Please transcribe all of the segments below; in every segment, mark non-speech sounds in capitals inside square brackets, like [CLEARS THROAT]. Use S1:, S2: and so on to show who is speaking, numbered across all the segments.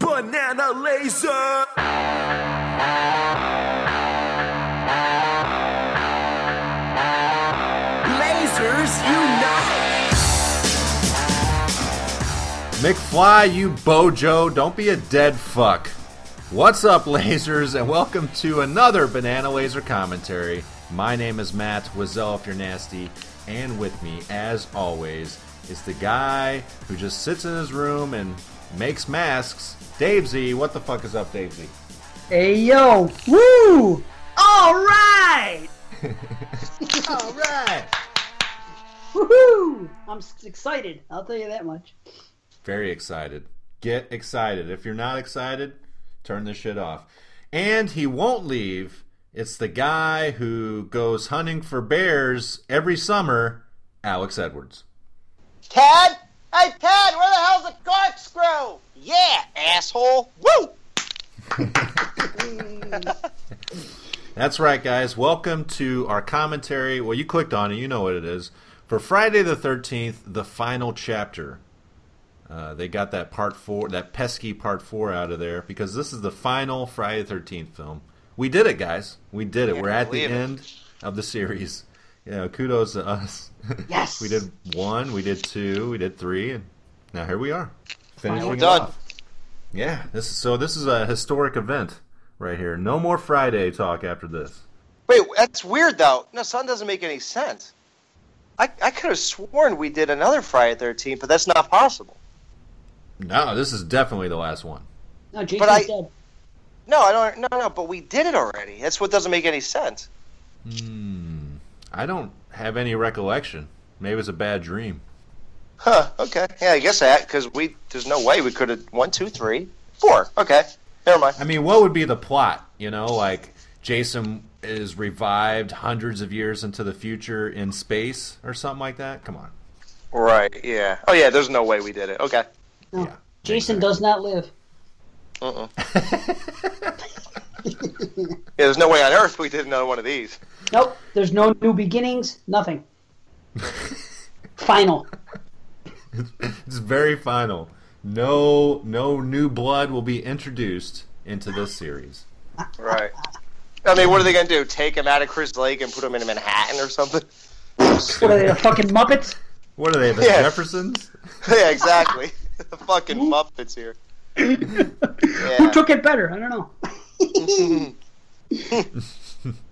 S1: Banana laser. Lasers unite.
S2: McFly, you bojo, don't be a dead fuck. What's up, [LAUGHS] lasers, and welcome to another Banana Laser commentary. My name is Matt Wiesel, if you're nasty, and with me, as always, is the guy who just sits in his room and makes masks, Davesy. What the fuck is up, Davesy?
S3: Hey yo, woo! All right,
S2: All right.
S3: woohoo! I'm s- excited. I'll tell you that much.
S2: Very excited. Get excited. If you're not excited, turn this shit off. And he won't leave. It's the guy who goes hunting for bears every summer, Alex Edwards.
S4: Tad? Hey, Tad, where the hell's the corkscrew? Yeah, asshole. Woo!
S2: That's right, guys. Welcome to our commentary. Well, you clicked on it, you know what it is. For Friday the 13th, the final chapter. Uh, they got that part four, that pesky part four out of there because this is the final Friday the 13th film. We did it, guys. We did it. We're at the
S4: believe it.
S2: end of the series. You know, kudos to us. [LAUGHS]
S3: Yes.
S2: we did one, we did two, we did three, and now here we are. Finishing
S3: We're
S2: it
S4: done.
S2: off. Yeah, this is, so this is a historic event right here. No more Friday talk after this.
S4: Wait, that's weird, though. No, something doesn't make any sense. I, I could have sworn we did another Friday 13, but that's not possible.
S2: No, this is definitely the last one.
S3: No, Jason's
S4: I-
S3: dead.
S4: No, I don't. No, no, but we did it already. That's what doesn't make any sense.
S2: I don't have any recollection. Maybe it's a bad dream.
S4: Huh, okay. Yeah, I guess that, because we, there's no way we could have. One, two, three, four. Okay. Never mind.
S2: I mean, what would be the plot? You know, like Jason is revived hundreds of years into the future in space or something like that? Come on.
S4: Right, yeah. Oh, yeah, there's no way we did it. Okay.
S3: No,
S2: Yeah,
S3: Jason does not live.
S4: [LAUGHS] Uh-uh. yeah, there's no way on earth we did another one of these.
S3: Nope. There's no new beginnings. [LAUGHS] Nothing. Final.
S2: It's very final. No no new blood will be introduced into this series.
S4: Right. I mean, what are they going to do? Take him out of Chris Lake and put him in Manhattan or something? [LAUGHS]
S3: What [LAUGHS] are they, the fucking Muppets?
S2: What are they, the
S4: [LAUGHS] Yeah.
S2: Jeffersons?
S4: yeah, exactly. [LAUGHS] the fucking Muppets here.
S3: Who
S4: Yeah.
S3: took it better? I don't know.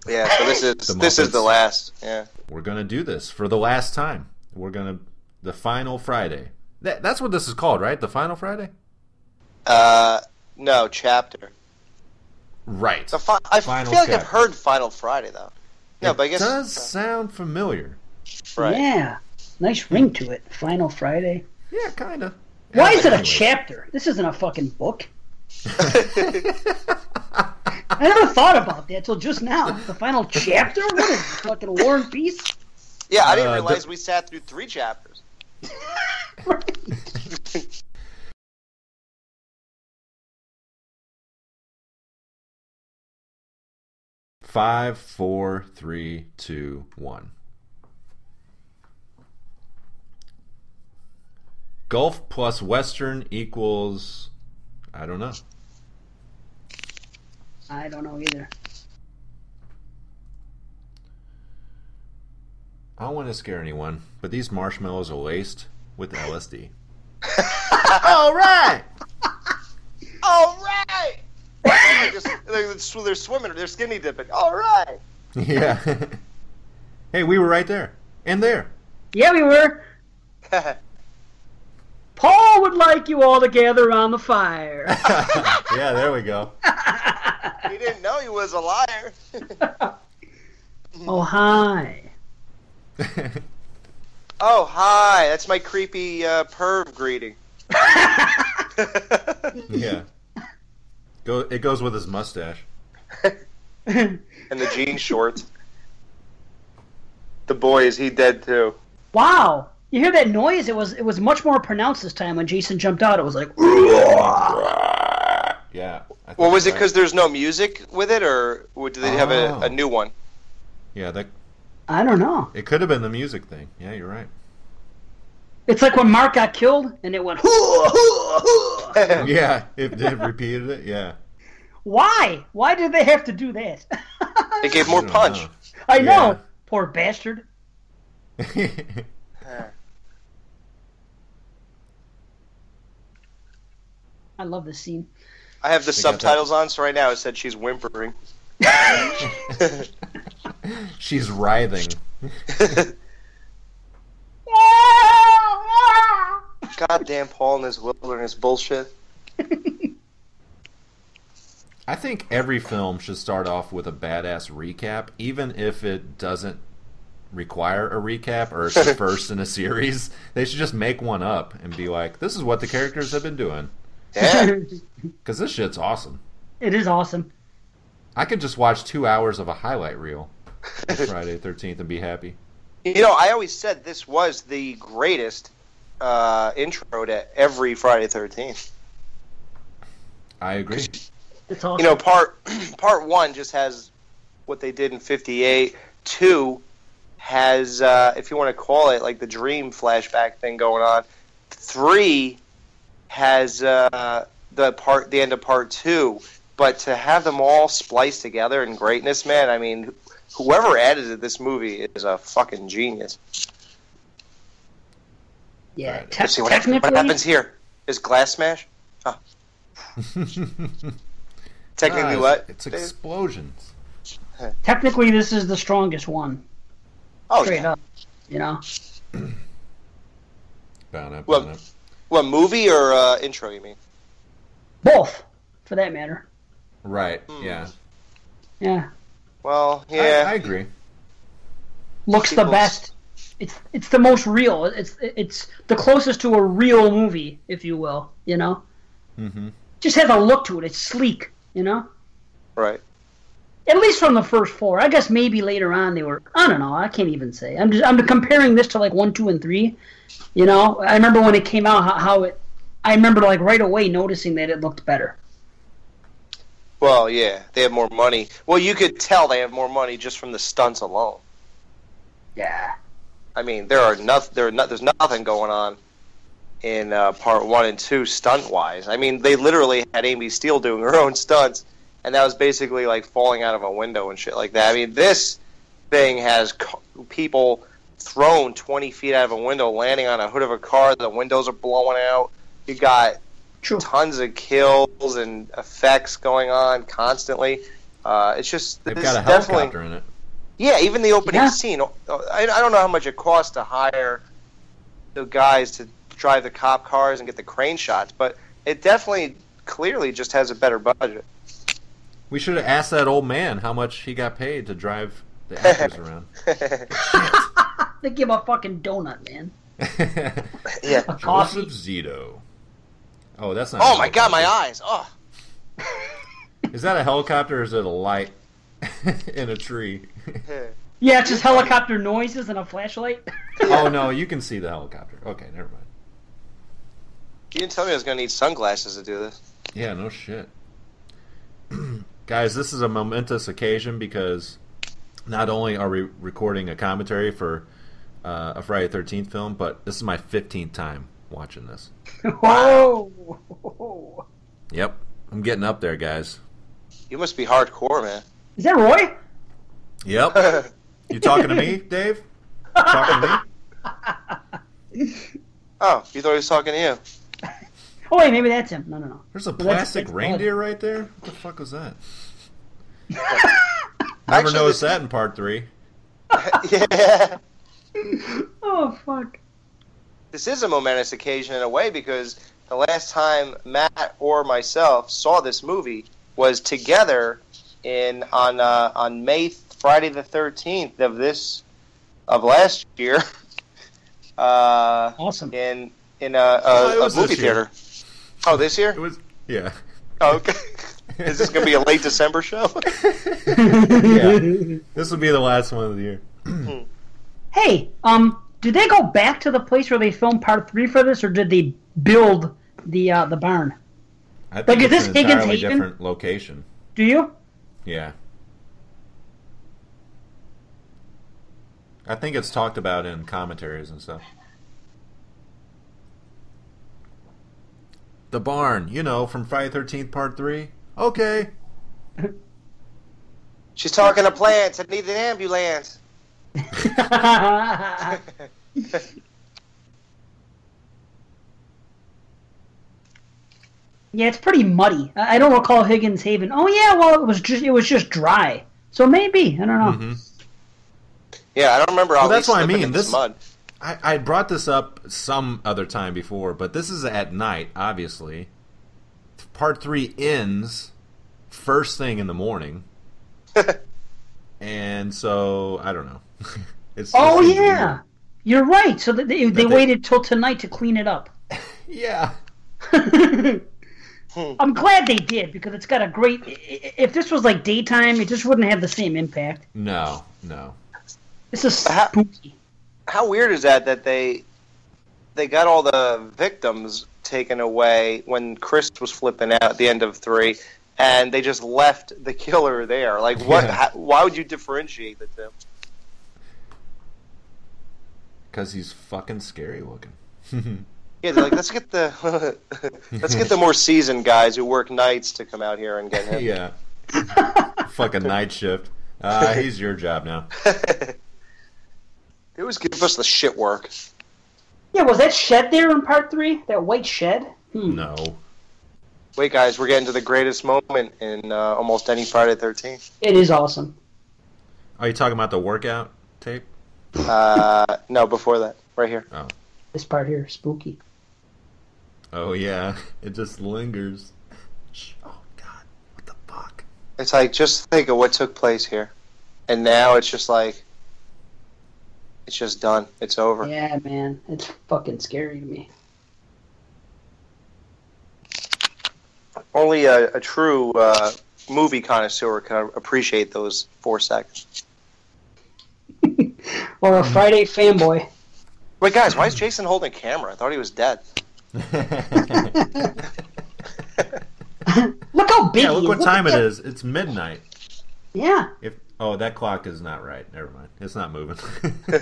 S4: yeah, so this is
S2: The
S4: this is the
S2: Muppets.
S4: last. Yeah.
S2: we're gonna do this for the last time. We're gonna the final Friday. That, that's what this is called, right? The final Friday.
S4: Uh no, chapter.
S2: Right.
S4: The fi- I
S2: Final
S4: feel like I've
S2: chapter.
S4: heard Final Friday though. No, but I guess
S2: it does sound familiar.
S4: right.
S3: Yeah. Nice ring to it. Final Friday.
S2: Yeah, kind of.
S3: Why is it a chapter? This isn't a fucking [LAUGHS] book. I never thought about that till just now. The final chapter? What is this, fucking War and [LAUGHS] Peace?
S4: Yeah, I didn't
S2: Uh, the-
S4: realize we sat through three chapters.
S2: Five, four, three, two, one. Gulf plus Western equals. I don't know.
S3: I don't know either.
S2: I don't want to scare anyone, but these marshmallows are laced with
S4: [LAUGHS]
S2: LSD. All right.
S4: All right. they're, just, they're, sw- they're swimming. They're skinny dipping. All right. [LAUGHS]
S2: Yeah. [LAUGHS] hey, we were right there. And
S4: [LAUGHS]
S2: there.
S3: Yeah, we were. Paul would like you all to gather around the fire.
S4: [LAUGHS]
S2: Yeah, there we go. [LAUGHS]
S4: he didn't know he was a liar. [LAUGHS]
S3: oh, hi.
S4: oh hi, that's my creepy uh,
S2: [LAUGHS]
S4: perv greeting.
S2: yeah. Go it goes with his mustache.
S4: and the jean shorts. The boy is he dead too?
S3: Wow. You hear that noise? It was it was much more pronounced this time when Jason jumped out. It was like, [LAUGHS]
S2: Yeah. I think
S4: Well, was it
S2: you're right.
S4: because there's no music with it, or did they have
S2: Oh.
S4: a, a new one?
S2: Yeah, that
S3: I don't know.
S2: it could have been the music thing. Yeah, you're right.
S3: It's like when Mark got killed and it went, [LAUGHS] "Hoo, hoo, hoo."
S2: Yeah, it,
S4: [LAUGHS]
S2: it repeated it. Yeah, [LAUGHS]
S3: why? Why did they have to do that? [LAUGHS]
S4: It gave more
S2: I don't
S4: punch.
S2: know.
S3: I know.
S2: Yeah.
S3: Poor bastard. I love this scene.
S4: I have the
S2: got that.
S4: subtitles on, so right now it said
S2: [LAUGHS]
S4: she's whimpering.
S2: She's writhing.
S4: Goddamn Paul and his wilderness bullshit.
S2: [LAUGHS] I think every film should start off with a badass recap, even if it doesn't require a recap or it's
S4: [LAUGHS]
S2: the first in a series. They should just make one up and be like, "This is what the characters have been doing,"
S4: [LAUGHS] Yeah.
S2: because this shit's awesome.
S3: [LAUGHS] It is awesome.
S2: I could just watch two hours of a highlight reel on Friday Thirteenth and be happy.
S4: you know, I always said this was the greatest uh, intro to every Friday 13th.
S2: I
S4: [LAUGHS]
S2: agree. [LAUGHS]
S3: It's awesome.
S4: You know, part [CLEARS THROAT] part one just has what they did in 58. Two has, uh, if you want to call it, like the dream flashback thing going on. Three has uh, the part, the end of part two. But to have them all spliced together in greatness, man, I mean, whoever edited this movie is a fucking genius.
S3: yeah.
S2: Right.
S3: te-
S4: Let's see what, happens,
S3: technically,
S4: what happens here. Is glass smash? Huh.
S2: Ah,
S4: Technically,
S2: it's-
S4: what?
S2: It's explosions.
S3: technically, this is the strongest one.
S4: oh,
S3: Straight
S4: yeah.
S3: up. You know.
S2: Bound up,
S4: Well-
S2: bound up.
S4: what movie or uh, intro? You mean?
S3: Both, for that matter.
S2: Right. Yeah.
S3: Yeah.
S4: Well,
S2: I-
S4: hmm. yeah.
S2: I, agree.
S3: Looks the
S4: Sequels.
S3: best. It's it's the most real. It's it's the closest to a real movie, if you will. You know.
S2: Mhm.
S3: Just has a look to it. It's sleek. You know.
S4: Right.
S3: At least from the first four. I guess maybe later on they were. I don't know. I can't even say. I'm just I'm comparing this to like one, two, and three. You know. I remember when it came out how, how it. I remember like right away noticing that it looked better.
S4: Well, yeah. They have more money. Well, you could tell they have more money just from the stunts alone.
S3: Yeah.
S4: I mean, there are nothing. There are no, There's nothing going on in uh, part one and two stunt wise. I mean, they literally had Amy Steele doing her own stunts, and that was basically like falling out of a window and shit like that. I mean, this thing has co- people thrown 20 feet out of a window, landing on a hood of a car. The windows are blowing out. You got
S3: True.
S4: tons of kills and effects going on constantly. Uh, it's just
S2: They've
S4: this
S2: got a
S4: is definitely
S2: helicopter in it.
S4: yeah, even the opening
S3: Yeah.
S4: scene. uh, I, I don't know how much it costs to hire the guys to drive the cop cars and get the crane shots, but it definitely, clearly, just has a better budget.
S2: We should have asked that old man how much he got paid to drive
S4: [LAUGHS]
S2: the actors around.
S3: They give a fucking donut, man.
S4: Yeah.
S3: A coffee.
S2: Joseph Zito. Oh, that's not.
S4: [LAUGHS] Oh
S2: a
S4: my God, my
S2: helicopter.
S4: eyes! Oh,
S2: Is that a helicopter or is it a light [LAUGHS] in a
S4: [LAUGHS]
S2: tree?
S3: Yeah, it's just helicopter noises and a flashlight.
S2: oh no, you can see the helicopter. Okay, never mind.
S4: you didn't tell me I was going to need sunglasses to do this.
S2: Yeah, no shit. [CLEARS THROAT] Guys, this is a momentous occasion because not only are we recording a commentary for uh, a Friday 13th film, but this is my 15th time watching this.
S3: Whoa.
S2: Yep, I'm getting up there, guys.
S4: You must be hardcore, man. [LAUGHS]
S3: Is that Roy?
S2: Yep. you talking to me, Dave? Talking to me?
S4: Oh, you thought he was talking to you?
S3: Oh wait, maybe that's him. No, no, no.
S2: There's a
S3: that's-
S2: plastic
S3: that's blood.
S2: reindeer right there. What the fuck was that? Never
S4: Actually, [LAUGHS]
S2: noticed
S4: this-
S2: that in part three.
S4: Yeah.
S3: Oh fuck.
S4: this is a momentous occasion in a way because the last time Matt or myself saw this movie was together in on uh, on May Friday the thirteenth of this of last year [LAUGHS] uh,
S3: Awesome.
S4: in in a, a,
S2: No, it
S4: a
S2: was
S4: movie
S2: this year.
S4: theater. Oh, this year?
S2: It [LAUGHS] was yeah.
S4: Oh, okay. [LAUGHS] Is this going to be a late December show? [LAUGHS]
S2: yeah. This will be the last one of the year.
S3: Hey, um, did they go back to the place where they filmed part three for this, or did they build the uh, the barn?
S2: I think
S3: Like, is
S2: it's
S3: this
S2: an
S3: Higgins
S2: entirely
S3: Haven?
S2: different location.
S3: Do you? [LAUGHS]
S2: Yeah. I think it's talked about in commentaries and stuff. the barn, you know, from Friday Thirteenth Part Three. Okay,
S4: She's talking to plants. I need an ambulance. [LAUGHS]
S3: yeah, it's pretty muddy. I I don't recall Higgins Haven. Oh yeah, well it was just it was just dry. So maybe I don't know.
S4: Yeah, I don't remember. Well,
S2: that's what I mean. This-
S4: mud.
S2: I, I brought this up some other time before, but this is at night, obviously. Part three ends first thing in the
S3: [LAUGHS]
S2: morning, and so I don't know. [LAUGHS] it's just
S3: Oh
S2: seems
S3: yeah, you're right. So they they, they
S2: Mm-hmm. they-
S3: waited till tonight to clean it up.
S2: weird. yeah.
S4: [LAUGHS]
S3: I'm glad they did because it's got a great. i- i- If this was like daytime, it just wouldn't have the same impact.
S2: No, no.
S3: This is
S4: How-
S3: spooky.
S4: How weird is that? That they they got all the victims taken away when Chris was flipping out at the end of three, and they just left the killer there. Like, what?
S2: Yeah.
S4: How, why would you differentiate the two?
S2: Because he's fucking scary looking.
S4: Yeah, they're like let's get the [LAUGHS] let's get the more seasoned guys who work nights to come out here and get
S2: [LAUGHS]
S4: him.
S2: yeah. [LAUGHS] fucking night shift. Uh, he's your job now.
S4: They always give us the shit work.
S3: Yeah, was that shed there in part three? That white shed? Hmm.
S2: No.
S4: Wait, guys, we're getting to the greatest moment in uh, almost any Friday Thirteenth.
S3: It is awesome.
S2: Are you talking about the workout tape?
S4: Uh, no, before that, right here.
S2: Oh.
S3: This part here, spooky.
S2: Oh yeah. It just lingers. Shh. Oh god. What the fuck?
S4: It's like just think of what took place here, and now it's just like it's just done. It's over.
S3: Yeah, man, it's fucking scary to me.
S4: Only a, a true uh, movie connoisseur can appreciate those four seconds.
S3: Or
S2: Mm.
S3: a Friday fanboy.
S4: Wait, guys, why is Jason holding a camera? I thought he
S3: [LAUGHS]
S4: was dead.
S3: Look how
S2: [LAUGHS]
S3: big.
S2: yeah, look
S3: he
S2: what
S3: is.
S2: time it
S3: at-
S2: is. It's midnight.
S3: Yeah,
S2: If oh that clock is not right. Never mind. It's not moving. [LAUGHS]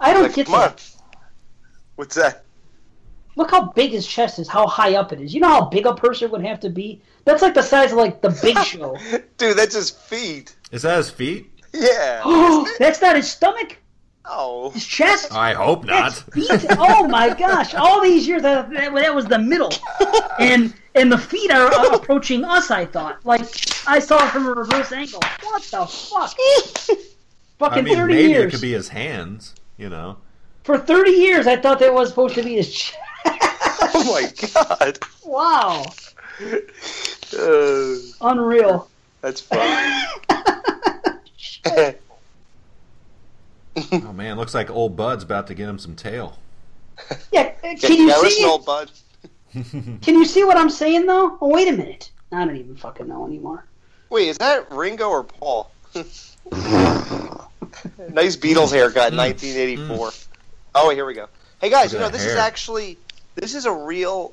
S3: I don't
S4: Like,
S3: get
S4: come on.
S3: that.
S4: What's that? [LAUGHS]
S3: Look how big his chest is. How high up it is. You know how big a person would have to be. That's like the size of like the
S4: [LAUGHS]
S3: Big Show. [GASPS]
S4: Dude, that's his feet.
S2: is that his feet?
S3: [GASPS]
S4: Yeah.
S3: Oh, that's not his stomach. [LAUGHS]
S4: Oh.
S3: His chest.
S2: I hope
S3: That's [LAUGHS]
S2: not.
S3: feet. Oh my gosh! All these years that that, that was the middle, and and the feet are uh, approaching us. I thought, like I saw it from a reverse angle. What the fuck?
S2: [LAUGHS]
S3: Fucking
S2: I mean
S3: thirty
S2: maybe
S3: years.
S2: it could be his hands, you know.
S3: For thirty years, I thought that was supposed to be his. Ch-
S4: Oh my god.
S3: [LAUGHS] wow,
S4: Uh,
S3: unreal.
S4: that's fun.
S3: [LAUGHS]
S4: [LAUGHS]
S2: Oh man, looks like old Bud's about to get him some tail.
S3: Yeah, uh, can you
S4: yeah,
S3: see?
S4: listen, old bud.
S3: Can you see what I'm saying though? Oh, wait a minute. I don't even fucking know anymore.
S4: Wait, is that Ringo or Paul? [LAUGHS] nice Beatles haircut, 1984. Oh, here we go. Hey guys, you
S2: Mm. Look at that
S4: know this is
S2: hair.
S4: actually this is a real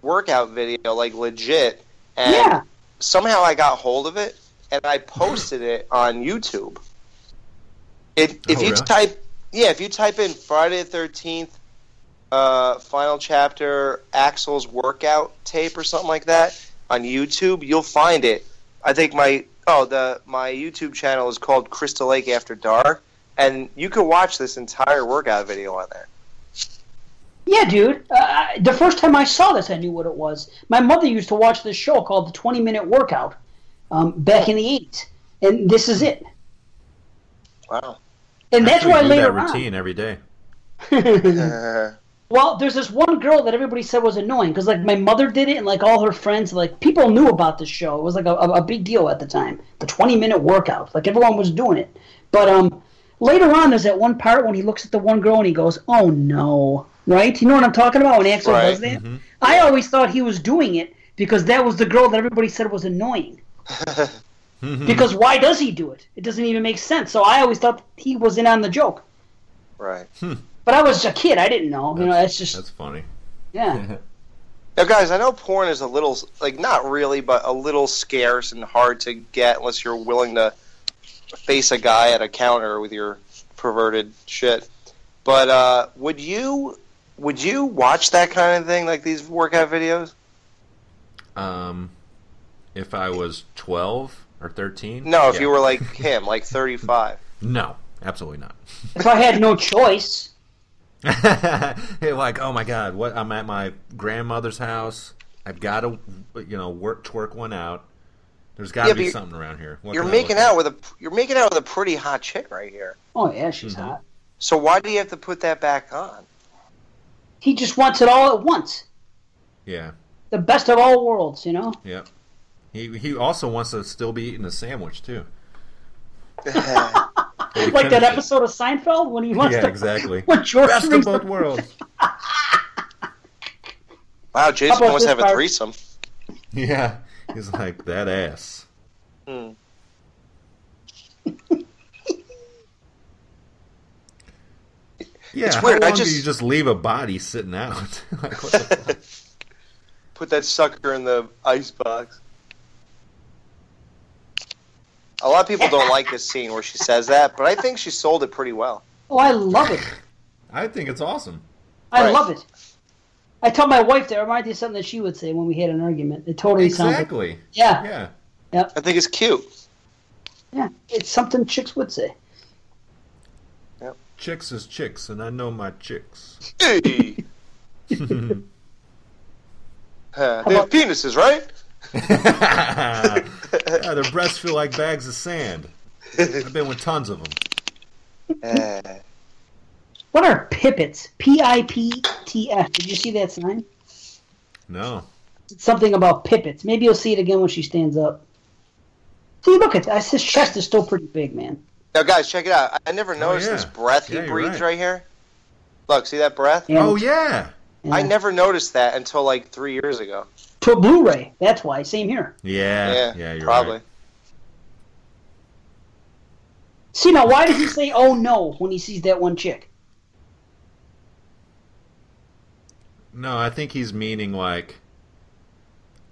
S4: workout video, like legit. And
S3: Yeah.
S4: somehow I got hold of it and I posted it on YouTube. It, if
S2: Oh,
S4: you
S2: really?
S4: type, yeah, if you type in Friday the Thirteenth, uh, final chapter, Axel's workout tape or something like that on YouTube, you'll find it. I think my oh the my YouTube channel is called Crystal Lake After Dark, and you can watch this entire workout video on there.
S3: Yeah, dude. Uh, the first time I saw this, I knew what it was. My mother used to watch this show called The 20 Minute Workout um, back in the 80s. And this is it.
S4: Wow.
S3: And that's
S2: Actually
S3: why
S2: do
S3: later
S2: that routine every day.
S3: on.
S4: Uh,
S3: well, there's this one girl that everybody said was annoying because, like, my mother did it and, like, all her friends, like, people knew about this show. It was, like, a, a a big deal at the time. The 20 minute workout. Like, everyone was doing it. But um, later on, there's that one part when he looks at the one girl and he goes, oh, no. Right? You know what I'm talking about when Axel
S4: Right.
S3: does that? I always thought he was doing it because that was the girl that everybody said was annoying.
S2: Hmm,
S3: because why does he do it? It doesn't even make sense. So I always thought he was in on the joke.
S4: [LAUGHS] right.
S3: But I was a kid. I didn't know. you know, that's just
S2: That's funny. [LAUGHS]
S3: yeah.
S4: Now, guys, I know porn is a little, like, not really, but a little scarce and hard to get unless you're willing to face a guy at a counter with your perverted shit. But uh, would you would you watch that kind of thing, like these workout videos?
S2: Um, if I was twelve or thirteen,
S4: No, if
S2: yeah.
S4: you were like him,
S2: [LAUGHS]
S4: like thirty five.
S2: no, absolutely not. [LAUGHS]
S3: If I had no choice,
S2: You're like, oh my god, what? I'm at my grandmother's house. I've got to, you know, work twerk one out. There's got to
S4: Yeah, but
S2: be
S4: you're-
S2: something around here. What
S4: You're
S2: can I look
S4: making
S2: at?
S4: out with a you're making out with a pretty hot chick right here.
S3: oh yeah, she's
S2: Mm-hmm.
S3: hot.
S4: So why do you have to put that back on?
S2: [LAUGHS]
S4: [LAUGHS]
S3: He just wants it all at once.
S2: Yeah,
S3: The best of all worlds, you know.
S2: yeah. He he also wants to still be eating a sandwich too.
S3: [LAUGHS] Like that episode of Seinfeld when he wants
S2: Yeah,
S3: to.
S2: exactly.
S3: [LAUGHS] When George
S2: Best of
S3: rings the-
S2: both worlds. [LAUGHS]
S4: wow,
S3: How
S4: Jason
S3: about
S4: wants to
S3: this
S4: have a
S3: part?
S4: threesome.
S2: Yeah, he's like that ass.
S4: Hmm.
S2: Yeah,
S4: It's weird,
S2: how
S4: I
S2: long do
S4: just-
S2: you just leave a body sitting out? [LAUGHS] like, what the fuck?
S4: [LAUGHS] Put that sucker in the ice box. A lot of people don't like this scene where she says that, but I think she sold it pretty well.
S3: Oh, I love it.
S2: I think it's awesome.
S3: I
S4: Right.
S3: love it. I tell my wife that reminds me of something that she would say when we had an argument. It totally sounds like,
S2: Exactly.
S3: yeah, yeah,
S2: Yeah.
S4: I think it's cute.
S3: It's something chicks would say.
S2: Chicks is chicks, and I know my chicks. [LAUGHS]
S4: Hey. Huh, they have
S3: about-
S4: Uh, penises, right?
S2: yeah, their breasts feel like bags of sand. I've been with tons of them.
S4: Eh.
S3: What are pippets? P I P T F. Did you see that sign?
S2: No.
S3: It's something about pippets. Maybe you'll see it again when she stands up. See, look at that. His chest is still pretty big, man.
S4: now, guys, check it out. I- I never noticed
S2: Oh, yeah.
S4: this breath he
S2: Yeah, you're
S4: breathes
S2: right.
S4: right. here. Look, see that breath?
S3: And
S2: Oh yeah.
S4: I
S3: Mm-hmm.
S4: never noticed that until like three years ago.
S3: to a Blu-ray. That's why. Same here.
S2: Yeah.
S4: Yeah,
S2: Yeah. you're
S4: probably.
S2: right.
S3: See now, why does he say "oh no" when he sees that one chick?
S2: No, I think he's meaning like,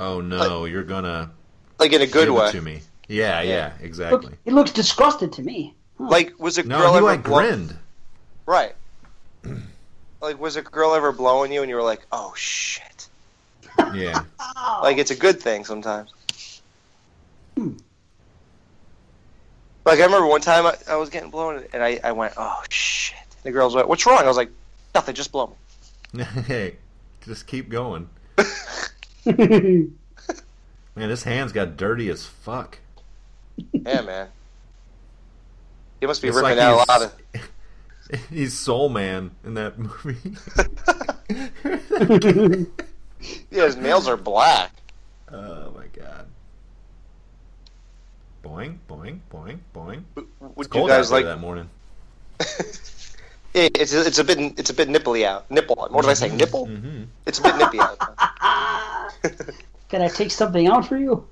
S2: oh no, you're gonna
S4: Like in a good
S2: give it
S4: way.
S2: to me. Yeah, yeah,
S3: Look,
S2: exactly.
S3: it looks disgusted to me. [LAUGHS]
S4: Like was a girl
S2: No, he
S4: ever
S2: like
S4: blow-
S2: grinned.
S4: Right. like was a girl ever blowing you and you were like, oh shit.
S2: Yeah. [LAUGHS]
S4: Like it's a good thing sometimes. Like I remember one time I, I was getting blown and I, I went, oh shit. The girls went, what's wrong? I was like, nothing, just blow me.
S2: hey, just keep going.
S3: Why
S2: Man, his hands got dirty as fuck.
S4: Yeah, man. He must be
S2: It's
S4: ripping
S2: like
S4: out a
S2: he's-
S4: lot of.
S2: [LAUGHS] He's Soul Man in that
S4: [LAUGHS]
S2: movie.
S4: Yeah, his nails are black.
S2: oh my god. Boing, boing, boing, boing.
S4: Would you
S2: Cold
S4: guys
S2: out there
S4: like?
S2: that morning.
S4: Yeah, it's it's a bit it's a bit nipply out. Nipple. What did
S2: [LAUGHS]
S4: I say? Nipple. It's a bit nippy out.
S3: Ah.
S4: [LAUGHS]
S3: Can I take something out for you?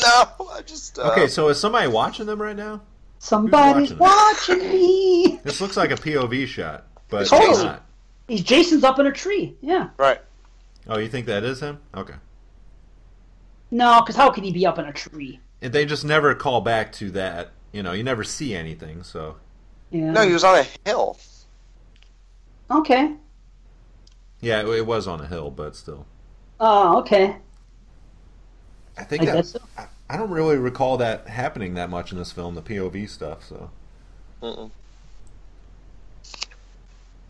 S4: no, I just. Uh,
S2: Okay, so is somebody watching them right now?
S3: Somebody's
S2: Who's
S3: watching me.
S2: This looks like a POV shot, but it's
S3: Totally.
S2: not.
S3: He's Jason's up in a tree. Yeah.
S4: Right.
S2: Oh, you think that is him? Okay.
S3: No, because how can he be up in a tree?
S2: And they just never call back to that. You know, you never see anything, so
S3: Yeah.
S4: No, he was on a hill.
S3: okay.
S2: yeah, it, it was on a hill, but still.
S3: Oh,
S4: [LAUGHS]
S3: okay.
S2: I think
S3: I
S2: that,
S3: guess so.
S2: I, I don't really recall that happening that much in this film, the POV stuff. So
S4: Mm-mm.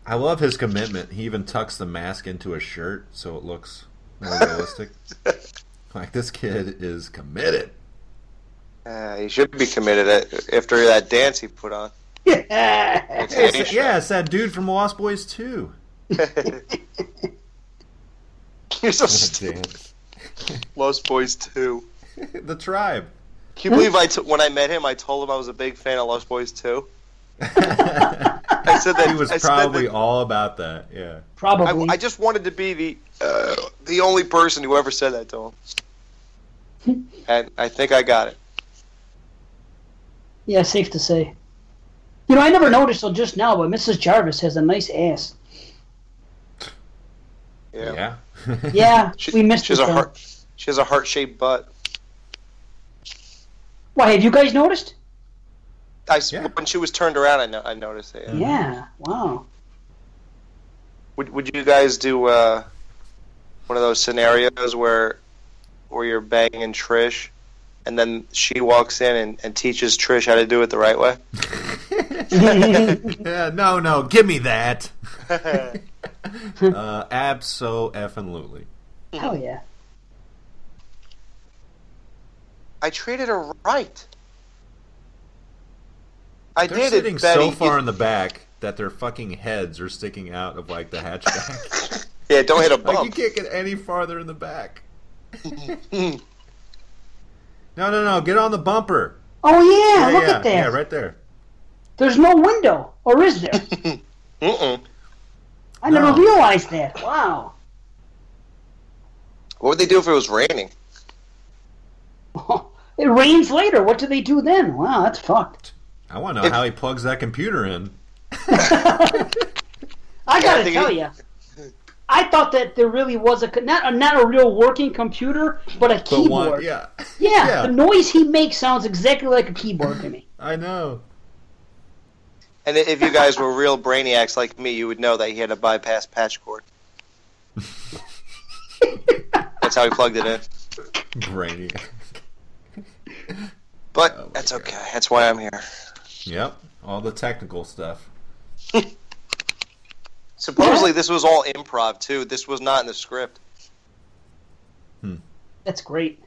S2: I love his commitment. He even tucks the mask into his shirt so it looks
S4: [LAUGHS]
S2: more realistic. like this kid is committed.
S4: Uh, he should be committed at, after that dance he put [LAUGHS] on.
S3: Yeah.
S4: It's
S2: It's-
S4: Asian.
S2: yeah, it's that dude from Lost Boys 2.
S4: You're so stupid. Lost Boys 2.
S2: [LAUGHS] the tribe.
S4: Can you believe I t- when I met him, I told him I was a big fan of Lost Boys 2? I said
S2: [LAUGHS]
S4: that
S2: He was
S4: I said
S2: probably
S4: that-
S2: all about that. Yeah.
S4: I,
S3: Probably.
S4: I just wanted to be the uh, the only person who ever said that to [LAUGHS] him, and I think I got it.
S3: yeah, safe to say. You know, I never noticed till just now, but Mrs. Jarvis has a nice ass.
S4: Yeah,
S2: yeah.
S3: Yeah,
S4: She-
S3: we missed
S4: She has
S3: it,
S4: a
S3: though.
S4: heart. She has a heart shaped butt.
S3: Why have you guys noticed?
S4: I s-
S2: Yeah. Mm.
S4: when she was turned around, I, no- I noticed it. yeah.
S3: Yeah. Wow.
S4: Would, would you guys do uh, one of those scenarios where where you're banging Trish, and then she walks in and, and teaches Trish how to do it the right
S2: [LAUGHS]
S4: way?
S2: [LAUGHS] Yeah, no, no, give me
S4: [LAUGHS]
S2: that. uh, abso effing lutely.
S3: Hell yeah.
S4: I treated her right. I
S2: They're
S4: dated
S2: sitting
S4: Betty.
S2: so far in the back that their fucking heads are sticking out of like the
S4: [LAUGHS]
S2: hatchback.
S4: yeah, don't hit a
S2: like
S4: bump.
S2: you can't get any farther in the back. no, no, no, get on the bumper.
S3: Oh yeah.
S2: Yeah,
S3: look
S2: yeah,
S3: at that.
S2: yeah, right there.
S3: There's no window, or
S2: [LAUGHS]
S3: is there?
S4: Mm-mm.
S3: I never
S2: No.
S3: realized that. Wow. [LAUGHS]
S4: What would they do if it was raining?
S3: It rains later. What do they do then? Wow, that's fucked.
S2: I want to know
S4: If-
S2: how he plugs that computer in.
S3: I
S4: Yeah, I
S3: gotta
S4: think
S3: tell
S4: it-
S3: you, I thought that there really was a co- not a, not a real working computer, but a
S2: But
S3: keyboard.
S2: one, yeah, [LAUGHS]
S3: Yeah,
S2: Yeah.
S3: the noise he makes sounds exactly like a keyboard
S2: [LAUGHS]
S3: to me.
S2: I know.
S4: And if you guys were real brainiacs like me, you would know that he had a bypass
S2: [LAUGHS]
S4: patch cord. that's how he plugged it in.
S2: Brainy. [LAUGHS]
S4: But
S2: Oh my
S4: that's
S2: God.
S4: okay. That's why I'm here.
S2: yep, all the technical stuff.
S4: Supposedly, this was all improv too. This was not in the script.
S3: That's great.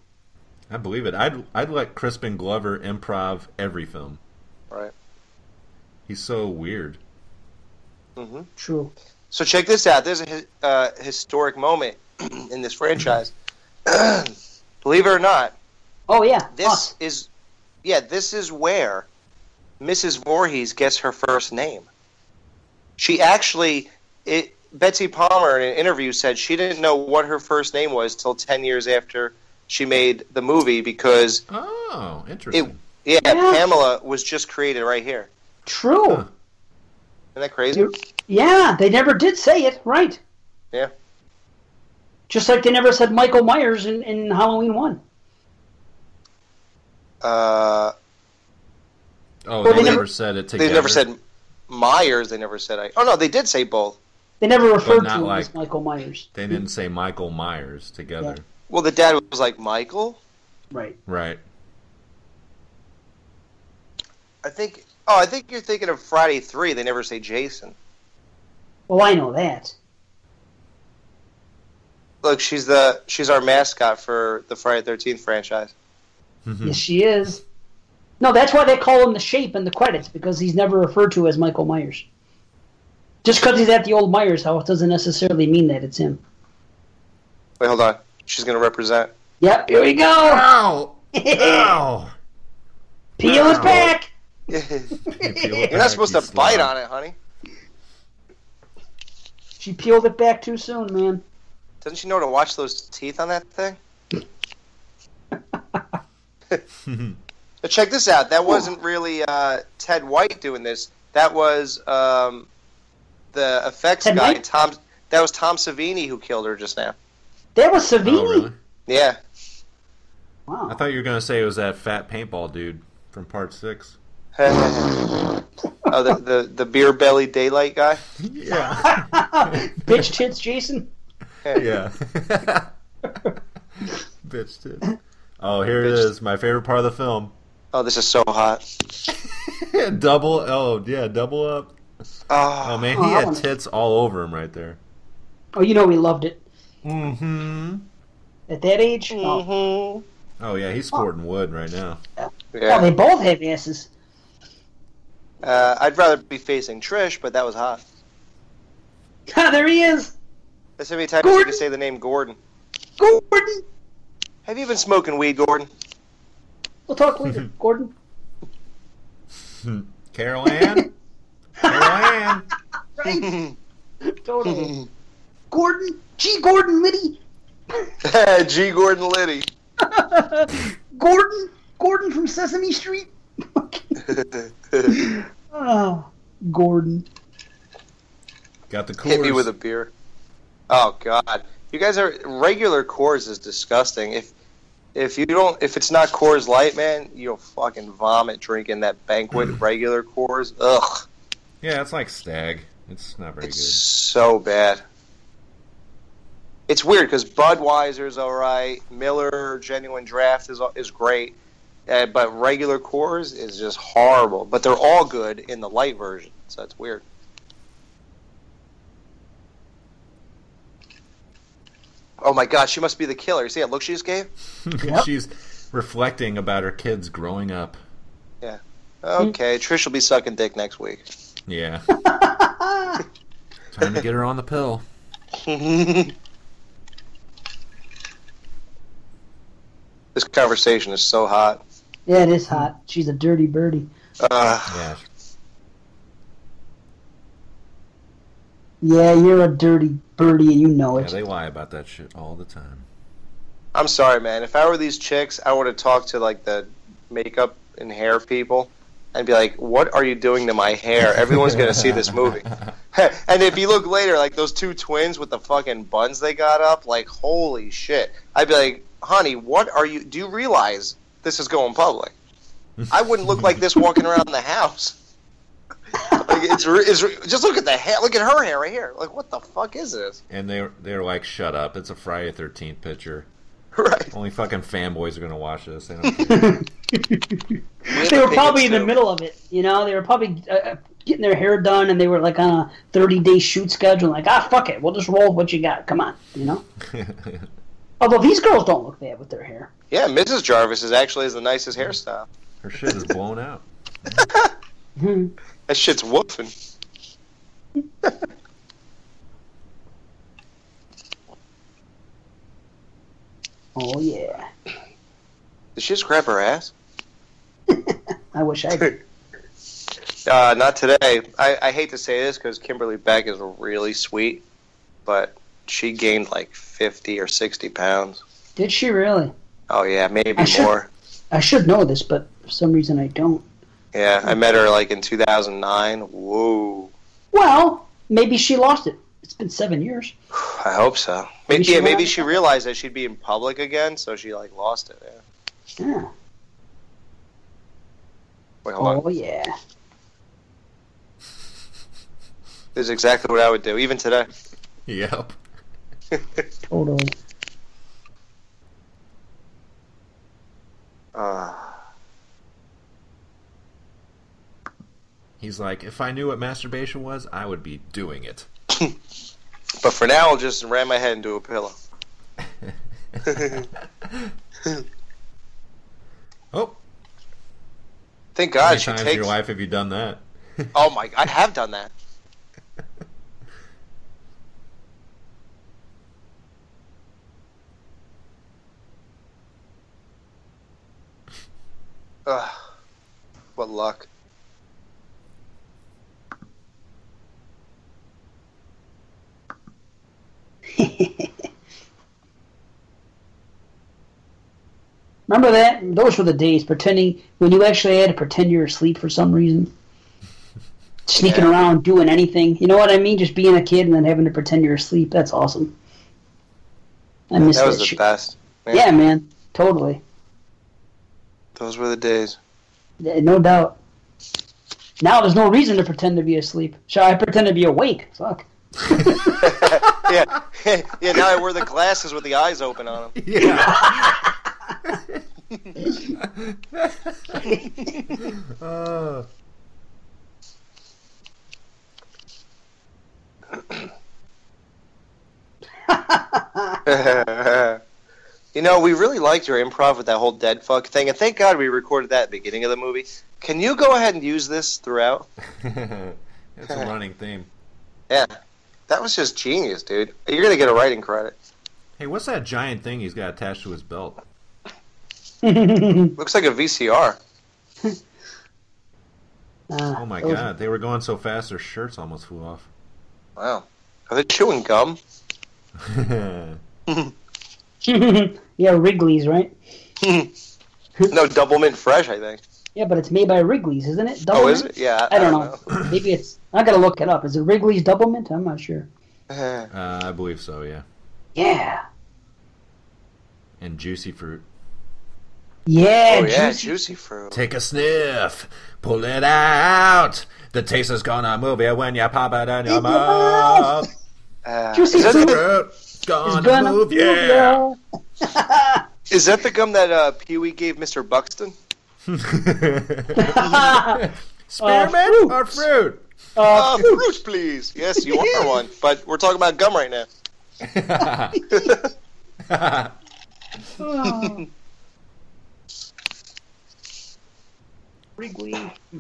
S2: I believe it. I'd I'd let Crispin Glover improv every film.
S4: Right.
S2: He's so weird.
S4: hmm
S3: True.
S4: So check this out. There's a hi- uh, historic moment [CLEARS THROAT] in this franchise. [CLEARS THROAT] Believe it or not,
S3: Oh yeah.
S4: this is yeah, this is where Mrs. Voorhees gets her first name. She actually it Betsy Palmer in an interview said she didn't know what her first name was till 10 years after she made the movie because
S2: Oh, interesting.
S4: it yeah,
S3: Yeah.
S4: Pamela was just created right here.
S3: Us. True.
S2: Huh.
S4: Isn't that crazy?
S3: You're- Yeah, they never did say it, right?
S4: Yeah.
S3: Just like they never said Michael Myers in, in Halloween one.
S4: Uh,
S2: oh,
S3: well,
S2: they,
S3: they
S2: never
S3: never-
S2: said it
S4: they
S2: together.
S4: never said Myers. They never said I. Oh no, they did say both.
S3: They never referred to
S2: not
S3: him
S2: like-
S3: as Michael Myers.
S2: They didn't say Michael Myers together.
S3: Yeah.
S4: Well, the dad was like Michael.
S3: Right.
S2: Right.
S4: I think. Oh, I think you're thinking of Friday Three. They never say Jason.
S3: Well, I know that.
S4: Look, she's the she's our mascot for the Friday Thirteenth franchise.
S2: Mhm. [LAUGHS]
S3: Yes, she is. No, that's why they call him the Shape in the credits because he's never referred to as Michael Myers. Just because he's at the old Myers house doesn't necessarily mean that it's him.
S4: Wait, hold on. She's gonna represent. [LAUGHS]
S3: Yep, here we go. [LAUGHS]
S2: Ow! Ow!
S3: Peel is back.
S4: you're [LAUGHS]
S2: You feel it
S4: not
S2: back,
S4: supposed
S2: you
S4: to bite
S2: slob.
S4: on it, honey.
S3: She peeled it back too soon, man.
S4: Doesn't she know to watch those teeth on that thing?
S2: [LAUGHS]
S4: but check this out. That wasn't really uh, Ted White doing this. That was um, the effects
S3: Ted
S4: guy,
S3: White?
S4: Tom. That was Tom Savini who killed her just now.
S3: That was Savini.
S2: Oh, really?
S4: Yeah.
S2: I
S3: Wow.
S2: thought you were gonna say it was that fat paintball dude from Part Six.
S4: oh, the, the the beer belly daylight guy.
S2: Yeah.
S3: Ah, Bitch tits, Jason.
S2: [LAUGHS] yeah.
S4: [LAUGHS]
S2: Bitch did. Oh, here it
S4: Bitch.
S2: is. My favorite part of the film. [LAUGHS]
S4: Oh, this is so hot.
S2: double. Oh, yeah. Double up.
S4: Oh,
S2: Oh man,
S3: Oh,
S2: he
S3: I
S2: had
S3: wanna-
S2: tits all over him right there.
S3: Oh, you know we loved it
S2: Mm-hmm.
S3: at that age. Oh,
S4: Mhm.
S2: Oh yeah, he's sporting wood right now. [LAUGHS]
S3: Oh, they
S4: Yeah.
S3: both have asses. [LAUGHS]
S4: Uh, I'd rather be facing Trish, but that was hot.
S3: Ha, there he is,
S4: That's how many times you
S3: Gordon.
S4: can say the name Gordon.
S3: Gordon.
S4: Have you been smoking weed, Gordon?
S3: We'll
S2: [LAUGHS]
S3: talk later, Gordon.
S2: Carol
S4: [LAUGHS]
S2: Ann. Carol Ann.
S3: Right? Totally.
S4: G.
S3: [LAUGHS] Gordon. Gee, Gordon Liddy.
S4: [LAUGHS] Gordon Liddy.
S3: Gordon. Gordon from Sesame Street. [LAUGHS] oh, Gordon. [LAUGHS]
S2: Got the coolers.
S4: Hit me with a beer. Oh God, you guys are regular cores is disgusting. If if you don't, if it's not Coors Light, man, you'll fucking vomit drinking that banquet regular Coors. Ugh,
S2: Yeah, it's like Stag. It's not very
S4: it's so bad. It's weird because Budweiser's all right, Miller Genuine Draft is is great, uh, but regular Coors is just horrible. But they're all good in the light version, so that's weird. Oh my god, she must be the killer. You see that look she just gave?
S2: [LAUGHS] good.
S3: Yep.
S2: She's reflecting about her kids growing up.
S4: Okay, Trish will be sucking dick next week. [LAUGHS]
S2: Yeah. [LAUGHS] Time to get her on the pill.
S4: this conversation is so hot.
S3: Yeah, it is hot. She's a dirty birdie.
S4: Uh,
S2: Yeah.
S3: Yeah, you're a dirty birdie, and you know
S2: yeah,
S3: it.
S2: they lie about that shit all the time.
S4: I'm sorry, man. If I were these chicks, I would have talked to like the makeup and hair people and be like, "What are you doing to my hair? Everyone's gonna see this
S3: [LAUGHS]
S4: movie." [LAUGHS] and if you look later, like those two twins with the fucking buns they got up, like holy shit! I'd be like, "Honey, what are you? Do you realize this is going public? I wouldn't look like this walking around the house." [LAUGHS] like it's, re- it's re- just look at the hair. Look at her hair right here. Like what the fuck is this?
S2: [LAUGHS] And they they're like, shut up. It's a Friday Thirteenth picture.
S4: Right.
S2: Only fucking fanboys are gonna watch this. They don't care.
S3: [LAUGHS] They were probably in the middle of it. You know, they were probably uh, uh, getting their hair done, and they were like on a 30 day shoot schedule. Like, ah, fuck it, we'll just roll with what you got. Come on, you know. Although these girls don't look bad with their [LAUGHS] hair.
S4: Yeah, Mrs. Jarvis is actually has the nicest hairstyle.
S2: [LAUGHS] her shit is blown out.
S3: Oh,
S4: That shit's woofing.
S3: Oh yeah, [LAUGHS]
S4: Did she just grab her ass?
S3: I wish I. Did.
S4: Uh, not today. I, I hate to say this because Kimberly Beck is really sweet, but she gained like 50 or 60 pounds.
S3: Did she really?
S4: Oh, yeah, maybe
S3: I should-
S4: more.
S3: I should know this, but for some reason I don't.
S4: Yeah, I met her like in 2009. Whoa.
S3: Well, maybe she lost it. It's been seven years.
S4: I hope so.
S3: Maybe
S4: Maybe,
S3: she
S4: yeah, maybe
S3: lost
S4: she realized that she'd be in public again, so she like lost it. Yeah.
S3: Yeah.
S4: Wait, hold on.
S3: Oh yeah.
S4: This is exactly what I would do, even today. [LAUGHS]
S2: Yep.
S3: Totally.
S4: Uh,
S2: He's like, if I knew what masturbation was, I would be doing it.
S4: but for now, I'll just ram my head into a pillow.
S2: Oh,
S4: Thank
S2: how
S4: God
S2: many times
S4: she
S2: in your
S4: takes.
S2: life have you done that?
S4: Oh my! I have done that. Ugh, what luck!
S3: Remember that? Those were the days pretending when you actually had to pretend you were asleep for some
S4: [LAUGHS]
S3: reason. Sneaking
S4: Yeah.
S3: around, doing anything. You know what I mean? Just being a kid and then having to pretend you're asleep. That's awesome. I miss
S4: That
S3: that,
S4: was the
S3: shit.
S4: best. man.
S3: Yeah, man. Totally.
S4: Those were the days.
S3: Yeah, No doubt. Now there's no reason to pretend to be asleep. Shall I pretend to be awake? Fuck.
S4: Yeah, [LAUGHS] yeah. Now I wear the glasses with the eyes open on them.
S2: Yeah. uh, [LAUGHS]
S4: [LAUGHS] you know, we really liked your improv with that whole dead fuck thing, and thank God we recorded that at the beginning of the movie. Can you go ahead and use this throughout?
S2: it's
S4: [LAUGHS]
S2: a running theme.
S4: Yeah, that was just genius, dude. You're gonna get a writing credit.
S2: Hey, what's that giant thing he's got attached to his belt?
S4: Looks like a VCR.
S3: Uh,
S2: Oh my
S3: those-
S2: god, they were going so fast their shirts almost flew
S3: [LAUGHS]
S2: off.
S4: Wow. Are they chewing gum?
S2: Uh,
S3: [LAUGHS] yeah, Wrigley's, right?
S4: No, Double Mint Fresh, I think. [SIGHS]
S3: Yeah, but it's made by Wrigley's, isn't it? Double
S4: Oh, is
S3: mint?
S4: it? Yeah,
S3: I don't know. [CLEARS THROAT] Maybe it's. I gotta look it up. Is it Wrigley's Double Mint? I'm not sure.
S4: know.
S2: uh, I believe so, yeah.
S3: Yeah.
S2: And juicy fruit.
S3: Yeah,
S4: Oh yeah,
S3: juicy.
S4: juicy fruit.
S2: Take a sniff. Pull it out. The taste is gonna move you when you pop it in your mouth.
S4: Uh,
S3: Juicy
S4: is, that
S3: fruit.
S4: the,
S2: It's gonna,
S3: It's gonna
S2: move you.
S3: ya.
S4: is that the gum that uh, Pee Wee gave Mr. Buxton?
S2: [LAUGHS] Spearmint
S3: fruit.
S2: or
S3: [LAUGHS]
S2: fruit?
S4: Uh, fruit, please. Yes, you are one. But we're talking about gum right now.
S3: Wrigley.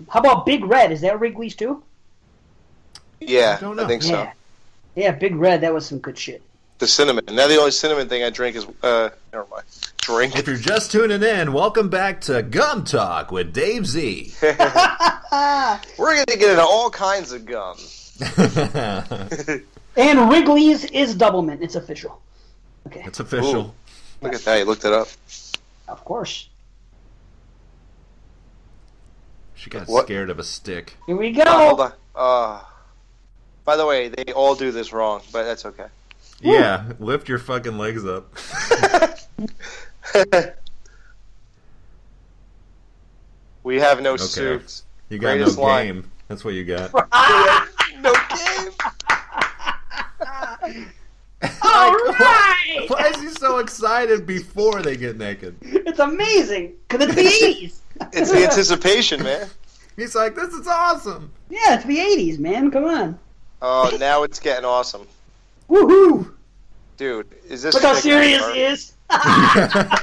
S3: How about Big Red? Is that Wrigley's too?
S4: Yeah,
S2: Don't
S4: I
S2: know.
S4: think so.
S3: Yeah. Yeah, Big Red. That was some good shit.
S4: The cinnamon. Now the only cinnamon thing I drink is uh, never mind. Drink.
S2: If you're just tuning in, welcome back to Gum Talk with Dave
S3: [LAUGHS]
S2: Z. [LAUGHS]
S4: We're gonna get into all kinds of gum.
S2: it's
S3: And Wrigley's is Double Mint. It's official.
S2: official.
S4: Look at that. You looked it up.
S3: Of course.
S2: She got
S4: What?
S2: scared of a stick.
S3: Here we go.
S4: Oh, hold on. Uh, by the way, they all do this wrong, but that's okay. [LAUGHS]
S2: Yeah, lift your fucking legs up. [LAUGHS]
S4: We have no
S2: Okay.
S3: [LAUGHS]
S4: suits.
S2: You got
S4: Greatest
S2: no
S4: line.
S2: game. That's what you got.
S4: No game.
S3: All right.
S2: [LAUGHS] Why is he so excited before they get naked?
S3: It's amazing because it's the eighties.
S4: It's the anticipation, man.
S2: He's like, this is awesome.
S3: Yeah, it's the eighties, man. Come on.
S4: Oh, now it's getting awesome,
S3: Woohoo!
S4: dude. Is this
S3: Look how
S4: chick-
S3: serious he [LAUGHS] is.
S2: Uh,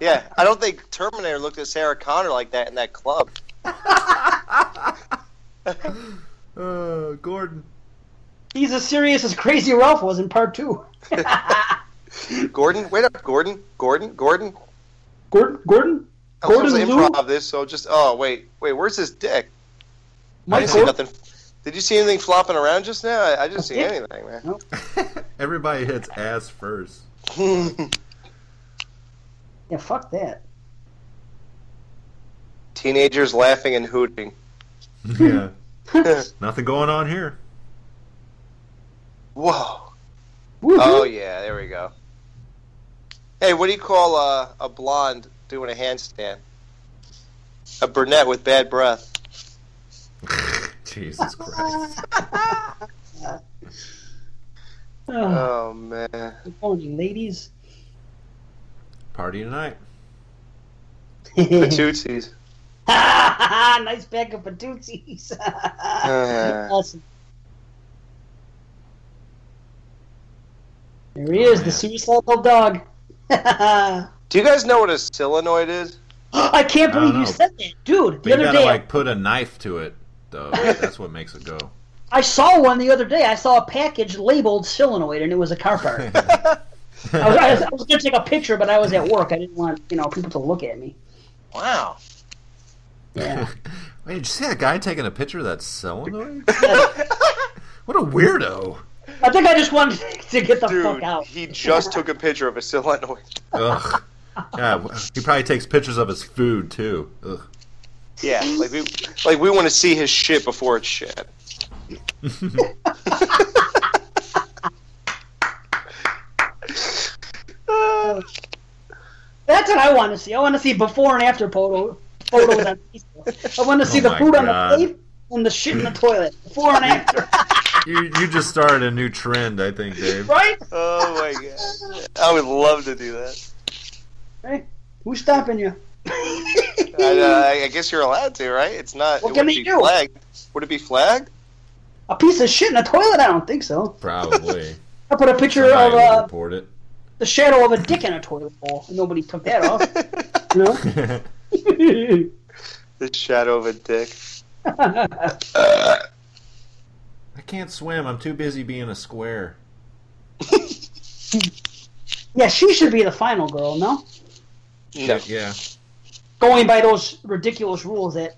S4: Yeah, I don't think Terminator looked at Sarah Connor like that in that club.
S2: Uh, Gordon. [LAUGHS]
S3: He's as serious as Crazy Ralph was in part [LAUGHS] two.
S4: Gordon, wait up, Gordon, Gordon, Gordon.
S3: Gordon, Gordon,
S4: I'm supposed to
S3: Gordon Liu?
S4: improv this, so just oh wait, wait, where's his dick? I
S3: Mike
S4: didn't see
S3: Gordon.
S4: nothing. Did you see anything flopping around just now? I, I didn't see
S3: Yeah.
S4: anything, man.
S2: Everybody hits ass first.
S3: Yeah, fuck that.
S4: [LAUGHS] Teenagers laughing and hooting. [LAUGHS]
S2: yeah. Nothing going on here. [LAUGHS]
S4: Whoa.
S3: Woohoo!
S4: Oh yeah, there we go. Hey, what do you call uh, a blonde doing a handstand? A brunette with bad breath.
S2: Jesus Christ.
S3: Oh,
S4: Oh man.
S3: good morning, ladies.
S2: Party tonight.
S4: The tootsies.
S3: [LAUGHS] nice pack of patooties.
S4: Uh,
S3: [LAUGHS] awesome. There he is,
S4: Oh,
S2: man.
S3: the suicidal dog. [LAUGHS] I
S4: do you guys know what a solenoid is?
S3: can't
S2: I
S3: believe
S2: don't
S3: you
S2: know.
S3: said that, dude. The
S2: But you
S3: other
S2: gotta
S3: day,
S2: like put a knife to it, though. That's what makes it go.
S3: I saw one the other day. I saw a package labeled solenoid, and it was a car
S2: [LAUGHS]
S3: part. I was, I was, I was going to take a picture, but I was at work. I didn't want you know people to look at me.
S4: Wow.
S3: Yeah.
S2: [LAUGHS] Wait, did you see that guy taking a picture of that solenoid? what a weirdo.
S3: I think I just wanted [LAUGHS] to get the fuck
S4: Dude,
S3: out.
S4: he just took a picture of a solenoid.
S2: Ugh. Yeah, w- he probably takes pictures of his food too. Ugh.
S4: Yeah,
S3: [LAUGHS]
S4: like we like we want to see his shit before it's shit.
S3: That's what I want to see. I want to see before and after photo, photos on Facebook. I want to see
S2: Oh
S3: the
S2: my
S3: food
S2: God.
S3: on the plate and the shit in the toilet. Before and
S4: [LAUGHS]
S3: after,
S2: You you just started a new trend, I think,
S3: [LAUGHS]
S2: Dave.
S3: right?
S4: Oh my god. I would love to do that.
S3: Hey, who's stopping you?
S4: I, uh, I guess you're allowed to, right? It's not.
S3: What
S4: it
S3: can
S4: would
S3: they
S4: be
S3: do?
S4: Flagged. Would it be flagged? [LAUGHS]
S3: a piece of shit in a toilet? I don't think so.
S2: Probably.
S3: I put a picture
S2: Somebody
S3: of
S2: will
S3: uh,
S2: report it.
S3: the shadow of a dick in a toilet bowl. Nobody took that off. You know? I
S4: The shadow of a dick.
S2: [LAUGHS] I can't swim. I'm too busy being a square.
S3: [LAUGHS] yeah, she should be the final girl. No,
S4: No.
S2: Yeah.
S3: going by those ridiculous rules that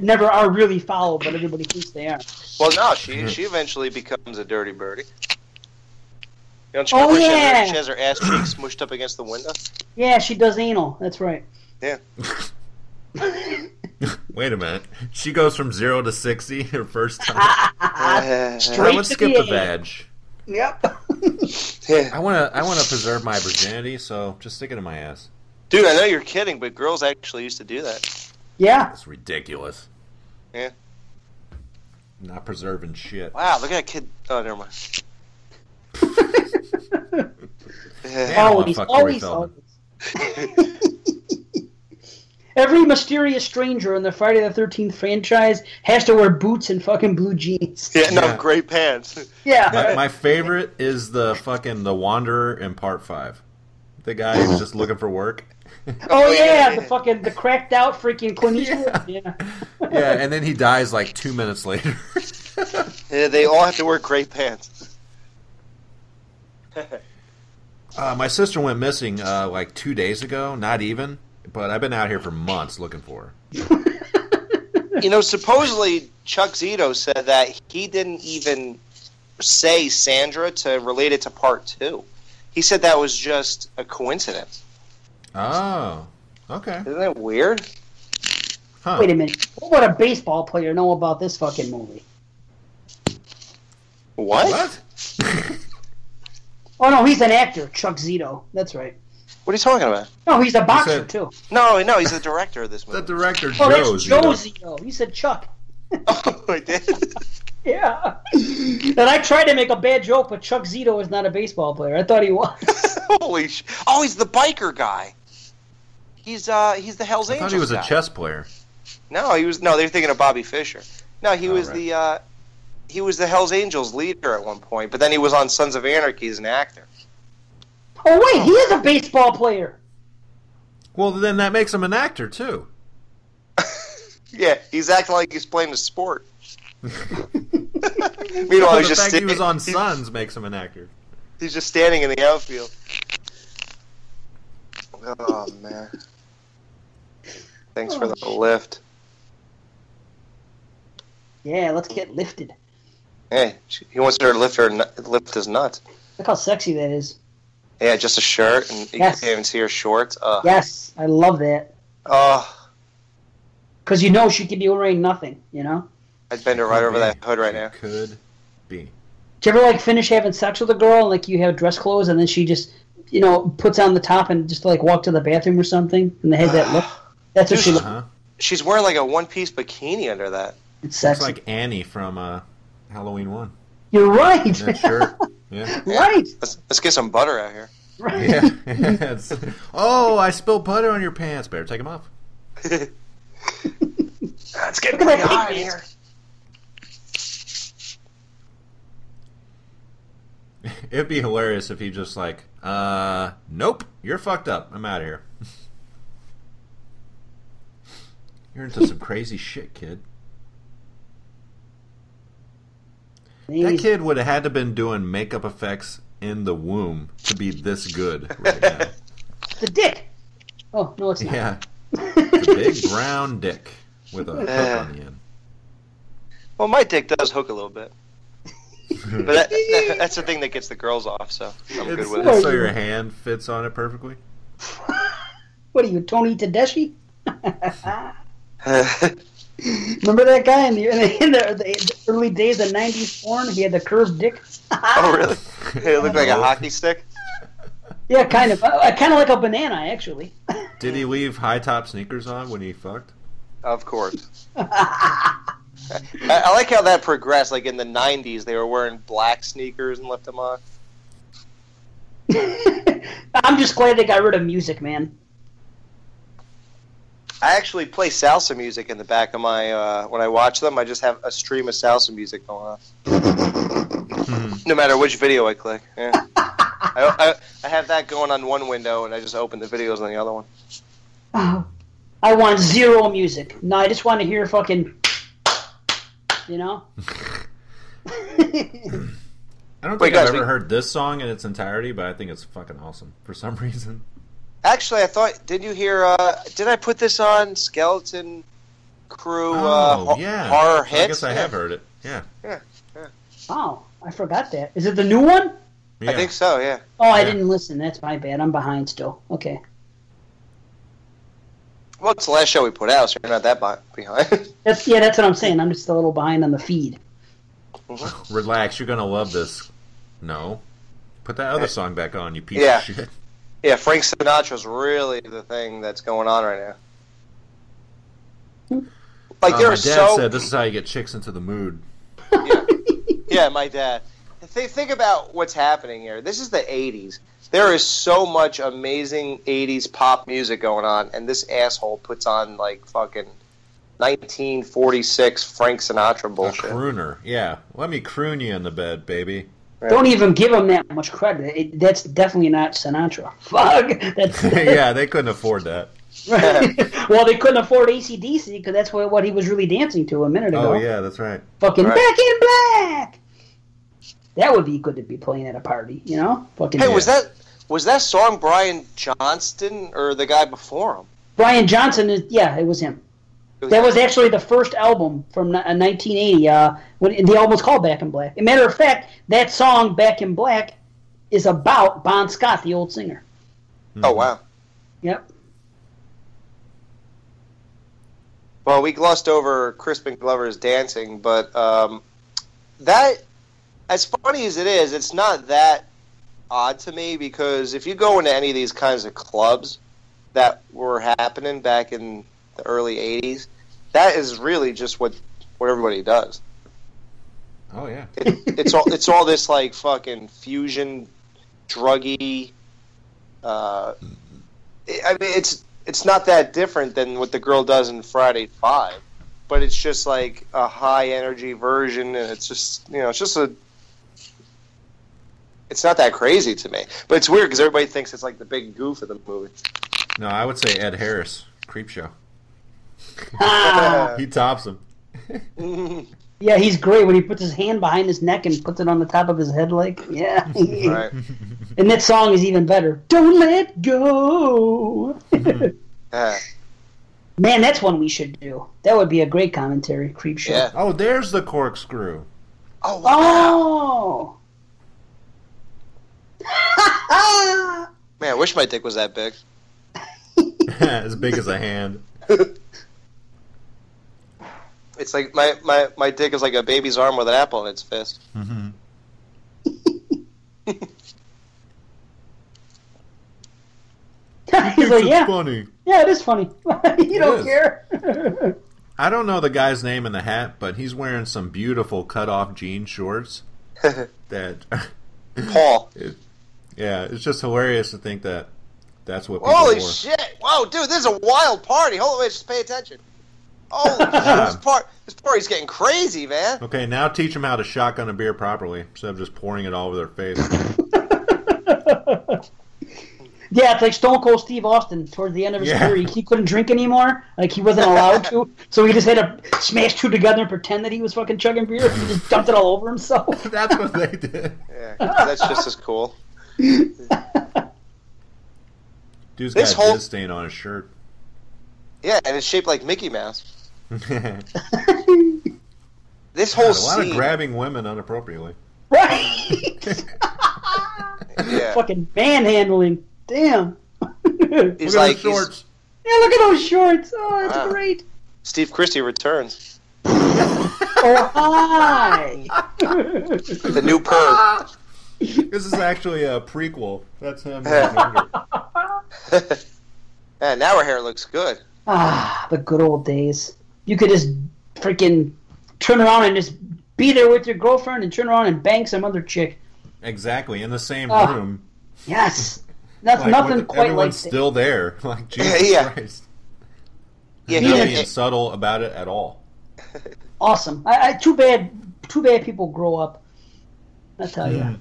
S3: never are really followed, but everybody thinks they are.
S4: Well, no. She she eventually becomes a dirty birdie. You don't you
S3: Oh,
S4: remember she,
S3: yeah.
S4: has her, she has her ass cheeks smushed up against the window?
S3: Yeah, she does anal. That's right.
S2: Wait a minute. She goes from zero to sixty [LAUGHS] her first time. I
S3: Ah, Straight
S2: would
S3: to
S2: skip the
S3: the
S2: vag.
S3: Yep.
S4: yeah.
S2: I wanna I wanna preserve my virginity, so just stick it in my ass.
S4: Dude, I know you're kidding, but girls actually used to do that.
S3: Yeah.
S2: It's ridiculous.
S4: Yeah.
S2: Not preserving shit.
S4: Wow, look at that kid. Oh, never mind.
S2: Damn, I wanna
S3: Always,
S2: fuck Corey
S3: always,
S2: Feldman.
S3: always. [LAUGHS] Every mysterious stranger in the Friday the 13th franchise has to wear boots and fucking blue jeans.
S4: Yeah, no,
S2: Yeah.
S4: great pants.
S3: [LAUGHS]
S4: [LAUGHS]
S3: Yeah.
S2: My, my favorite is the fucking the wanderer in part five. The guy who's just looking for work.
S3: oh, yeah. The fucking, the cracked out freaking Clint Eastwood. Yeah.
S2: Yeah, and then he dies like two minutes later. [LAUGHS]
S4: Yeah, they all have to wear gray pants.
S2: Uh, my sister went missing uh, like two days ago. Not even, but I've been out here for months looking for her.
S4: You know, supposedly Chuck Zito said that he didn't even say Sandra to relate it to part two. He said that was just a coincidence.
S2: Oh, okay,
S4: Isn't that weird?
S2: huh?
S3: Wait a minute. What would a baseball player know about this fucking movie?
S4: What? What,
S2: What? [LAUGHS]
S3: Oh, no, he's an actor, Chuck Zito. That's right.
S4: are you talking about?
S3: No, he's a boxer,
S2: said-
S3: too.
S4: No, no, he's the director of this
S2: The
S4: movie.
S2: director
S3: Oh, that's
S2: Joe's.
S3: Joe Zito. You said Chuck.
S4: [LAUGHS] oh, I did.
S3: Yeah. [LAUGHS] and I tried to make a bad joke, but Chuck Zito is not a baseball player. I thought he was. [LAUGHS]
S4: [LAUGHS] Holy sh! Oh, he's the biker guy. He's uh, he's the Hell's
S2: I
S4: Angels
S2: thought he was
S4: guy.
S2: a chess player.
S4: No, he was. No, they're thinking of Bobby Fischer. No, he
S2: Oh,
S4: was
S2: right.
S4: the uh, he was the Hell's Angels leader at one point, but then he was on Sons of Anarchy as an actor.
S3: oh, wait, he is a baseball player.
S2: Well, then that makes him an actor too.
S4: Yeah, he's acting like he's playing
S2: [LAUGHS]
S4: a sport. [LAUGHS] Meanwhile,
S2: But
S4: he's
S2: the
S4: just
S2: fact he
S4: standing,
S2: was on
S4: he's-
S2: Sons makes him an actor.
S4: he's just standing in the outfield. Oh man! Thanks
S2: Oh,
S4: for the lift.
S3: Yeah, let's get lifted.
S4: Hey, she- he wants her to lift her nu- lift his nuts.
S3: Look how sexy that is.
S4: Yeah, just a shirt, and you
S3: Yes.
S4: can't even see her shorts. Uh,
S3: Yes, I love that.
S4: Oh,
S3: Because you know she could be wearing nothing, you know?
S4: I'd bend her right over that hood right
S2: It
S4: now.
S2: Could be.
S3: Do you ever, like, finish having sex with a girl and, like, you have dress clothes and then she just, you know, puts on the top and just, like, walk to the bathroom or something and has that
S2: [SIGHS]
S3: look? That's what she looks
S2: Huh?
S4: She's wearing like a one-piece bikini under that.
S3: It's
S2: Looks
S3: sexy.
S2: like Annie from uh, Halloween One.
S3: You're right.
S2: That shirt. Yeah.
S3: right.
S4: Let's, let's get some butter out here.
S3: Right. [LAUGHS]
S2: Yeah. It's- [LAUGHS] oh, I spilled butter on your pants. Better take them off.
S4: Let's get
S3: Look at
S4: pretty
S3: that
S4: hot
S3: pig.
S4: here.
S2: It'd be hilarious if he just like, uh, nope, you're fucked up. I'm out of here. [LAUGHS] you're into some crazy shit, kid. That kid would have had to been doing makeup effects in the womb to be this good right now.
S3: It's the dick. Oh, no, it's not. [LAUGHS]
S2: Yeah. It's a big brown dick with a hook on the end.
S4: Well, my dick does hook a little bit, but that, that- that's the thing that gets the girls off. So I'm
S2: It's,
S4: good with
S2: it's
S4: it.
S2: so your hand fits on it perfectly.
S3: What are you, Tony Tedeschi? [LAUGHS] Remember that guy in the, in the, in the, the early days of 90s porn? He had the curved dick.
S4: [LAUGHS] oh really? It looked like a hockey stick.
S3: [LAUGHS] Yeah, kind of. Uh, kind of like a banana, actually. [LAUGHS]
S2: Did he leave high top sneakers on when he fucked?
S4: Of course. I, I like how that progressed. Like in the '90s, they were wearing black sneakers and left them on.
S3: I'm just glad they got rid of music, man. [SIGHS]
S4: I actually play salsa music in the back of my uh, when I watch them. I just have a stream of salsa music going on,
S2: Hmm.
S4: no matter which video I click. Yeah. I, I, I have that going on one window, and I just open the videos on the other one.
S3: I want zero music. No, I just want to hear fucking.
S2: [LAUGHS]
S3: You know? [LAUGHS]
S2: I don't
S4: Wait,
S2: think I've
S4: guys,
S2: ever
S4: we-
S2: heard this song in its entirety, but I think it's fucking awesome for some [LAUGHS] reason.
S4: Actually, I thought did you hear? Uh, did I put this on Skeleton Crew uh,
S2: oh,
S4: ho-
S2: yeah.
S4: horror
S2: So
S4: hits?
S2: I guess I have heard it. Yeah.
S3: Oh, I forgot that. Is it the new one?
S2: yeah.
S4: I think so. Yeah.
S3: Oh, I
S2: Yeah.
S3: didn't listen. That's my bad. I'm behind still. Okay.
S4: Well, it's the last show we put out, so you're not that bi- behind. [LAUGHS]
S3: That's yeah. That's what I'm saying. I'm just a little behind on the feed.
S2: Relax, you're going to love this. No. Put that other song back on, you piece
S4: Yeah.
S2: of shit.
S4: Yeah, Frank Sinatra's really the thing that's going on right now. Like
S2: Uh,
S4: there
S2: my
S4: are
S2: dad
S4: so
S2: said this is how you get chicks into the mood.
S4: [LAUGHS] yeah. yeah, my dad. Think, think about what's happening here. This is the 80s. There is so much amazing 80s pop music going on, and this asshole puts on like fucking 1946 Frank Sinatra
S2: A
S4: bullshit.
S2: crooner, yeah. Let me croon you in the bed, baby. [LAUGHS]
S3: Don't even give him that much credit. It, that's definitely not Sinatra. [LAUGHS] Fuck.
S2: [LAUGHS]
S3: That's,
S2: yeah, they couldn't afford that.
S3: right. [LAUGHS] well, they couldn't afford ACDC because that's what, what he was really dancing to a minute ago.
S2: Oh yeah, that's right.
S3: Fucking
S4: Right.
S3: back in black. That would be good to be playing at a party, you know?
S2: [LAUGHS]
S3: Fucking
S4: [LAUGHS] Hey, was that was that song Brian Johnston or the guy before him?
S3: Brian Johnson is yeah, it was him.
S4: It
S3: That was actually the first album from ni- uh, 1980. Uh, when the album's called Back in Black. As a matter of fact, that song Back in Black is about Bon Scott, the old singer.
S2: Mm-hmm.
S4: Oh wow. [LAUGHS]
S3: Yep.
S4: Well, we glossed over Crispin Glover's dancing, but um, that, as funny as it is, it's not that odd to me because if you go into any of these kinds of clubs that were happening back in the early '80s, that is really just what what everybody does.
S2: Oh yeah.
S4: It, it's all it's all this like fucking fusion, druggy. Uh, I mean, it's it's not that different than what the girl does in Friday Five, but it's just like a high energy version, and it's just you know it's just a. It's not that crazy to me, but it's weird because everybody thinks it's like the big goof of the movie.
S2: No, I would say Ed Harris, creep show.
S3: Ah,
S4: Oh.
S2: He tops him.
S4: Uh,
S3: yeah, he's great when he puts his hand behind his neck and puts it on the top of his head like, yeah.
S4: right?
S3: [LAUGHS] And that song is even better. Don't let go.
S4: Mm-hmm. Yeah.
S3: [LAUGHS] Man, that's one we should do. That would be a great commentary, creep show.
S4: Yeah.
S2: Oh, there's the corkscrew. [LAUGHS]
S4: Oh, wow.
S3: Oh.
S4: man! I wish my dick was that big.
S2: as big as a hand.
S4: It's like my, my, my dick is like a baby's arm with an apple in its fist.
S3: [LAUGHS] He's like,
S2: It's
S3: yeah,
S2: funny.
S3: yeah, it is funny. [LAUGHS] you don't
S2: is.
S3: care. [LAUGHS]
S2: I don't know the guy's name in the hat, but he's wearing some beautiful cut-off jean
S4: [LAUGHS]
S2: shorts. that, [LAUGHS]
S4: Paul.
S2: yeah, it's just hilarious to think that that's what people
S4: Holy
S2: wore.
S4: shit! Wow, dude, this is a wild party. Hold on, wait, just pay attention.
S2: [LAUGHS]
S4: Holy shit, this part, this party's getting crazy, man.
S2: Okay, now teach them how to shotgun a beer properly instead of just pouring it all over their face. [LAUGHS]
S3: yeah, it's like Stone Cold Steve Austin towards the end of his
S2: Yeah.
S3: career. He, he couldn't drink anymore. Like, he wasn't [LAUGHS] allowed to. So he just had to smash two together and pretend that he was fucking chugging beer. He just dumped it all over himself. [LAUGHS]
S2: that's what they did.
S4: Yeah, [LAUGHS] that's just as cool.
S2: Dude's
S4: This
S2: got a
S4: whole-
S2: jizz stain on his shirt. [LAUGHS]
S4: Yeah, and it's shaped like Mickey Mouse.
S2: a
S4: This whole
S2: lot
S4: scene,
S2: of grabbing women unappropriately.
S3: right?
S2: [LAUGHS]
S3: [LAUGHS]
S4: yeah,
S3: fucking manhandling. Damn. [LAUGHS] yeah,
S4: he's
S2: Look at
S4: like
S2: his
S4: he's-
S2: shorts.
S3: look at those shorts. Oh, it's
S4: Wow.
S3: great.
S4: Steve Christie returns,
S3: Oh, [LAUGHS] hi.
S4: the new perv. [LAUGHS]
S2: This is actually a prequel. That's
S4: [LAUGHS]
S2: him. when he's younger.
S4: And now her hair looks good.
S3: ah, the good old days. You could just freaking turn around and just be there with your girlfriend and turn around and bang some other chick.
S2: exactly in the same
S3: Ah.
S2: room.
S3: Yes. That's
S2: Like,
S3: nothing
S2: with-
S3: quite like
S2: everyone's
S3: that.
S2: still there. [LAUGHS] Like Jesus
S4: [LAUGHS] Yeah.
S2: Christ.
S4: Yeah,
S2: Not
S4: he-
S2: being subtle about it at all.
S3: awesome. I, I too bad too bad people grow up. I tell you.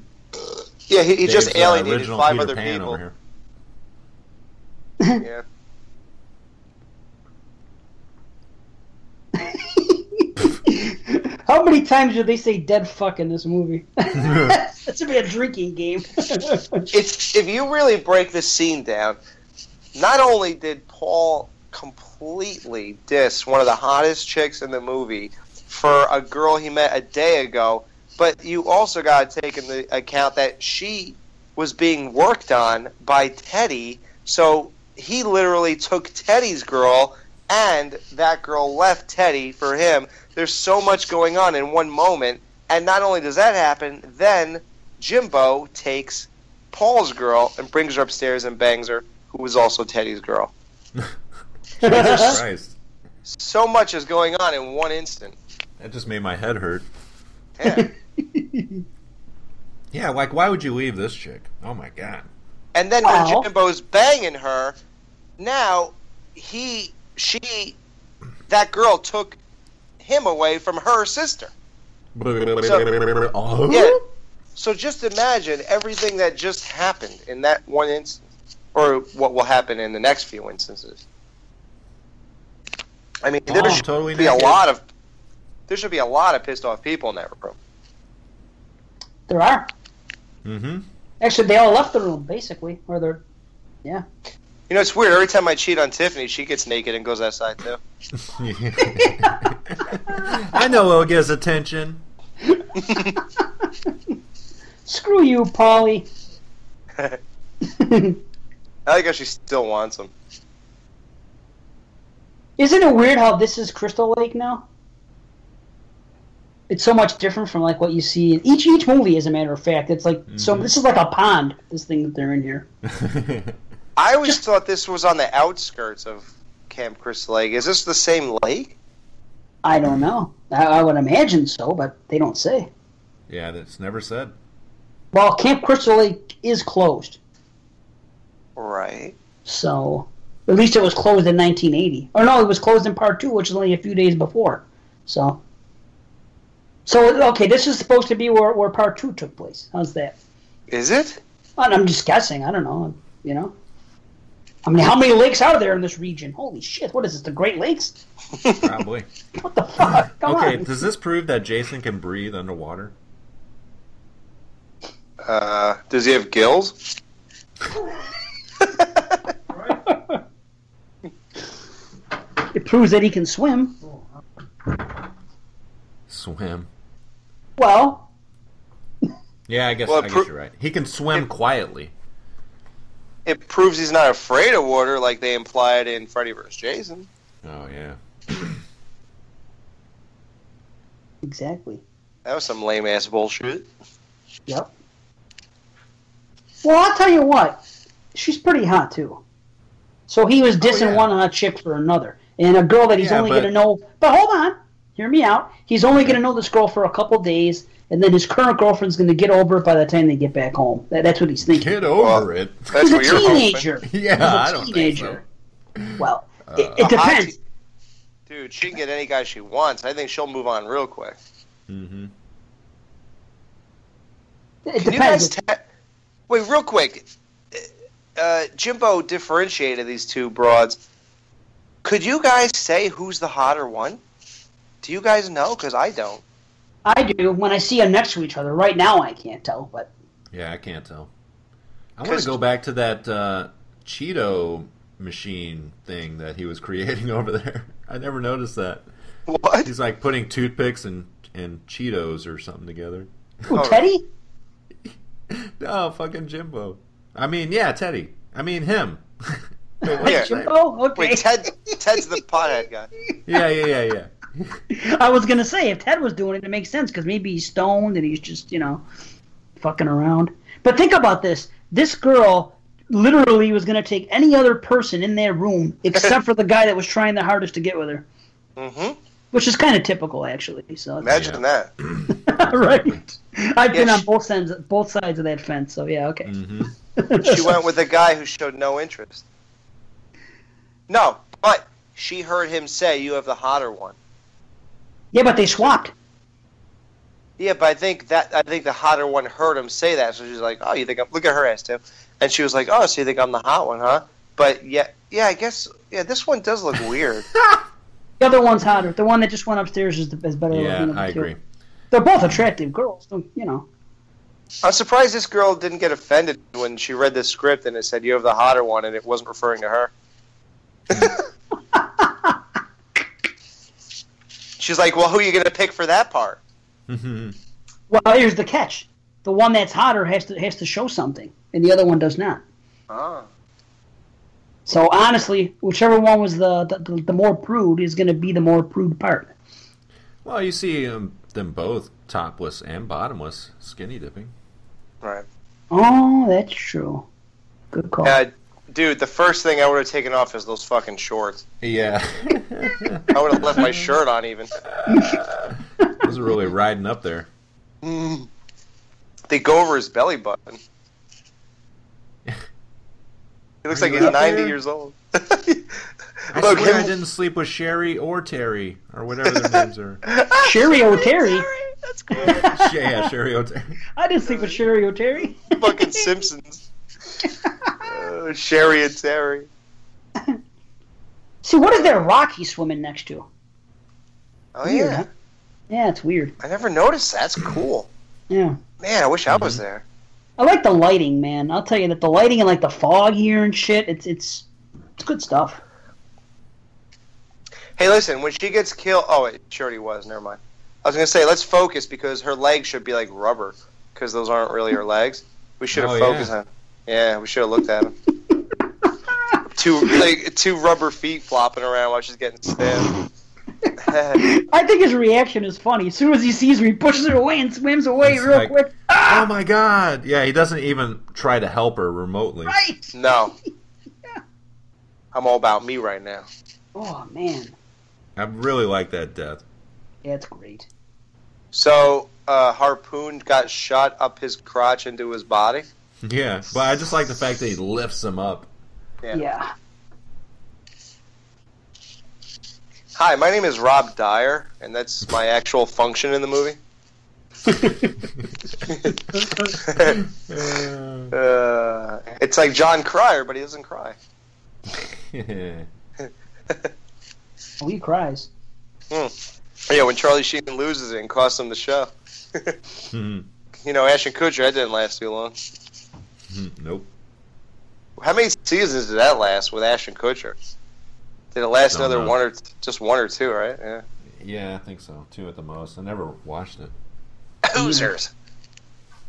S4: yeah, he, he just
S2: Dave's, uh,
S4: alienated
S2: original
S4: five
S2: Peter
S4: other
S2: Pan
S4: people.
S2: over
S4: [LAUGHS]
S2: here.
S4: Yeah.
S3: [LAUGHS] How many times do they say dead fuck in this movie? [LAUGHS] that should be a drinking game. [LAUGHS]
S4: it's if you really break this scene down, not only did Paul completely diss one of the hottest chicks in the movie for a girl he met a day ago, but you also got to take into account that she was being worked on by Teddy, so he literally took Teddy's girl and that girl left Teddy for him. There's so much going on in one moment, and not only does that happen, then Jimbo takes Paul's girl and brings her upstairs and bangs her, who was also Teddy's girl.
S2: Jesus Christ.
S4: So much is going on in one instant.
S2: That just made my head hurt.
S4: Yeah.
S2: Yeah, like why would you leave this chick? Oh my god.
S4: And then
S3: Well-
S4: when Jimbo's banging her, now he, she, that girl took him away from her sister.
S2: oh.
S4: Yeah. So just imagine everything that just happened in that one instance, or what will happen in the next few instances. I mean, there
S2: Oh,
S4: should
S2: totally
S4: be a
S2: naked.
S4: lot of there should be a lot of pissed off people in that room.
S3: There are.
S2: Mm-hmm. [LAUGHS]
S3: Actually, they all left the room, basically. Or they're.
S2: [LAUGHS]
S3: Yeah. [LAUGHS]
S4: You know, it's weird. Every time I cheat on Tiffany, she gets naked and goes outside too. [LAUGHS]
S2: I know it'll get his attention. [LAUGHS]
S3: Screw you, Polly. [LAUGHS]
S4: I like how she still wants him.
S3: Isn't it weird how this is Crystal Lake now? It's so much different from like what you see in each each movie. As a matter of fact, it's like so. This is like a pond. This thing that they're in here.
S4: I always thought this was on the outskirts of Camp Crystal Lake. Is this the same lake?
S3: I don't know. I, I would imagine so, but they don't say.
S2: yeah, that's never said.
S3: Well, Camp Crystal Lake is closed,
S4: Right.
S3: so at least it was closed in 1980. Or no, it was closed in part two, which is only a few days before. So, so okay, this is supposed to be where where part two took place. How's that?
S4: Is it?
S3: Well, I'm just guessing. I don't know. You know, I mean, how many lakes are there in this region? Holy shit! What is this? The Great Lakes?
S2: Probably.
S3: What the fuck? [LAUGHS] Come
S2: okay,
S3: on.
S2: does this prove that Jason can breathe underwater?
S4: Uh, does he have gills?
S3: It proves that he can swim.
S2: Swim.
S3: Well,
S2: Yeah, I guess
S4: Well,
S2: I
S4: pro-
S2: guess you're right. He can swim quietly.
S4: It proves he's not afraid of water, like they implied in Freddy vs. Jason.
S2: Oh yeah.
S3: exactly.
S4: That was some lame ass bullshit.
S3: Yep. Well, I'll tell you what. She's pretty hot too. So he was dissing
S2: yeah.
S3: one hot chick for another, and a girl that he's
S2: Yeah,
S3: only
S2: but-
S3: going to know. But hold on, hear me out. He's only going to know this girl for a couple days, and then his current girlfriend's going to get over it by the time they get back home. That, that's what he's thinking.
S2: Get over it. [LAUGHS]
S4: That's
S3: He's a
S4: what you're hoping.
S3: teenager.
S2: Yeah,
S3: He's a
S2: I don't think so.
S3: teenager. Well,
S4: Uh,
S3: it, it
S4: A hot
S3: depends.
S4: te- Dude, she can get any guy she wants. I think she'll move on real quick.
S2: Mm-hmm.
S3: It
S4: Can you guys
S3: depends.
S4: ta- wait real quick? Uh, Jimbo differentiated these two broads. Could you guys say who's the hotter one? Do you guys know? Because I don't.
S3: I do when I see them next to each other. Right now, I can't tell, but
S2: Yeah, I can't tell. I want to
S4: 'Cause-
S2: go back to that uh, Cheeto machine thing that he was [LAUGHS] creating over there. I never noticed that.
S4: What?
S2: He's like putting toothpicks and and Cheetos or something together. [LAUGHS]
S3: Ooh,
S4: All right.
S3: Teddy.
S2: No, fucking Jimbo. I mean, yeah, Teddy. I mean him. [LAUGHS] Wait, what's
S4: Yeah.
S2: his name?
S3: Oh, okay.
S4: Wait, Ted. Ted's the pothead guy.
S2: yeah, yeah, yeah, yeah.
S3: [LAUGHS] I was gonna say if Ted was doing it, it makes sense because maybe he's stoned and he's just you know fucking around. But think about this: this girl literally was gonna take any other person in their
S4: [LAUGHS]
S3: room except for the guy that was trying the hardest to get with her,
S4: Mm-hmm.
S3: which is kind of typical actually. So it's-
S4: Imagine
S2: Yeah.
S3: [LAUGHS]
S4: that.
S3: right, I've been
S4: Yeah,
S3: on
S4: she- Mm.
S3: both ends, both sides of that fence. So yeah, okay.
S2: hmm
S3: [LAUGHS]
S4: she went with a guy who showed no interest. No, but she heard him say, "You have the hotter one."
S3: Yeah, but they swapped.
S4: Yeah, but I think that I think the hotter one heard him say that, so she's like, "Oh, you think I'm look at her ass too," and she was like, "Oh, so you think I'm the hot one, huh?" But yeah, yeah, I guess yeah, this one does look weird.
S3: The other one's hotter. The one that just went upstairs is the is better.
S2: Yeah,
S3: looking of the
S2: I
S3: two.
S2: agree.
S3: They're both attractive girls. Don't, you know.
S4: I'm surprised this girl didn't get offended when she read the script and it said, "You have the hotter one," and it wasn't referring to her. she's like, "Well, who are you gonna pick for that part?"
S2: Mm-hmm.
S3: Well, here's the catch: the one that's hotter has to has to show something, and the other one does not.
S4: Oh.
S3: So honestly, whichever one was the the, the more prude is going to be the more prude part.
S2: well, you see um, them both topless and bottomless, skinny dipping.
S4: Right.
S3: Oh, that's true. Good call.
S4: Uh, dude, the first thing I would have taken off is those fucking shorts.
S2: Yeah. [LAUGHS]
S4: I would have left [LAUGHS] my shirt on even.
S2: Those are really riding up there.
S4: They go over his belly button. He looks like he's 90 years old. [LAUGHS]
S2: I
S4: Look,
S2: swear I
S4: him-
S2: didn't sleep with Sherry or Terry or whatever their names are.
S3: Sherry
S4: [LAUGHS]
S3: O'Terry.
S4: That's
S2: [LAUGHS]
S4: cool.
S2: yeah, Sherry or Terry.
S3: I didn't sleep with Sherry O'Terry.
S4: [LAUGHS] fucking Simpsons. Uh, Sherry and Terry.
S3: [LAUGHS] See, what is that rock he's swimming next to?
S4: Oh
S3: Weird,
S4: yeah,
S3: huh? Yeah, it's weird.
S4: I never noticed. that. That's cool.
S3: Yeah.
S4: Man, I wish I was there.
S3: I like the lighting, man. I'll tell you that the lighting and like the fog here and shit, it's it's it's good stuff. [LAUGHS]
S4: Hey, listen, when she gets killed, oh, it sure he was. Never mind. I was gonna say let's focus because her legs should be like rubber because those aren't really her legs. We should have
S2: Oh, yeah.
S4: focused on. Yeah, we should have looked
S2: [LAUGHS]
S4: at him. two like two rubber feet flopping around while she's getting stabbed. [LAUGHS]
S3: I think his reaction is funny. As soon as he sees her, he pushes her away and swims away
S2: He's
S3: real
S2: like-
S3: quick.
S2: [LAUGHS]
S3: Ah,
S2: Oh my god. Yeah, he doesn't even try to help her remotely.
S3: Right.
S4: no, I'm all about me right now.
S3: Oh man.
S2: I really like that death.
S3: Yeah, it's great.
S4: So uh, harpoon got shot up his crotch into his body.
S2: Yeah, but I just like the fact that he lifts him up. [LAUGHS]
S4: Yeah.
S3: Yeah.
S4: Hi, my name is Rob Dyer, and that's my actual function in the movie.
S2: Uh,
S4: Uh, it's like John Cryer, but he doesn't cry.
S3: Oh, he cries.
S4: Yeah, when Charlie Sheen loses it and costs him the show. [LAUGHS]
S2: nope.
S4: You know, Ashton Kutcher, that didn't last too long. How many seasons did that last with Ashton Kutcher? Did it last
S2: Don't
S4: another
S2: know.
S4: one or just one or two, right? Yeah. [LAUGHS]
S2: Yeah, I think so. Two at the most. I never watched it.
S4: Losers.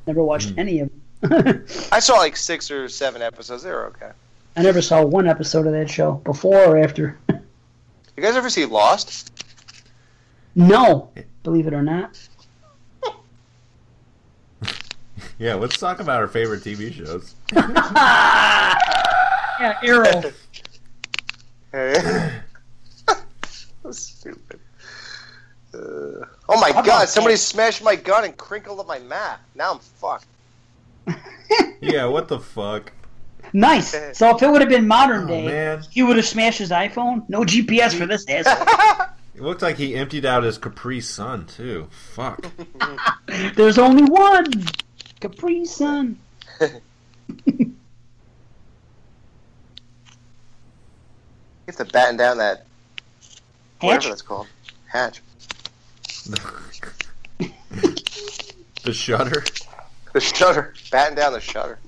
S3: Never watched
S2: Mm.
S3: any of them. [LAUGHS]
S4: I saw like six or seven episodes. They were okay.
S3: I never saw one episode of that show before or after. [LAUGHS]
S4: You guys ever see Lost?
S3: No, believe it or not.
S2: Yeah, let's talk about our favorite TV shows.
S3: [LAUGHS] Yeah, Arrow.
S4: [LAUGHS] Hey. Stupid. Uh, oh my god,
S3: about
S4: somebody
S3: that?
S4: smashed my gun and crinkled up my map. Now I'm fucked.
S2: Yeah, what the fuck? [LAUGHS]
S3: nice. So if it would have been modern
S2: Oh,
S3: day,
S2: man.
S3: he would have smashed his iPhone. No GPS
S2: [LAUGHS]
S3: for this asshole.
S2: It looked like he emptied out his Capri Sun, too. Fuck.
S3: There's only one Capri Sun.
S4: You have to batten down that
S3: Hatch?
S4: whatever that's called. Hatch.
S2: the shutter.
S4: The shutter. Batten down the shutter.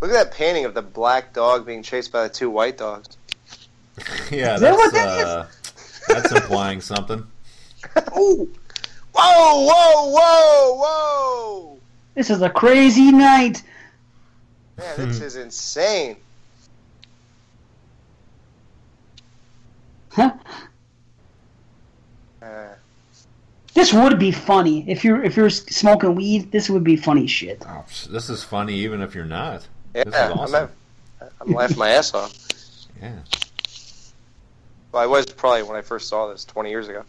S4: Look at that painting of the black dog being chased by the two white dogs.
S2: [LAUGHS]
S4: [LAUGHS]
S2: Yeah,
S3: Is that
S2: that's
S3: what that
S2: uh, that's implying something.
S4: Ooh. Whoa, whoa, whoa, whoa!
S3: This is a crazy night.
S4: Man, this is insane.
S3: Huh?
S4: Uh,
S3: This would be funny if you're if you're smoking weed. This would be funny shit.
S2: Oh, psh, this is funny, even if you're not.
S4: yeah,
S2: This is awesome.
S4: I'm, I'm laughing my ass off.
S2: Yeah. [LAUGHS]
S4: Well, I was probably when I first saw this 20 years ago.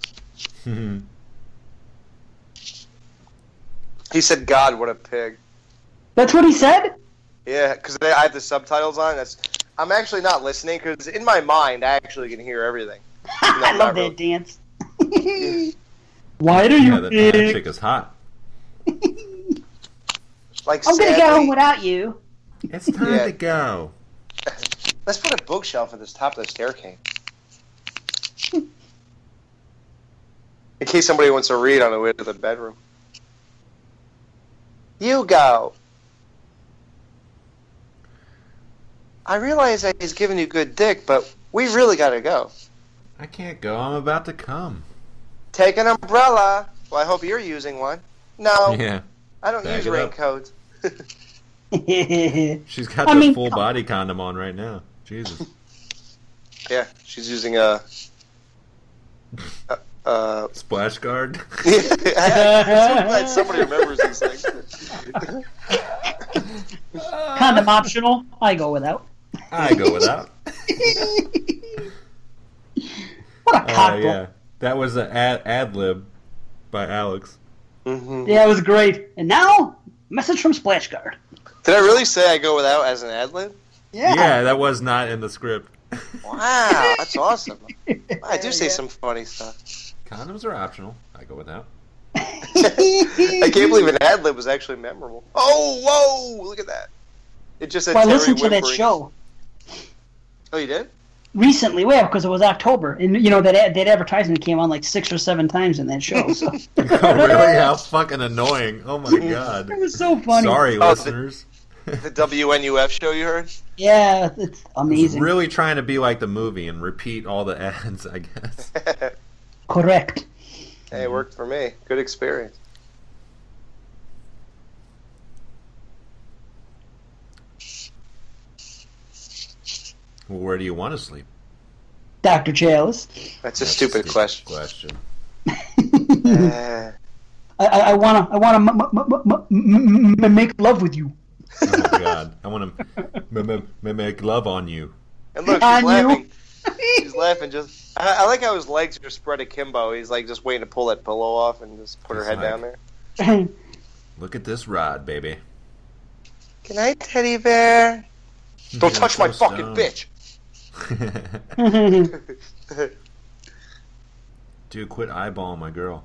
S4: He said, God, what a pig.
S3: That's what he said. [LAUGHS]
S4: Yeah, because I have the subtitles on. That's I'm actually not listening because in my mind, I actually can hear everything. No,
S3: I
S4: not
S3: love
S4: really.
S3: that dance. [LAUGHS] Why do
S2: yeah,
S3: you?
S2: that, that
S3: pig?
S2: chick is hot.
S3: [LAUGHS]
S4: Like,
S3: I'm gonna go
S4: sadly-
S3: home without [LAUGHS] you.
S2: It's time
S4: Yeah.
S2: to go.
S4: Let's put a bookshelf at the top of
S3: [LAUGHS]
S4: the staircase. In case somebody wants to read on the way to the bedroom. You go. I realize that he's giving you good dick, but we really gotta go.
S2: I can't go. I'm about to come.
S4: Take an umbrella. Well, I hope you're using one. No,
S2: Yeah.
S4: I don't
S2: Back
S4: use
S2: it up.
S4: raincoats. [LAUGHS]
S2: She's got
S3: I
S2: the
S3: mean,
S2: full body condom on right now. Jesus.
S4: Yeah, she's using a. Uh,
S2: Splash guard.
S4: [LAUGHS] [LAUGHS] I'm so glad somebody remembers these things.
S3: Condom optional. I go without. [LAUGHS]
S2: I go without.
S3: What a
S2: Oh
S3: cock
S2: yeah,
S3: block.
S2: that was an ad, ad lib by Alex.
S4: Mm-hmm.
S3: yeah. it was great. And now, message from Splash Guard.
S4: Did I really say I go without as an ad lib?
S2: Yeah. that was not in the script. [LAUGHS]
S4: Wow, [LAUGHS] that's awesome.
S3: [LAUGHS]
S4: I do say some funny [LAUGHS] stuff.
S2: Condoms are optional. I go without.
S4: I can't believe an ad lib was actually memorable. Oh, whoa! Look at that. It just said
S3: Well, I
S4: Terry
S3: listened to that
S4: whimpering.
S3: show
S4: Oh, you did?
S3: recently, well, because it was October, and you know that ad, that advertisement came on like six or seven times in that show.
S4: [LAUGHS]
S3: So it
S2: Oh really? How fucking annoying! Oh my god.
S3: was so funny.
S2: Sorry,
S4: Oh,
S2: listeners.
S4: The WNUF show you heard? [LAUGHS]
S3: Yeah, it's amazing.
S2: Really trying to be like the movie and repeat all the [LAUGHS] ads, I guess.
S3: Correct.
S4: Hey, it worked for me. Good experience.
S2: Well, where do you want to sleep?
S3: Dr. Chalice.
S4: That's a
S2: That's
S4: stupid question.
S2: Question.
S4: Uh,
S3: [LAUGHS]
S4: [LAUGHS]
S3: I, I, I wanna, I wanna m- m- m- m- m- make love with you. [LAUGHS]
S2: Oh god, I want to m- m- m- make love on you.
S4: and look,
S3: [LAUGHS]
S4: she's
S3: I knew.
S4: laughing. She's laughing. Just, I, I like how his legs are spread akimbo. He's like just waiting to pull that pillow off and just put her
S2: It's
S4: head
S2: like-
S4: down there.
S2: Look at this rod, baby. [LAUGHS]
S4: Good night, teddy bear. Don't touch my
S2: so
S4: fucking
S2: stoned.
S4: bitch. [LAUGHS]
S2: Dude, quit eyeballing my girl.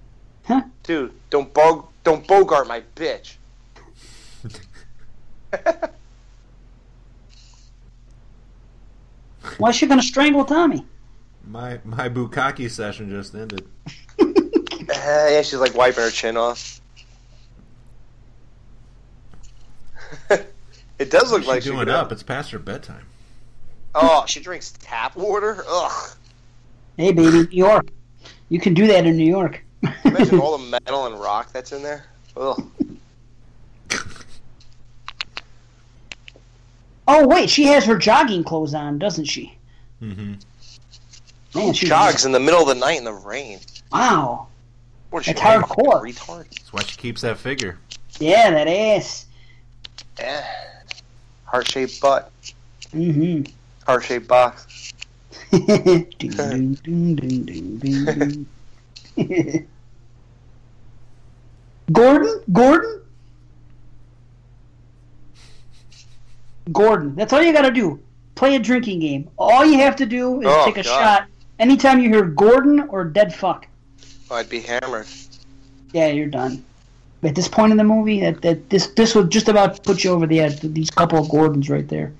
S2: [LAUGHS]
S4: Dude, don't bog, don't bogart my [LAUGHS] bitch.
S3: Why is she gonna strangle Tommy? [LAUGHS]
S2: My my bukkake session just ended.
S4: Uh, yeah, she's like wiping her chin off. [LAUGHS] it does
S2: What's
S4: look like
S2: she
S4: she
S2: doing
S4: could-
S2: up? It's past her bedtime.
S4: Oh, she drinks tap water. Ugh.
S3: Hey, baby, New York. You can do that in New York. [LAUGHS]
S4: Imagine all the metal and rock that's in there. [LAUGHS] Ugh.
S3: oh wait, she has her jogging clothes on, doesn't she?
S2: Mm-hmm.
S3: Man, she's-
S4: Jogs in the middle of the night in the rain.
S3: Wow.
S4: What is she?
S3: That's
S4: like,
S3: hardcore.
S4: a Retard.
S2: That's why she keeps that
S4: [LAUGHS]
S2: figure. [LAUGHS]
S3: Yeah, that ass.
S4: Heart shaped butt.
S3: Mm-hmm. [LAUGHS]
S4: Heart shaped box.
S3: ding, ding, ding, ding, ding, ding. Gordon? Gordon? Gordon. That's all you got to do. Play a drinking game. All you have to do is
S4: Oh,
S3: take a
S4: God.
S3: shot anytime you hear Gordon or dead fuck.
S4: Oh, I'd be hammered.
S3: Yeah, you're done. At this point in the movie, that, that this this would just about put you over the edge. These couple of Gordons right there.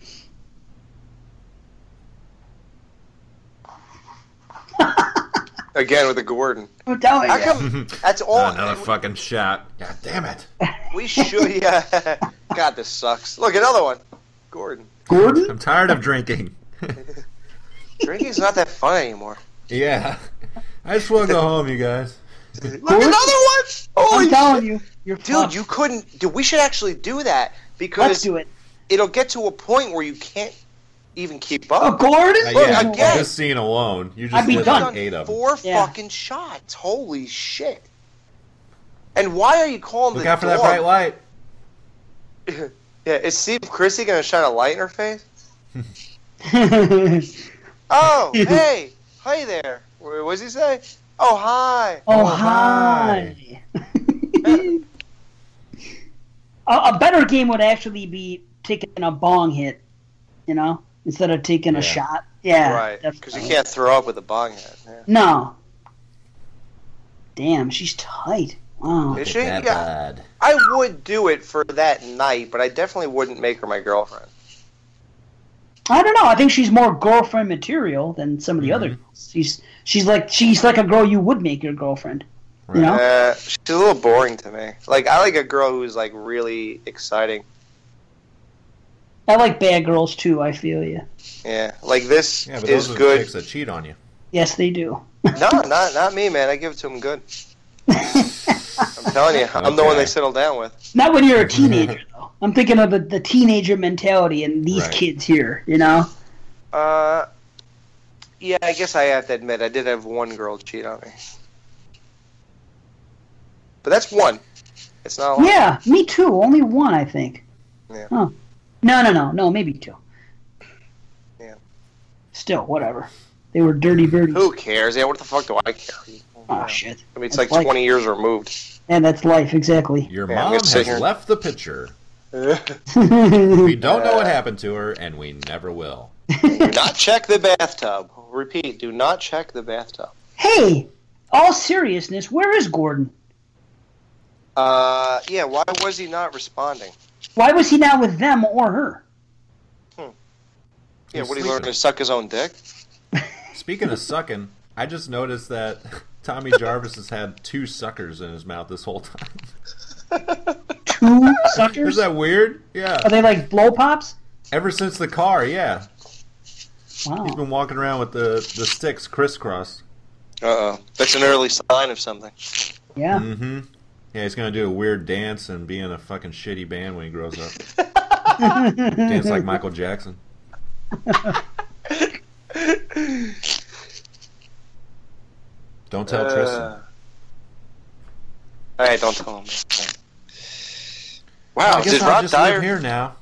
S4: Again with a Gordon.
S3: No doubt.
S4: How come? That's all.
S2: Another fucking shot. God damn it.
S4: we should. Yeah. [LAUGHS] God, this sucks. Look, another one. Gordon.
S3: Gordon?
S2: I'm tired of drinking.
S4: Drinking's not that fun anymore.
S2: yeah. I just want to go home, you guys.
S4: Look, another one. Holy
S3: I'm
S4: shit.
S3: telling you, you're
S4: dude,
S3: fucked.
S4: you couldn't. Dude, we should actually do that
S3: Let's
S4: because
S3: do it.
S4: it'll get to a point where you can't even keep up.
S3: Oh, Gordon?
S2: Uh, [LAUGHS]
S4: Look,
S2: yeah,
S4: again.
S2: just seeing alone. You just
S3: I'd be
S2: did
S3: done.
S2: like eight of them.
S4: four
S3: Yeah.
S4: fucking shots. Holy shit! And why are you calling
S2: Look
S4: the
S2: out for that
S4: dog?
S2: bright light.
S4: Yeah, is Steve Chrissy gonna shine a light in her face?
S3: oh,
S2: [LAUGHS]
S4: Oh, hey, hi there. What does he say? Oh, hi.
S3: hi. a, [LAUGHS] a better game would actually be taking a bong hit, you know, instead of taking
S2: Yeah.
S3: a shot. Yeah.
S4: right, because you
S3: definitely.
S4: can't throw up with a bong head. Yeah.
S3: No. Damn, she's tight. Wow.
S4: Is
S2: Look
S4: she?
S2: at that uh,
S4: Yeah.
S2: bud.
S4: I would do it for that night, but I definitely wouldn't make her my girlfriend.
S3: I don't know. I think she's more girlfriend material than some of the other girls. She's she's like she's like a girl you would make your girlfriend. You know?
S4: Uh, she's a little boring to me. Like I like a girl who's like really exciting.
S3: I like bad girls too, I feel you.
S4: Yeah, like this
S2: Yeah, but
S4: is
S2: those are the
S4: good.
S2: chicks that cheat on you.
S3: Yes, they do.
S4: No, not not me, man. I give it to him good. I'm telling you, I'm the
S2: Okay.
S4: one they settle down with.
S3: Not when
S4: [LAUGHS]
S3: you're a teenager, though. I'm thinking of the, the teenager mentality and these
S2: Right.
S3: kids here, you know?
S4: Uh, yeah, I guess I have to admit I did have one girl cheat on me, but that's one. It's not. a lot.
S3: Yeah, me too. Only one, I think.
S4: Yeah.
S3: Huh. No, no, no, no. Maybe two.
S4: Yeah.
S3: Still, whatever. They were dirty birdies.
S4: Who cares? Yeah, what the fuck do I care?
S3: Oh shit.
S4: I mean, it's
S3: That's
S4: like
S3: life.
S4: 20
S2: [LAUGHS]
S4: years removed.
S3: And that's life, exactly.
S2: Your
S4: Yeah, I'm
S2: mom
S4: gonna
S2: has
S4: sit here.
S2: left the picture.
S4: Not
S2: We don't know what happened to her, and we never will.
S4: check the bathtub. Repeat, do not check the bathtub.
S3: [LAUGHS] hey, all seriousness, where is Gordon?
S4: Uh, yeah, why was he not responding?
S3: Why was he not with them or her?
S4: Yeah,
S2: He's
S4: what did he
S2: sleeping.
S4: learn to suck his own dick?
S2: Speaking of sucking, I just noticed that [LAUGHS] Tommy Jarvis has had two suckers in his mouth this whole time. [LAUGHS]
S3: Two
S2: Is
S3: suckers?
S2: that weird? Yeah.
S3: Are they like blow pops?
S2: Ever since the car, yeah. He's
S3: Wow.
S2: been walking around with the, the sticks crisscrossed.
S4: Uh oh. That's an early sign of something.
S3: Yeah.
S2: Mm-hmm. Yeah, he's gonna do a weird dance and be in a fucking shitty band when he grows up. [LAUGHS]
S3: [LAUGHS]
S2: dance like Michael Jackson. Don't tell
S3: Uh,
S2: Tristan.
S4: All right, Uh, don't tell him.
S2: I
S4: Wow,
S2: guess
S4: did
S2: I'll
S4: Rob
S2: just
S4: Dyer?
S2: live here now.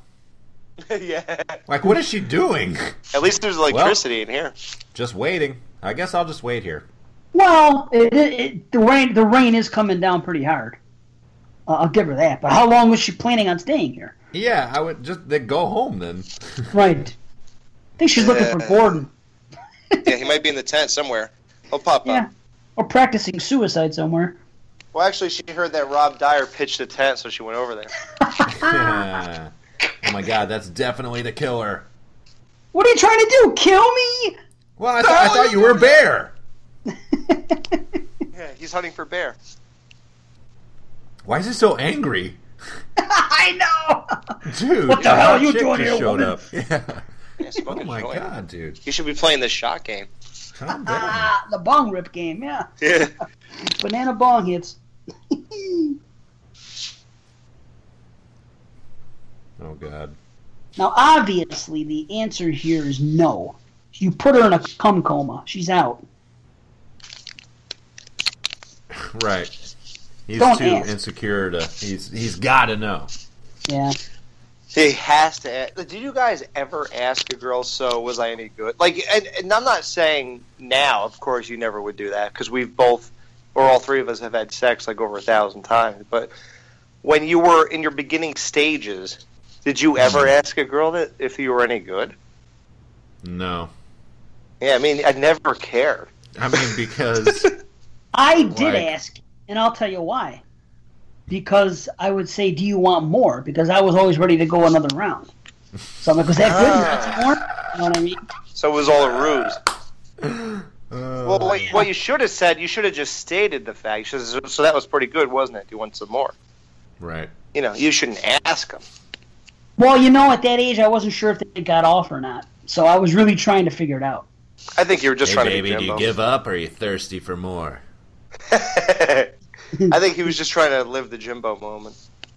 S4: [LAUGHS] yeah.
S2: Like, what is she doing? [LAUGHS]
S4: At least there's electricity in here.
S2: just waiting. I guess I'll just wait here.
S3: Well, it, it, it, the rain the rain is coming down pretty hard. Uh, I'll give her that. But how long was she planning on staying here?
S2: Yeah, I would just then go home then. [LAUGHS]
S3: Right. I think she's looking for
S4: Yeah.
S3: Gordon
S4: Yeah, he might be in the tent somewhere. He'll pop up.
S3: Yeah. or practicing suicide somewhere.
S4: Well, actually, she heard that Rob Dyer pitched a tent, so she went over there.
S2: Yeah. Oh my god, that's definitely the killer.
S3: What are you trying to do? Kill me? [LAUGHS]
S2: Well, I, th- I thought you were bear.
S4: Yeah, he's hunting for bear.
S2: Why is he so angry?
S3: I
S2: [LAUGHS]
S3: know.
S2: Dude,
S3: What the
S2: a
S3: hell
S2: hot
S3: are you
S2: chick
S3: doing
S2: just
S3: here,
S2: showed
S3: woman?
S2: Up. [LAUGHS] Yeah.
S4: Yeah, smoke
S2: Oh
S4: and
S2: my
S4: joy.
S2: god, dude.
S4: You should be playing the shot game.
S2: Calm down.
S3: Ah, the bong rip game, yeah.
S4: Yeah.
S3: Banana bong hits. [LAUGHS]
S2: Oh god.
S3: Now, obviously, the answer here is no. You put her in a cum coma. She's out.
S2: Right. He's
S3: Don't
S2: too
S3: ask.
S2: insecure to he's he's gotta know.
S3: Yeah.
S4: He has to. Ask. Did you guys ever ask a girl? So was I any good? Like, and, and I'm not saying now. Of course, you never would do that because we've both, or all three of us, have had sex like over a thousand times. But when you were in your beginning stages, did you ever
S2: Mm-hmm.
S4: ask a girl that if you were any good?
S2: No.
S4: Yeah, I mean, I never cared.
S2: I
S3: [LAUGHS]
S2: mean because
S3: I did
S2: Like-
S3: ask, and I'll tell you why. Because I would say, "Do you want more?" Because I was always ready to go another round. So I'm like, "Was that good?
S4: Ah.
S3: You want some more?" You know what I mean?
S4: So it was all a ruse.
S2: uh, Oh,
S4: Well, what, what you should have said, you should have just stated the fact. You should have- so that was pretty good, wasn't it? Do you want some more?
S2: Right.
S4: You know, you shouldn't ask them.
S3: Well, you know, at that age, I wasn't sure if they got off or not, so I was really trying to figure it
S4: [LAUGHS]
S3: out.
S4: I think you were just
S2: Hey
S4: trying
S2: baby,
S4: to
S2: do
S4: be
S2: you
S4: Jimbo.
S2: give up or are you thirsty for more?
S4: I think he was just trying to live the
S2: [LAUGHS]
S4: Jimbo moment.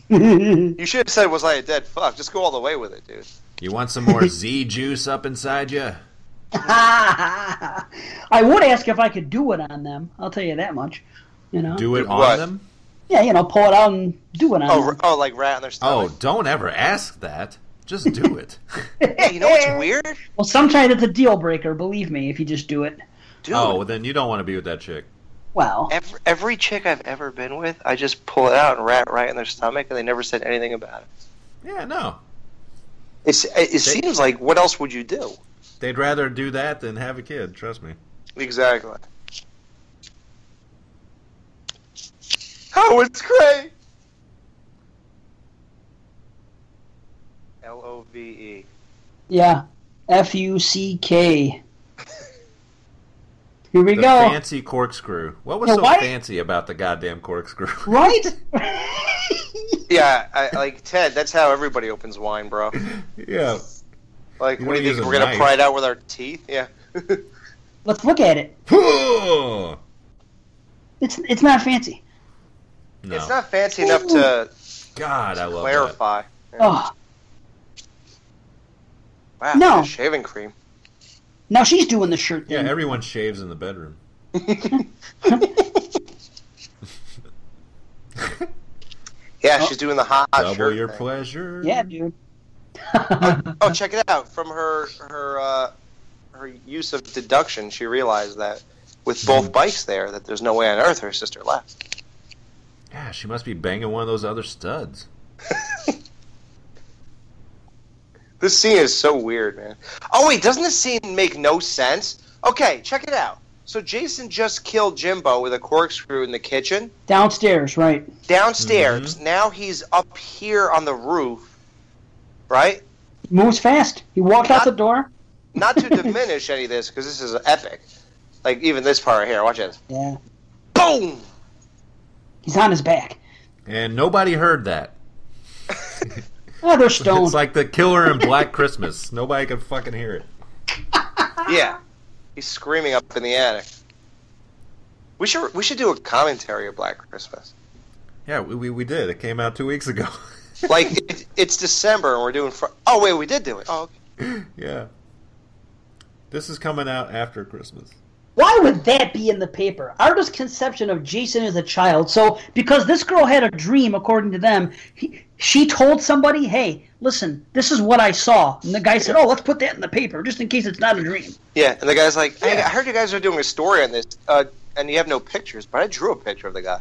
S4: You should have said, "Was I a dead fuck?" Just go all the way with it, dude.
S2: You want some
S3: [LAUGHS]
S2: more Z juice up inside you?
S3: I would ask if I could do it on them. I'll tell you that much. You know?
S2: Do it on
S4: What?
S2: them?
S3: yeah, you know, pull it out and do it on
S4: Oh,
S3: them.
S4: r- oh, like rat on their
S2: Oh,
S4: stomach.
S2: don't ever ask that. Just do
S3: [LAUGHS]
S2: it.
S4: yeah. You know what's weird,
S3: Well, sometimes it's a deal breaker. Believe me, if you just do it.
S4: dude?
S2: oh, well, then you don't want to be with that chick.
S3: Well,
S4: Every, every chick I've ever been with, I just pull it out and rat right on their stomach, and they never said anything about it.
S2: Yeah, no.
S4: It's, it, it seems like what else would you do?
S2: They'd rather do that than have a kid, trust me.
S4: Exactly. Oh, it's great. L O V E.
S3: yeah. F U C K. Here we
S2: The
S3: go.
S2: fancy corkscrew. What was
S3: Yeah,
S2: so
S3: why-
S2: fancy about the goddamn corkscrew?
S3: Right? [LAUGHS]
S4: Yeah, I, like Ted, that's how everybody opens wine, bro.
S2: [LAUGHS] yeah. [LAUGHS]
S4: Like,
S2: You
S4: what do
S2: don't
S4: you
S2: use a
S4: think we're gonna
S2: knife.
S4: pry it out with our teeth? Yeah.
S3: Let's look at it.
S2: no.
S3: It's it's not fancy.
S4: It's not fancy enough to
S2: God, I love that.
S4: clarify.
S3: Oh,
S4: Wow,
S3: No.
S4: the shaving cream.
S3: now she's doing the shirt
S2: Yeah,
S3: thing.
S2: everyone shaves in the bedroom.
S4: Yeah, Yeah, she's doing the hot
S2: Double
S4: shirt
S2: your
S4: thing.
S2: pleasure.
S3: Yeah, dude. [LAUGHS]
S4: Oh, check it out. From her her uh, her use of deduction, she realized that with
S2: Hmm.
S4: both bikes there, that there's no way on earth her sister left.
S2: Yeah, she must be banging one of those other studs.
S4: This scene is so weird, man. Oh wait, doesn't this scene make no sense? Okay, check it out. So Jason just killed Jimbo with a corkscrew in the kitchen.
S3: Downstairs, right?
S4: Downstairs, now he's up here on the roof, right?
S3: Moves fast. He walked out the door.
S4: Not to diminish any of this because this is epic. Like even this part right here. Watch this.
S3: Yeah.
S4: Boom.
S3: He's on his back.
S2: And nobody heard that.
S3: Oh, they're stoned.
S2: It's like the killer in Black Christmas. Nobody could fucking hear it.
S4: Yeah, he's screaming up in the attic. We should we should do a commentary of Black Christmas.
S2: Yeah, we, we, we did. It came out two weeks ago. [LAUGHS]
S4: [LAUGHS] Like it, it's December and we're doing. Fr- oh wait, we did do it. Oh, okay.
S2: yeah. This is coming out after Christmas.
S3: Why would that be in the paper? Artist's conception of Jason as a child. So, because this girl had a dream, according to them, he, she told somebody, hey, listen, this is what I saw. And the guy said, oh, let's put that in the paper just in case it's not a dream.
S4: yeah. And the guy's like, hey, I heard you guys are doing a story on this, uh, and you have no pictures, but I drew a picture of the guy.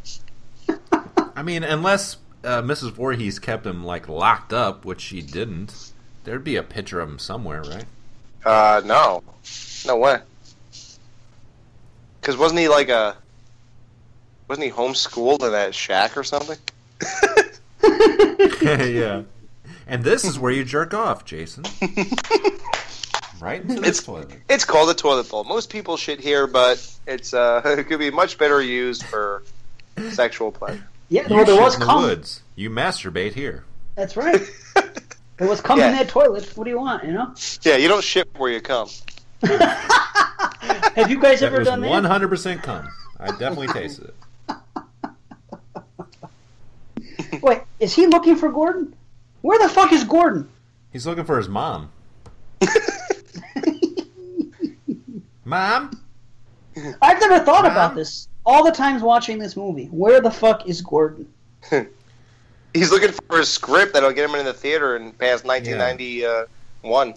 S2: I mean, unless uh, Mrs. Voorhees kept him, like, locked up, which she didn't, there'd be a picture of him somewhere, right?
S4: Uh, no, no way. Because wasn't he like a? Wasn't he homeschooled in that shack or something?
S2: [LAUGHS] yeah. And this is where you jerk off, [LAUGHS] Jason. right into this
S4: It's-
S2: toilet.
S4: It's called a toilet bowl. Most people shit here, but it's uh, [LAUGHS] it could be much better used for sexual pleasure.
S3: Yeah,
S2: You
S3: well, there
S2: shit
S3: was
S2: in the [LAUGHS]
S3: cum.
S2: woods. You masturbate here.
S3: That's right. there was cum
S4: Yeah.
S3: in that toilet. What do you want, you know?
S4: Yeah, you don't shit where you come.
S3: Have you guys
S2: That
S3: ever
S2: was
S3: done
S2: one
S3: that?
S2: hundred percent cum. I definitely tasted it.
S3: Wait, is he looking for Gordon? Where the fuck is Gordon? [LAUGHS]
S2: He's looking for his mom. mom,
S3: I've never thought
S2: Mom?
S3: about this. All the times watching this movie, where the fuck is Gordon?
S4: He's looking for a script that'll get him into the theater in past 1991.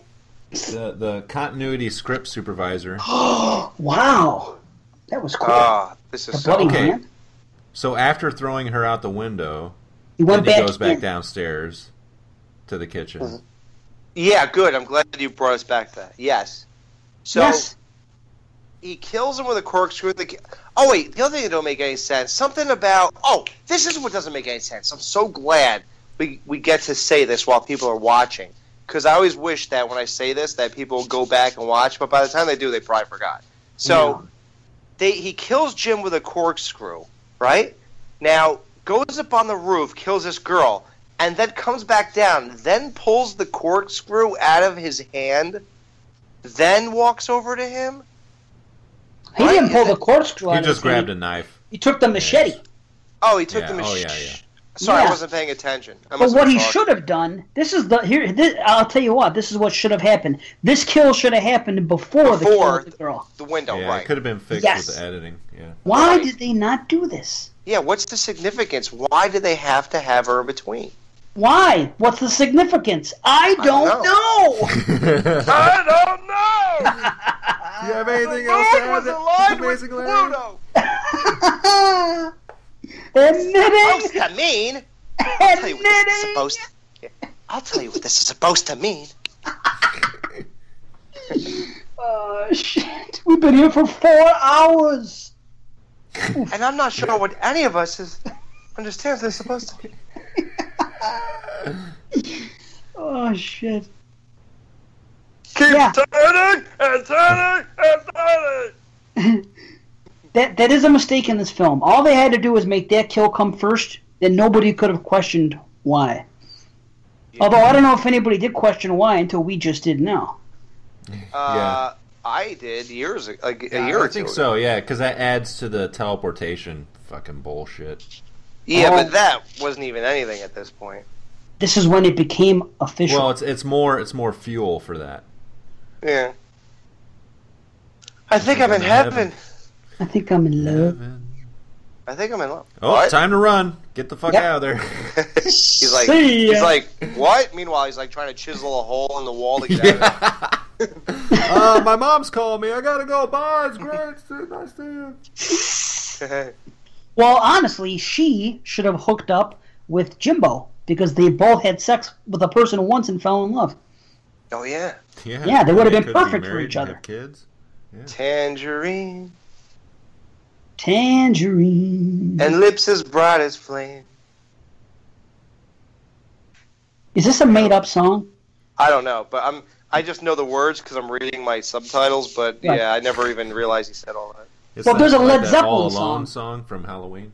S2: the the continuity script supervisor.
S3: [GASPS] Wow, that was cool.
S4: Ah, this is so.
S3: Bloody
S2: okay.
S3: hand.
S2: So after throwing her out the window,
S3: He
S2: then
S3: went
S2: he
S3: back.
S2: goes back
S3: in.
S2: downstairs to the kitchen.
S4: Yeah, good. I'm glad you brought us back to that. Yes. So
S3: yes,
S4: he kills him with a corkscrew. The ki- oh wait, the other thing that don't make any sense. Something about oh, this is what doesn't make any sense. I'm so glad we we get to say this while people are watching because I always wish that when I say this that people go back and watch, but by the time they do, they probably forgot. So they he kills Jim with a corkscrew, right? Now goes up on the roof, kills this girl, and then comes back down, then pulls the corkscrew out of his hand, then walks over to him.
S3: he
S4: Why
S3: didn't
S4: is
S3: pull
S4: it-
S3: the corkscrew. out
S2: He
S3: of
S2: just
S3: his
S2: grabbed a
S3: hand.
S2: knife.
S3: He took the machete.
S4: Oh, he took
S2: Yeah,
S4: the
S2: oh,
S4: machine.
S2: yeah, yeah.
S4: Sorry,
S3: Yeah.
S4: I wasn't paying attention. I
S3: But
S4: must
S3: what he
S4: been
S3: should have done, this is the here. This, I'll tell you what. This is what should have happened. This kill should have happened before, the kill
S4: Before.
S3: of the girl.
S4: talking. the window,
S2: yeah, it
S4: right?
S2: could have been fixed
S3: Yes.
S2: with the editing. [LAUGHS] Yeah.
S3: Why did they not do this?
S4: Yeah, what's the significance? Why did they have to have her in between?
S3: Why? What's the significance? I don't,
S4: don't
S3: know.
S4: I don't
S3: [LAUGHS]
S4: know.
S2: Do you have anything
S3: Admitting, [LAUGHS]
S4: Supposed to mean. I'll tell you what this is
S3: admitting.
S4: supposed. To, I'll tell you what this is supposed to mean.
S3: Oh shit! We've been here for four hours.
S4: And I'm not sure what any of us is understands this is supposed to. mean.
S3: Oh shit!
S4: Keep
S3: Yeah.
S4: turning and turning and turning.
S3: That that is a mistake in this film. All they had to do was make that kill come first, and nobody could have questioned why. Although I don't know if anybody did question why until we just did now.
S4: Uh, I did years ago, like a year
S2: I
S4: or two
S2: think
S4: ago.
S2: so, yeah, because that adds to the teleportation fucking bullshit.
S4: Yeah,
S3: Oh.
S4: but that wasn't even anything at this point.
S3: This is when it became official.
S2: Well, it's it's more it's more fuel for that.
S4: Yeah. I think I'm in
S2: heaven.
S4: heaven. uh,
S3: I think I'm in love.
S4: I think I'm in love.
S2: Oh,
S4: What?
S2: time to run. Get the fuck
S3: Yep.
S2: out of there.
S4: [LAUGHS] He's like,
S3: See ya.
S4: he's like, what? Meanwhile, he's like trying to chisel a hole in the wall to get out. Of it.
S2: [LAUGHS] Yeah. [LAUGHS] uh, my mom's calling me. I gotta go. Bye. It's great. It's Nice to you. [LAUGHS]
S4: [LAUGHS]
S3: Well, honestly, she should have hooked up with Jimbo because they both had sex with a person once and fell in love.
S4: Oh yeah,
S3: Yeah, they would've been
S2: could be
S3: perfect for
S2: married
S3: each
S2: and
S3: other.
S2: have Kids.
S4: tangerine
S3: Tangerine.
S4: and lips as bright as flame.
S3: Is this a made up song?
S4: I don't know, but I'm. I just know the words because I'm reading my subtitles. But
S3: Right.
S4: yeah, I never even realized he said all that.
S2: It's
S3: Well,
S2: that-
S3: there's a
S2: like
S3: Led
S2: that
S3: Zeppelin
S2: All
S3: song.
S2: Alone song from Halloween.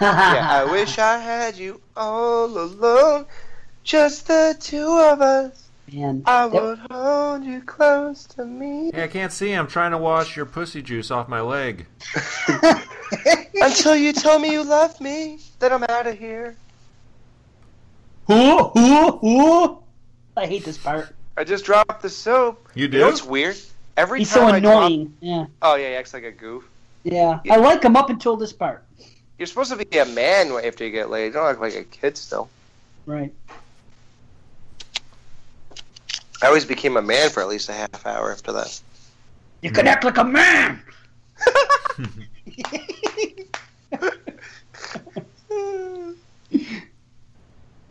S4: Yeah,
S3: [LAUGHS]
S4: I wish I had you all alone, just the two of us.
S3: Man,
S4: I
S3: that- [LAUGHS]
S4: would hold you close to me
S2: Hey, I can't see. I'm trying to wash your pussy juice off my leg.
S4: until you tell me you love me. Then I'm out of here.
S3: Ooh, ooh, ooh. I hate this part.
S4: I just dropped the soap.
S2: You
S4: You know
S2: do?
S4: what's weird? Every
S3: He's
S4: time
S3: so
S4: I drop-
S3: annoying. Yeah,
S4: oh yeah, he acts like a goof.
S3: yeah. I like him up until this part.
S4: You're supposed to be a man after you get laid. You don't act like a kid still.
S3: Right.
S4: I always became a man for at least a half hour after [LAUGHS] that.
S3: You could act like a man.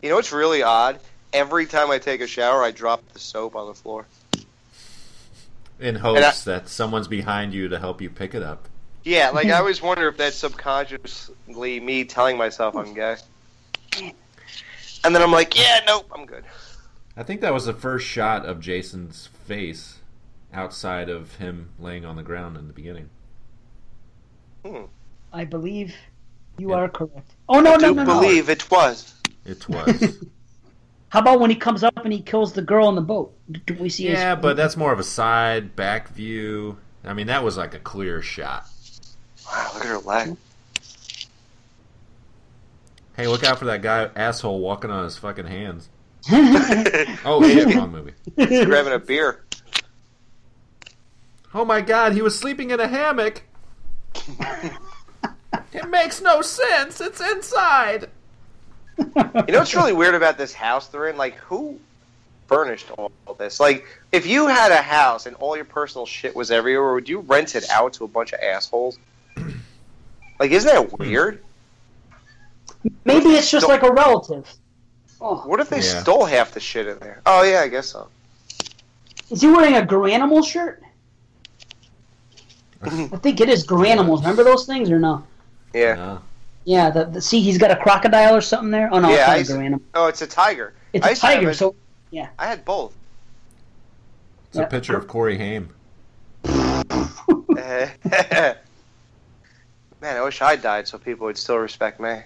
S4: You know what's really odd? Every time I take a shower, I drop the soap on the floor.
S2: In hopes that someone's behind you to help you pick it up.
S4: Yeah,
S3: [LAUGHS]
S4: like I always wonder if that's subconsciously me telling myself I'm gay. And then I'm like, yeah, nope, I'm good.
S2: I think that was the first shot of Jason's face outside of him laying on the ground in the beginning.
S3: [LAUGHS] I believe you
S2: Yeah.
S3: are correct. Oh no, no,
S4: Do
S3: no, no.
S4: believe it was.
S2: It was.
S3: How about when he comes up and he kills the girl in the boat? D- Do we see? his-
S2: yeah, but that's more of a side back view. I mean, that was like a clear shot.
S4: Wow, look at
S3: [LAUGHS]
S4: her leg.
S2: Hey, look out for that guy asshole walking on his fucking hands. Oh, shit, wrong movie.
S4: Grabbing a beer.
S2: Oh my god, he was sleeping in a hammock. it makes no sense. It's inside.
S4: You know what's really weird about this house they're in? Like, who furnished all this? Like, if you had a house and all your personal shit was everywhere, would you rent it out to a bunch of assholes? Like, isn't that weird?
S3: Maybe it's just like a relative. Oh,
S4: What if they
S2: Yeah.
S4: stole half the shit in there? Oh yeah, I guess so.
S3: is he wearing a Granimal
S4: [LAUGHS]
S3: shirt? I think it is Granimals. Remember those things or no?
S4: Yeah.
S2: Uh,
S3: Yeah. The, the see, he's got a crocodile or something there. Oh no,
S4: Yeah, I
S3: it's
S4: see.
S3: not a Granimal.
S4: Oh, it's a tiger.
S3: It's a
S4: I used to have
S3: tiger.
S4: a-
S3: So
S4: I had both. [LAUGHS]
S2: it's a picture of Corey Haim.
S4: Eh. Man, I wish I died so people would still respect me.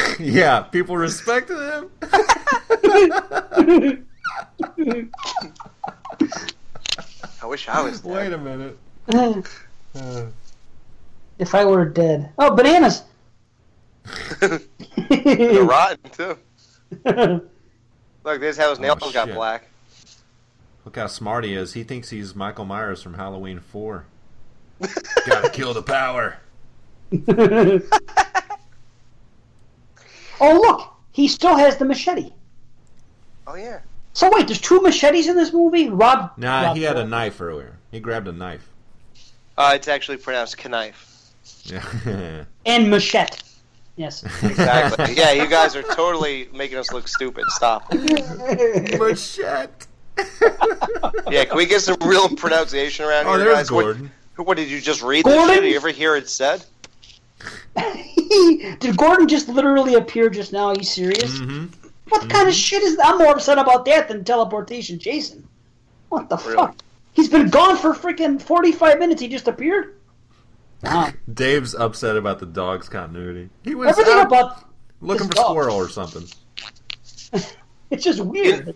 S2: [LAUGHS] yeah, people respected him.
S4: I wish
S2: [LAUGHS]
S4: I was
S2: [LAUGHS] Wait
S4: dead.
S2: a minute. Uh,
S3: [LAUGHS] if I were dead. Oh, bananas. [LAUGHS]
S4: [LAUGHS] They're rotten too.
S3: [LAUGHS] That's
S4: Look, this how his nails got
S2: Oh, shit.
S4: black.
S2: look how smart he is. He thinks he's Michael Myers from Halloween 4. Gotta kill the power.
S3: Oh, look, he still has the machete.
S4: [LAUGHS] Oh yeah.
S3: So wait, there's two machetes in this movie. Rob?
S2: Nah,
S3: Rob
S2: he had a knife earlier. He grabbed a knife.
S4: Uh, it's actually pronounced knife.
S2: Yeah.
S3: and machete. Yes. [LAUGHS]
S2: [LAUGHS]
S4: Exactly. yeah, you guys are totally making us look stupid.
S2: [LAUGHS]
S4: Stop.
S2: Machete.
S4: Yeah, can we get some real pronunciation around
S2: Oh,
S4: here,
S2: there's
S4: guys? What-
S2: Gordon.
S4: What, did you just read?
S3: Gordon?
S4: This shit? Did you ever hear it said?
S3: Did Gordon just literally appear just now? Are you serious?
S2: hmm
S3: What kind of shit is? I'm more upset about that than teleportation, Jason. What the
S4: Really?
S3: fuck? He's been gone for freaking 45 minutes. He just appeared.
S2: [LAUGHS]
S3: Wow.
S2: Dave's upset about the dog's continuity. He was
S3: Everything
S2: out
S3: about
S2: looking for
S3: dog.
S2: squirrel or something.
S3: it's
S2: [LAUGHS]
S3: just weird.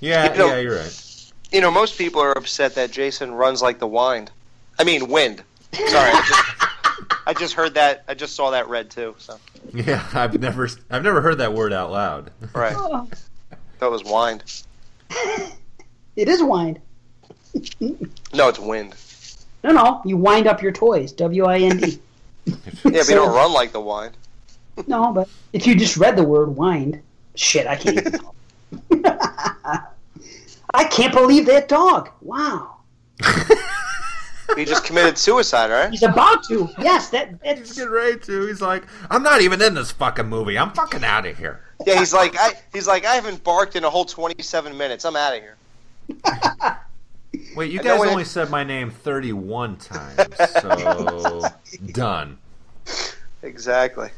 S2: Yeah,
S4: You know-
S2: yeah, you're right.
S4: You know, most people are upset that Jason runs like the wind. I mean, wind. Sorry, I just, I just heard that. I just saw that red too. So
S2: Yeah, [LAUGHS] I've never, I've never heard that word out loud. [LAUGHS]
S4: right,
S3: Oh,
S4: that was wind.
S3: it is wind.
S4: No, it's wind.
S2: [LAUGHS]
S3: No, no, you wind up your toys. W I N D.
S4: Yeah, but you don't run like the wine.
S3: No, but if you just read the word wind, shit, I can't. Even
S2: [LAUGHS]
S3: I can't believe that dog. Wow,
S4: He just committed suicide, right?
S3: he's about to. Yes, that that's
S2: Get ready to. He's like, I'm not even in this fucking movie. I'm fucking out of here.
S4: Yeah, he's like, I, he's like, I haven't barked in a whole 27 minutes. I'm out of here.
S2: Wait, you
S4: I
S2: guys
S4: know it-
S2: only said my name 31
S4: [LAUGHS]
S2: times, so done.
S4: Exactly.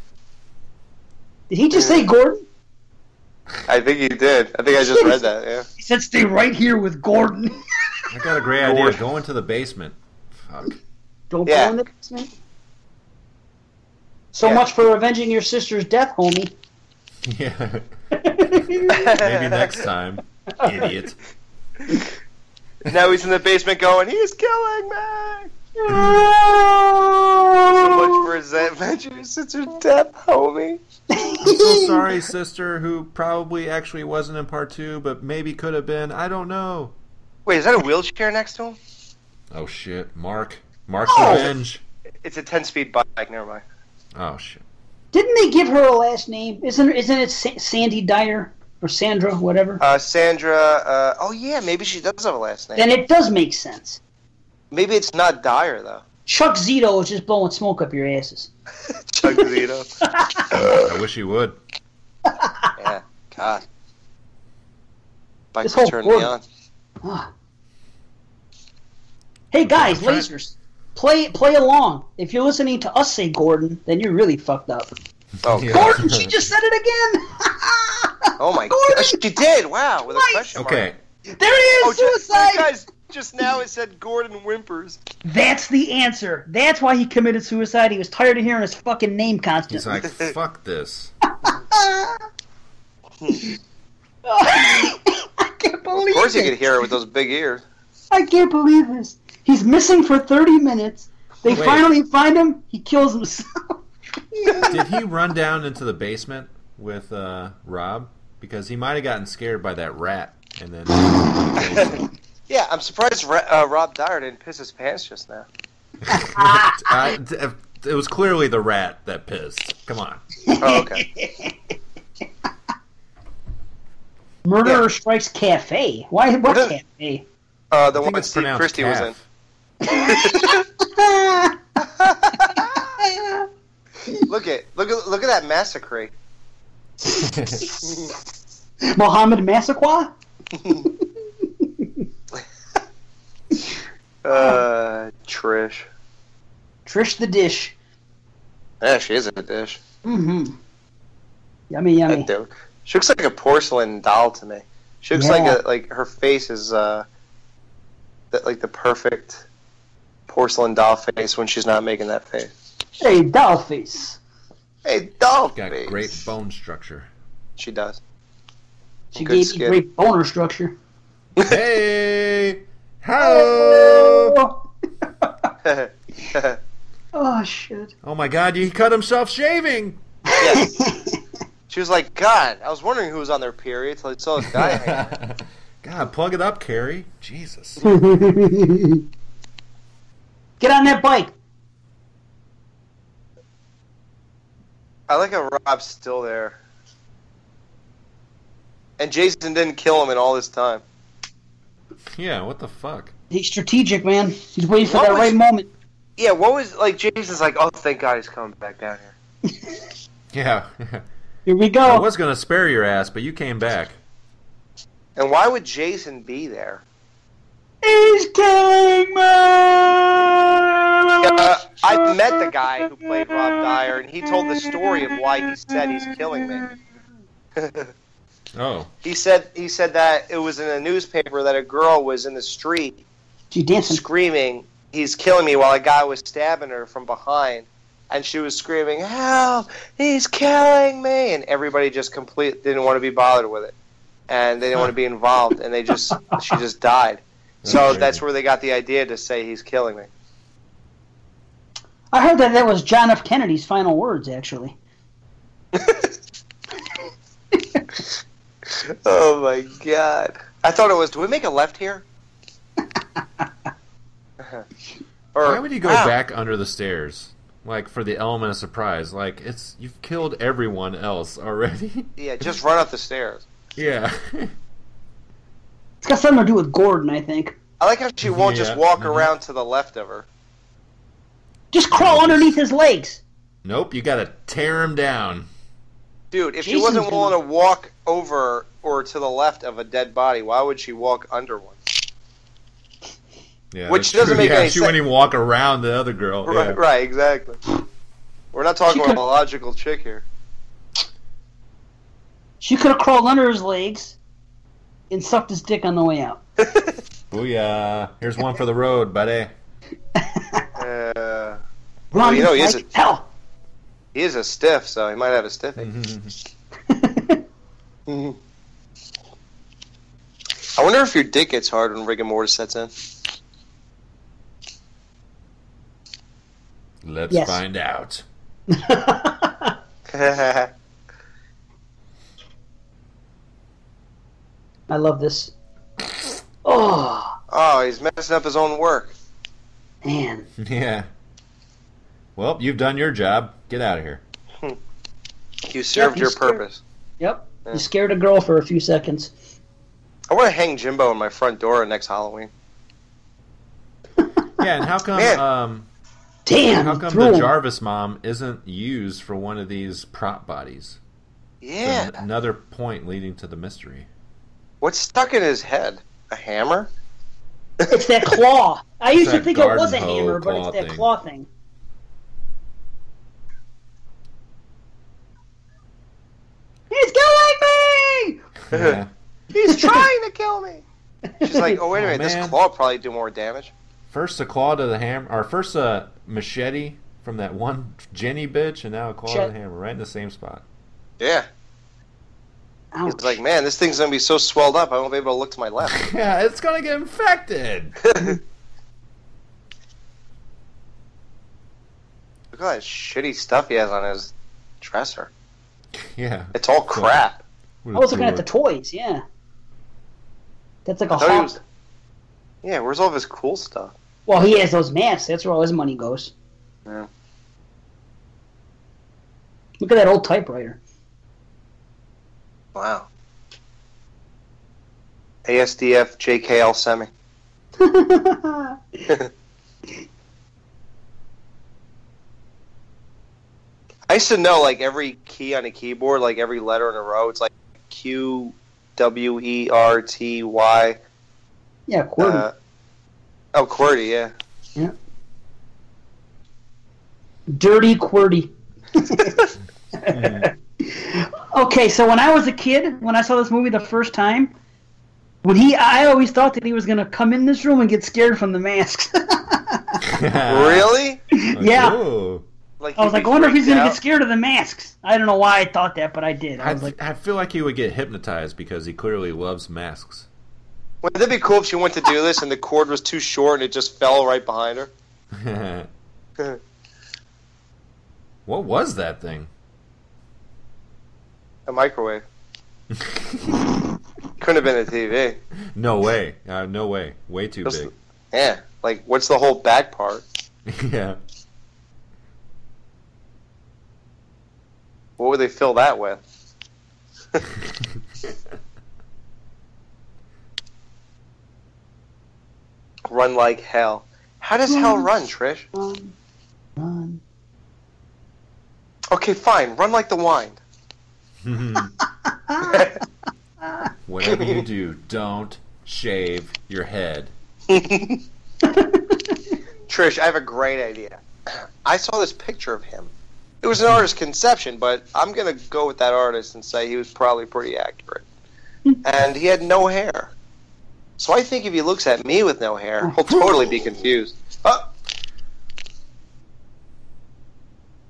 S3: did he just say Gordon?
S4: I think he did. I think I just read that. Yeah.
S3: He said stay right here with Gordon. [LAUGHS]
S2: I got a great idea.
S4: Lord.
S2: Go into the basement. Fuck. [LAUGHS]
S3: Don't
S4: Yeah.
S3: go in the basement. So
S4: Yeah.
S3: much for avenging your sister's death, homie.
S2: Yeah.
S4: [LAUGHS]
S2: Maybe next time. Idiot.
S4: Now he's in the basement going, he's killing me. So much for his [LAUGHS] adventure, sister death, homie.
S2: I'm so sorry, sister, who probably actually wasn't in part two, but maybe could have been. I don't know.
S4: Wait, is that a wheelchair next to him?
S2: Oh, shit. Mark. Mark's
S3: Oh.
S2: revenge.
S4: It's a 10 speed bike. Never mind.
S2: Oh, shit.
S3: [LAUGHS] Didn't they give her a last name? Isn't isn't it Sa- Sandy Dyer or Sandra, whatever?
S4: Uh, Sandra. Uh, oh yeah, maybe she does have a last name.
S3: then it does make sense.
S4: Maybe it's not Dyer though.
S3: Chuck Zito is just blowing smoke up your asses.
S4: Chuck Zito.
S2: I wish he would.
S4: [LAUGHS] yeah. God. Bikes
S3: This whole
S4: turn
S3: world-
S4: me on.
S3: Ah. Hey guys,
S2: trying-
S3: lasers, play play along. If you're listening to us say Gordon, then you're really fucked up.
S4: Oh,
S2: Yeah.
S4: God.
S3: Gordon, she just said it again.
S4: [LAUGHS] oh my
S3: Gordon!
S4: God. She did. Wow. With a
S3: Twice!
S4: question mark.
S2: Okay.
S3: There he is,
S4: Oh, just,
S3: suicide.
S4: guys, just now it said Gordon whimpers.
S3: That's the answer. That's why he committed suicide. He was tired of hearing his fucking name
S2: He's
S3: constantly.
S4: [LAUGHS]
S2: like, fuck this.
S3: [LAUGHS] I can't
S4: Of
S3: believe
S4: course, you
S3: it.
S4: could hear it with those big ears.
S3: I can't believe this. He's missing for 30 minutes. They
S2: Wait.
S3: finally find him. He kills himself.
S2: Did he run down into the basement with uh, Rob? Because he might have gotten scared by that rat. And then. [LAUGHS]
S4: Yeah, I'm surprised Ra- uh, Rob Dyer didn't piss his pants just now.
S2: I, it was clearly the rat that pissed. Come on.
S3: [LAUGHS]
S4: Oh, okay.
S3: Murderer Strikes Cafe. Why? What
S4: What is-
S3: cafe? [LAUGHS]
S4: Uh, the
S2: I think
S4: one
S2: it's
S4: Steve
S2: pronounced
S4: Christie was in.
S2: calf.
S4: Look at look at look at that massacre.
S3: Mohammed Massaqua?
S4: Uh, Trish.
S3: Trish the Dish.
S4: Yeah, she is a dish.
S3: Mm-hmm. Yummy, yummy.
S4: That dude. She looks like a porcelain doll to me. She looks
S3: Yeah.
S4: like a like her face is uh, that like the perfect porcelain doll face when she's not making that face.
S3: Hey, Dollface.
S4: Hey, doll
S2: Got
S4: face.
S2: great bone structure.
S4: She does. [LAUGHS]
S3: She
S4: Good
S3: gave
S4: skit.
S3: you great boner structure.
S2: Hey! Hello!
S3: Oh, [LAUGHS] oh shit.
S2: Oh my god, he cut himself shaving!
S4: yes. She was like, God, I was wondering who was on their period till I saw this
S2: [LAUGHS]
S4: guy. hanging out."
S2: God, plug it up, Carrie.
S4: [LAUGHS]
S2: Jesus.
S3: Get on that bike.
S4: I like how Rob's still there. And Jason didn't kill him in all this time.
S2: Yeah, what the fuck?
S3: He's strategic, man. He's waiting for
S4: What
S3: that
S4: was-
S3: right moment.
S4: Yeah, what was like Jason's like, oh thank God he's coming back down here.
S2: Yeah. [LAUGHS]
S3: Here we go.
S2: I was gonna spare your ass, but you came back.
S4: And why would Jason be there? [LAUGHS]
S3: He's killing me.
S4: Uh, I met the guy who played Rob Dyer, and he told the story of why he said he's killing me.
S2: Oh.
S4: he said he said that it was in a newspaper that a girl was in the street
S3: She dancing.
S4: screaming, "He's killing me!" while a guy was stabbing her from behind, and she was screaming, "Help! He's killing me!" And everybody just complete didn't want to be bothered with it, and they didn't want to be involved, and they just she just died. So
S2: crazy.
S4: that's where they got the idea to say he's killing me.
S3: I heard that that was John F. Kennedy's final words, actually.
S4: Oh my god! I thought it was. Do we make a left here? or
S2: [LAUGHS] Why would he go
S4: wow.
S2: back under the stairs? like for the element of surprise. Like it's you've killed everyone else already. [LAUGHS]
S4: Yeah, just run up the stairs.
S2: yeah. [LAUGHS]
S3: It's got something to do with Gordon, I think.
S4: I like how she won't
S2: Yeah,
S4: just walk
S2: mhm.
S4: around to the left of her.
S3: Just crawl underneath his legs.
S2: nope, you gotta tear him down.
S4: Dude, if she
S3: Jason's
S4: wasn't
S3: gonna-
S4: willing to walk over or to the left of a dead body, why would she walk under one?
S2: Yeah,
S4: Which
S2: that's
S4: doesn't make
S2: yeah,
S4: any
S2: She wouldn't
S4: sense.
S2: even walk around the other girl. [LAUGHS] yeah.
S4: Right, right, exactly. We're not talking
S3: She
S4: about
S3: could-
S4: a logical
S2: [LAUGHS]
S4: chick here.
S3: She could have crawled under his legs and sucked his dick on the way out.
S2: Booyah. Here's one for the road, buddy. [LAUGHS]
S4: Uh,
S3: Ron
S4: you know,
S3: is
S4: he's
S3: like
S4: a-
S3: hell.
S4: he is a stiff, so he might have a stiffy. Mm-hmm. I wonder if your dick gets hard when rigor mortis sets in.
S2: Let's
S3: Yes.
S2: find out. [LAUGHS]
S4: That's
S3: [LAUGHS] I love this. Oh
S4: [LAUGHS] Oh, he's messing up his own work.
S3: man,
S2: Yeah. Well, you've done your job. Get out of here.
S4: You served
S3: he's
S4: your
S3: scared.
S4: purpose.
S3: yep.
S4: Yeah.
S3: You scared a girl for a few seconds.
S4: I want to hang Jimbo in my front door next Halloween.
S2: Yeah, and
S4: [LAUGHS]
S2: how come
S4: Man.
S2: um
S3: Damn,
S2: how
S3: he
S2: come
S3: threw
S2: the
S3: him.
S2: Jarvis mom isn't used for one of these prop bodies?
S4: Yeah.
S2: Another point leading to the mystery.
S4: What's stuck in his head? A hammer?
S3: It's that claw. I used to
S2: that
S3: think it was a
S2: garden hoe
S3: hammer, but
S2: claw
S3: it's that
S2: thing.
S3: claw thing. He's killing me!
S2: Yeah.
S4: [LAUGHS] He's trying to kill me. She's like, oh wait a
S2: Oh,
S4: minute,
S2: man.
S4: this claw probably do more damage.
S2: First a claw to the hammer, or first a machete from that one Jenny bitch, and now a claw to
S3: Shit.
S2: the hammer, right in the same spot.
S4: Yeah.
S3: Ouch.
S4: It's like, man, this thing's gonna be so swelled up, I won't be able to look to my left.
S2: Yeah, it's gonna get infected. [LAUGHS]
S4: Look at that shitty stuff he has on his dresser.
S2: yeah.
S4: It's all crap.
S3: I was looking at the toys, yeah. That's like a
S4: I thought he
S3: hawk.
S4: was- Yeah, where's all of his cool stuff?
S3: Well, he has those masks. That's where all his money goes.
S4: Yeah.
S3: Look at that old typewriter. [LAUGHS]
S4: Wow. ASDF JKL semi. I used to know like every key on a keyboard, like every letter in a row. It's like Q, W, E, R, T, Y.
S3: yeah, Quirky.
S4: Uh, oh, QWERTY, yeah.
S3: Dirty QWERTY. [LAUGHS] okay, so when I was a kid, when I saw this movie the first time, when he, I always thought that he was gonna come in this room and get scared from the masks. [LAUGHS]
S2: [LAUGHS]
S4: [LAUGHS]
S2: Uh,
S4: Really?
S3: yeah.
S4: Like
S3: I was
S4: you'd
S3: like,
S4: be
S3: I wonder if
S4: freaked
S3: he's gonna
S4: out?
S3: get scared of the masks. I don't know why I thought that, but I did. I
S2: I,
S3: was like,
S2: I feel like he would get hypnotized because he clearly loves masks. [LAUGHS]
S4: Wouldn't it be cool if she went to do this and the cord was too short and it just fell right behind her?
S2: what was that thing?
S4: [LAUGHS]
S2: [LAUGHS]
S4: A microwave. Couldn't have been a TV.
S2: No way. Uh, no way. Way too
S4: Just-
S2: big.
S4: Yeah. Like, what's the whole back part?
S2: [LAUGHS] yeah.
S4: What would they fill that with? run like hell. How does hell run, Trish?
S3: um, um,
S4: Okay, fine. Run like the wind.
S2: Whatever you do, don't shave your head.
S4: [LAUGHS] Trish, I have a great idea. [CLEARS THROAT] I saw this picture of him. It was an artist's conception, but I'm going to go with that artist and say he was probably pretty accurate. And he had no hair. So I think if he looks at me with no hair, he'll totally be confused. Oh.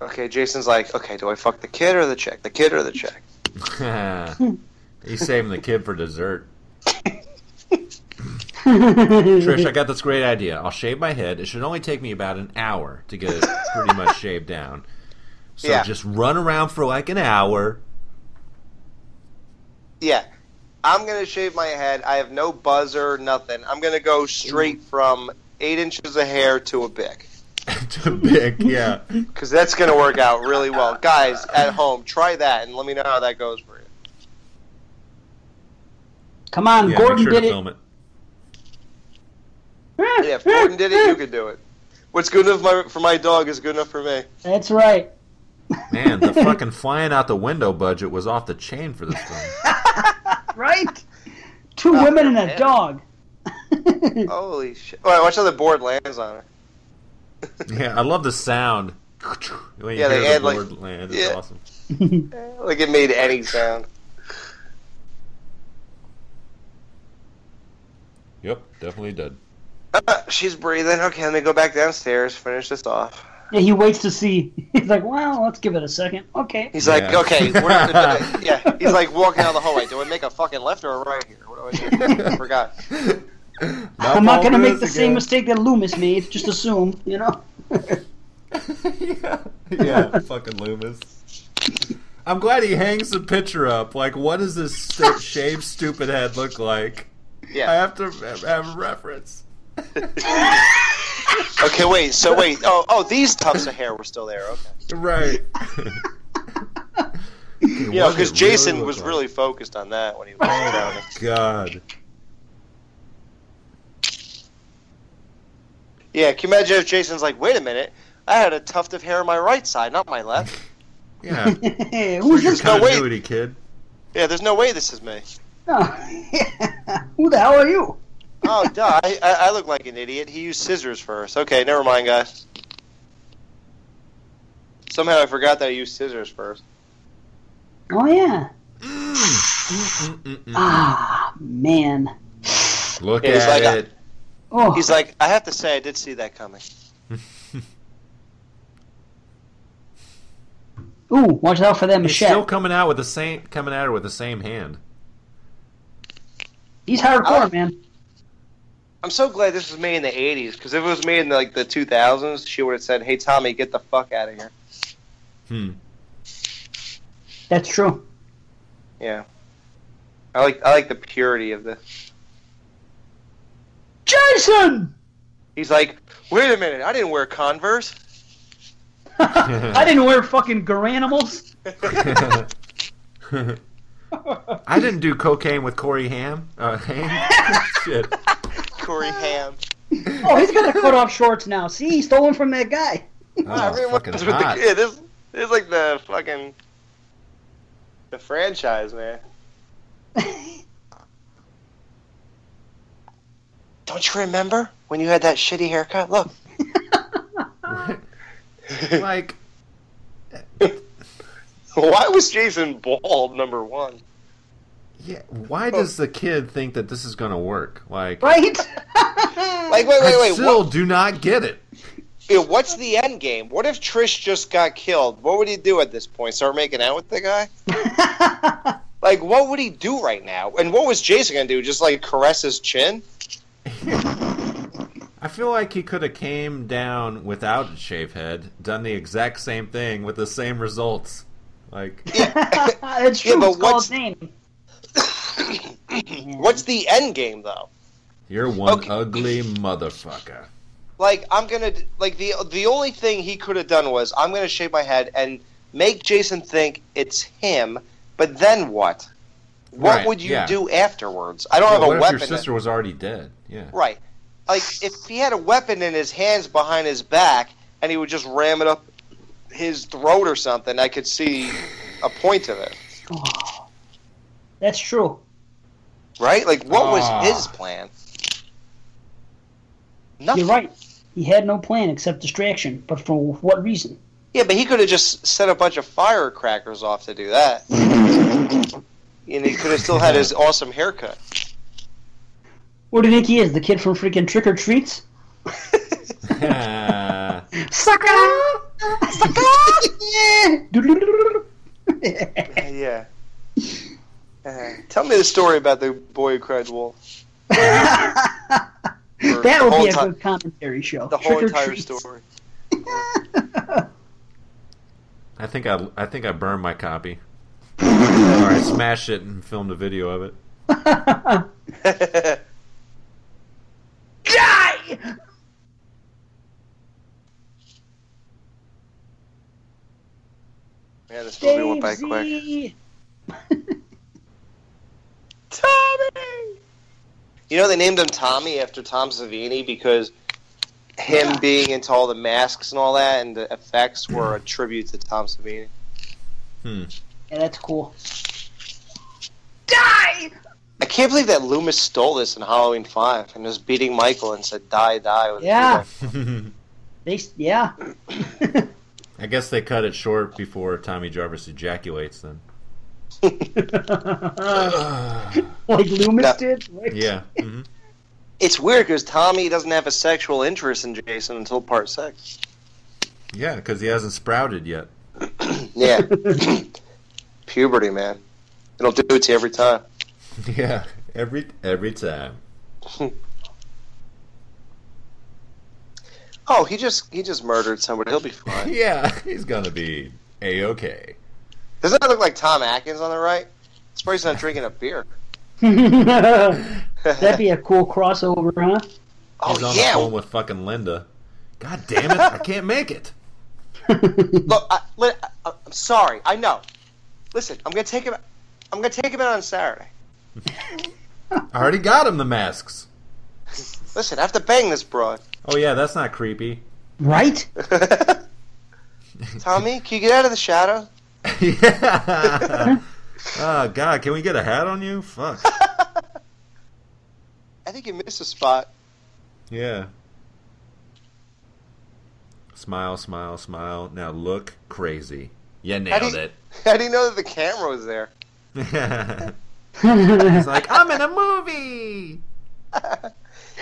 S4: Okay, Jason's like, okay, do I fuck the kid or the chick? The kid or the chick?
S2: [LAUGHS] He's saving the kid for
S4: [LAUGHS]
S2: dessert. Trish, I got this great idea. I'll shave my head. It should only take me about an hour to get it pretty much shaved down. So
S4: Yeah.
S2: just run around for like an hour. [LAUGHS]
S4: Yeah. I'm going to shave my head. I have no buzzer, nothing. I'm going to go straight from eight inches of hair to a bick.
S2: to pick. Yeah.
S4: because that's going to work out really well. Guys at home, try that and let me know how that goes for you.
S3: Come on,
S2: yeah make
S3: Gordon
S2: sure
S3: did
S2: to
S3: it.
S2: film it.
S4: [LAUGHS] Yeah, if Gordon did it, you could do it. What's good enough my, for my dog is good enough for me.
S3: That's right.
S2: Man, the fucking flying out the window budget was off the chain for this
S4: [LAUGHS]
S2: film.
S3: Right? Two
S4: Oh,
S3: women and a
S4: man.
S3: dog. [LAUGHS]
S4: Holy shit! All right, watch how the board lands on her.
S2: Yeah, I love the sound. When you
S4: Yeah, they
S2: hear
S4: add,
S2: the
S4: like-
S2: board land, it's
S4: yeah.
S2: awesome.
S4: Like it made any sound. [LAUGHS]
S2: Yep, definitely
S4: [LAUGHS]
S2: did.
S4: Uh, she's breathing. Okay, let me go back downstairs. Finish this off.
S3: Yeah, he waits to see. [LAUGHS] He's like, well, let's give it a second. Okay.
S4: He's
S2: Yeah.
S4: like, okay, we're
S2: [LAUGHS]
S4: not gonna, yeah. He's like walking down the hallway. Do I make a fucking left or a right here? What do I do? I forgot.
S3: I'm not going to make the same mistake that Loomis made. Just assume, you know?
S2: yeah, [LAUGHS] yeah, fucking Loomis. I'm glad he hangs the picture up. Like, what does this st- shaved stupid head look like? I
S4: Yeah.
S2: have to have a reference.
S4: Okay, wait. So wait. Oh, oh, these tufts of hair were still there. Okay. [LAUGHS]
S2: Right.
S4: Yeah, because Jason was really focused on that when he was
S2: Oh.
S4: drowning.
S2: God.
S4: Yeah, can you imagine if Jason's like, wait a minute, I had a tuft of hair on my right side, not my left.
S2: Yeah.
S3: [LAUGHS]
S4: [LAUGHS]
S3: Who's
S2: Your
S3: this?
S4: No, wait.
S2: continuity, kid.
S4: Yeah, there's no way this is me.
S3: [LAUGHS] Who the hell are you?
S4: Oh, duh, I, I, I look like an idiot. He used scissors first. Okay, never mind, guys. Somehow I forgot that I used scissors first.
S3: Oh, yeah.
S2: Mm-mm-mm.
S3: Ah, man.
S2: Mm. Look
S4: It was
S2: at
S4: like a-
S2: it.
S3: Oh,
S4: He's like, I have to say, I did see that coming.
S3: ooh, watch out for that
S2: He's still
S3: machete.
S2: coming out with the same, coming at her with the same hand.
S3: He's hardcore,
S4: Alex-
S3: man.
S4: I'm so glad this was made in the 80s, because if it was made in like the 2000s, she would have said, hey, Tommy, get the fuck out of here. [LAUGHS]
S2: Hmm. [LAUGHS]
S3: That's true.
S4: Yeah. I like I like the purity of this.
S3: Jason!
S4: He's like, wait a minute, I didn't wear Converse.
S2: [LAUGHS]
S3: I didn't wear fucking garanimals. [LAUGHS] Oh,
S2: I didn't do cocaine with Corey Ham. Uh, Haim?
S4: [LAUGHS]
S2: Shit.
S4: Corey Ham.
S3: Oh, he's got
S2: [LAUGHS]
S3: to cut off shorts now. See, he stole them from that guy. [LAUGHS]
S2: Oh,
S4: Everyone's
S2: fucking
S4: with
S2: hot.
S4: The, yeah, this, this is like the fucking the franchise, man. Don't you remember when you had that shitty haircut? Look,
S2: [LAUGHS] like,
S4: [LAUGHS] why was Jason bald? Number one.
S2: yeah,
S4: Oh.
S2: why does the kid think that this is gonna work? Like,
S3: Right?
S4: Like,
S2: I
S4: wait, wait, wait.
S2: still
S4: What,
S2: do not get it.
S4: yeah, what's the end game? What if Trish just got killed? What would he do at this point? Start making out with the guy? Like, what would he do right now? And what was Jason gonna do? Just like caress his chin? [CLEARS THROAT]
S2: I feel like he could have came down without a shave head, done the exact same thing with the same results. Like,
S3: [LAUGHS] it's
S4: Yeah,
S3: true.
S4: but
S3: it's called
S4: what's-
S3: name.
S4: What's the end game though?
S2: you're one
S4: Okay.
S2: ugly motherfucker.
S4: like I'm gonna like the the only thing he could have done was I'm gonna shave my head and make Jason think it's him. But then what? What
S2: Right,
S4: would you
S2: yeah.
S4: do afterwards? I don't have
S2: what
S4: a
S2: if
S4: Oh, weapon.
S2: your sister was already dead? Yeah.
S4: Right. Like if he had a weapon in his hands behind his back and he would just ram it up his throat or something, I could see a point to it.
S3: Oh, That's true.
S4: Right? Like what
S2: Ah.
S4: was his plan? Nothing.
S3: You're right. He had no plan except distraction, but for what reason?
S4: Yeah, but he could have just set a bunch of firecrackers off to do that.
S3: [LAUGHS]
S4: and he could have still had his awesome haircut.
S3: What do you think he is? The kid from freaking Trick or Treats? Sucker! Sucker! [LAUGHS] [LAUGHS] Yeah.
S4: Yeah. Uh, tell me the story about the boy who cried
S3: [LAUGHS]
S4: wolf. Or
S3: That
S4: the
S3: would
S4: whole
S3: be a
S4: ti-
S3: good commentary show.
S4: the whole
S3: Trick or
S4: entire
S3: Treats.
S4: story.
S2: [LAUGHS]
S4: [LAUGHS]
S2: I think I I think I burned my copy. [LAUGHS] or I smashed it and filmed a video of it.
S3: Die!
S4: Yeah, this movie went
S3: Dave
S4: by quick.
S3: Z.
S4: Tommy. You know they named him Tommy after Tom Savini because him being into all the masks and all that and the effects were a tribute to Tom Savini.
S3: Yeah, that's cool. Die!
S4: I can't believe that Loomis stole this in Halloween Five and was beating Michael and said "die, die." With a
S3: Yeah.
S4: keyboard.
S2: [LAUGHS]
S3: They s- yeah. [LAUGHS]
S2: I guess they cut it short before Tommy Jarvis ejaculates.
S4: [SIGHS]
S2: Then,
S3: like Loomis
S4: Yeah.
S3: did. Right?
S2: yeah, hmm
S4: it's weird because Tommy doesn't have a sexual interest in Jason until part six.
S2: yeah, because he hasn't sprouted yet. [LAUGHS]
S3: [LAUGHS]
S4: Yeah, [CLEARS THROAT] puberty, man. It'll do it to you every time.
S2: Yeah, every every time.
S4: Oh, he just he just murdered somebody. He'll be
S2: [LAUGHS]
S4: fine.
S2: Yeah, he's gonna be a okay.
S4: Doesn't that look like Tom Atkins on the right? This person's not drinking a beer.
S3: [LAUGHS] That'd be
S4: [LAUGHS]
S3: a cool crossover, huh?
S2: He's
S4: Oh
S2: on the
S4: yeah.
S2: phone with fucking Linda. God damn it! I can't make it.
S4: Look, I, li- I, I'm sorry. I know. Listen, I'm gonna take him. I'm gonna take him out on Saturday.
S2: I already got him the masks.
S4: Listen, I have to bang
S2: [LAUGHS]
S4: this broad.
S2: Oh yeah, that's not creepy. [LAUGHS]
S3: Right? [LAUGHS]
S4: Tommy, can you get out of the shadow? [LAUGHS]
S2: yeah. Oh God, can we get a hat on you? Fuck.
S4: I think you missed a spot.
S2: Yeah. Smile, smile, smile. Now look crazy. You nailed
S4: do you- [LAUGHS]
S2: it. [LAUGHS]
S4: I didn't know that the camera was there. [LAUGHS]
S2: He's
S3: yeah.
S2: like, I'm in a movie.
S4: I'm,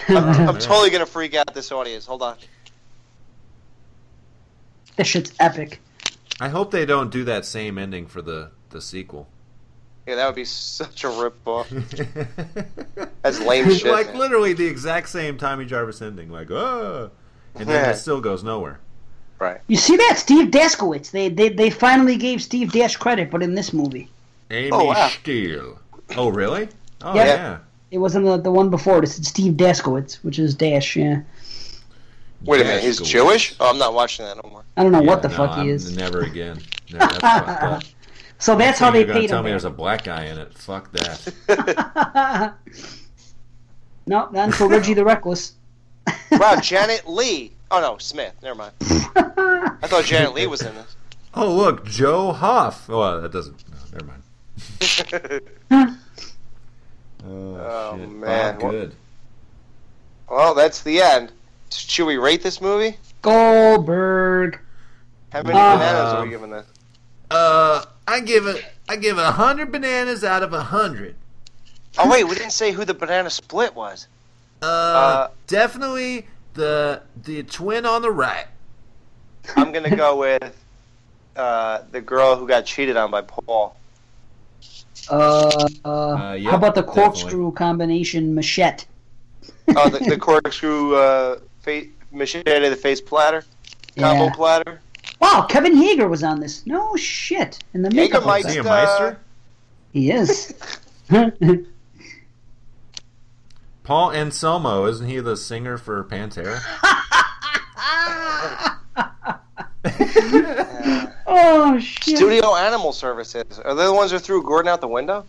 S2: [LAUGHS]
S4: I'm
S2: man.
S4: totally gonna freak out this audience. Hold on.
S3: This shit's epic.
S2: I hope they don't do that same ending for the the [LAUGHS] sequel.
S4: Yeah, that would be such a rip-off.
S2: That's [LAUGHS]
S4: That's lame shit.
S2: like
S4: man.
S2: literally the exact same Tommy Jarvis ending. Like, oh, and then
S4: Yeah.
S2: it still goes nowhere.
S4: Right.
S3: You see that? Steve Daskowitz. They, they they finally gave Steve Dash credit, but in this movie.
S2: Amy
S4: Oh, wow.
S2: Steele. Oh, really? Oh,
S3: Yeah.
S2: yeah.
S3: It wasn't the, the one before it. It's Steve Daskowitz, which is Dash, yeah.
S4: Wait a minute. He's
S2: Daskowitz.
S4: Jewish? Oh, I'm not watching that no more.
S3: I don't know what
S2: Yeah,
S3: the
S2: no,
S3: fuck
S2: I'm
S3: he is.
S2: Never
S3: [LAUGHS]
S2: again. No, that's fucked up.
S3: So that's how they
S2: You're gonna
S3: paid
S2: tell
S3: him.
S2: me
S3: back.
S2: there's a black guy in it. Fuck that.
S3: [LAUGHS] No, not until Reggie the Reckless.
S2: [LAUGHS]
S4: Wow, Janet Lee. Oh no, Smith. Never
S3: [LAUGHS]
S4: mind. I thought Janet Lee was in this.
S2: oh look, Joe Hoff. Oh, uh, that doesn't. oh, never mind. Oh,
S4: Oh,
S2: shit.
S4: man.
S2: Oh, good.
S4: Well, that's the end. Should we rate this movie?
S3: Goldberg.
S4: How many
S3: Um,
S4: bananas are we giving this?
S2: Uh, I give it. I give a hundred bananas out of a hundred.
S4: Oh wait, we didn't say who the banana split was.
S2: Uh,
S4: Uh,
S2: definitely the the twin on the right.
S4: I'm
S3: [LAUGHS]
S4: gonna go with uh, the girl who got cheated on by Paul.
S3: Uh, uh,
S2: yep,
S3: how about the
S2: definitely.
S3: corkscrew combination machete?
S4: Oh, the, the corkscrew uh, fa machete, the face platter, combo
S3: Yeah.
S4: platter.
S3: [LAUGHS] Wow, Kevin Yeager was on this. No shit. In the
S4: Yeager
S3: makeup.
S4: might-
S2: Is
S3: effect.
S2: he a
S4: Uh,
S2: meister?
S3: He is.
S4: [LAUGHS]
S3: [LAUGHS] oh,
S2: Paul Anselmo, isn't he the singer for
S4: [LAUGHS]
S2: Pantera? [LAUGHS]
S3: Oh, shit.
S4: Studio Animal Services. Are they the ones who threw Gordon out the window?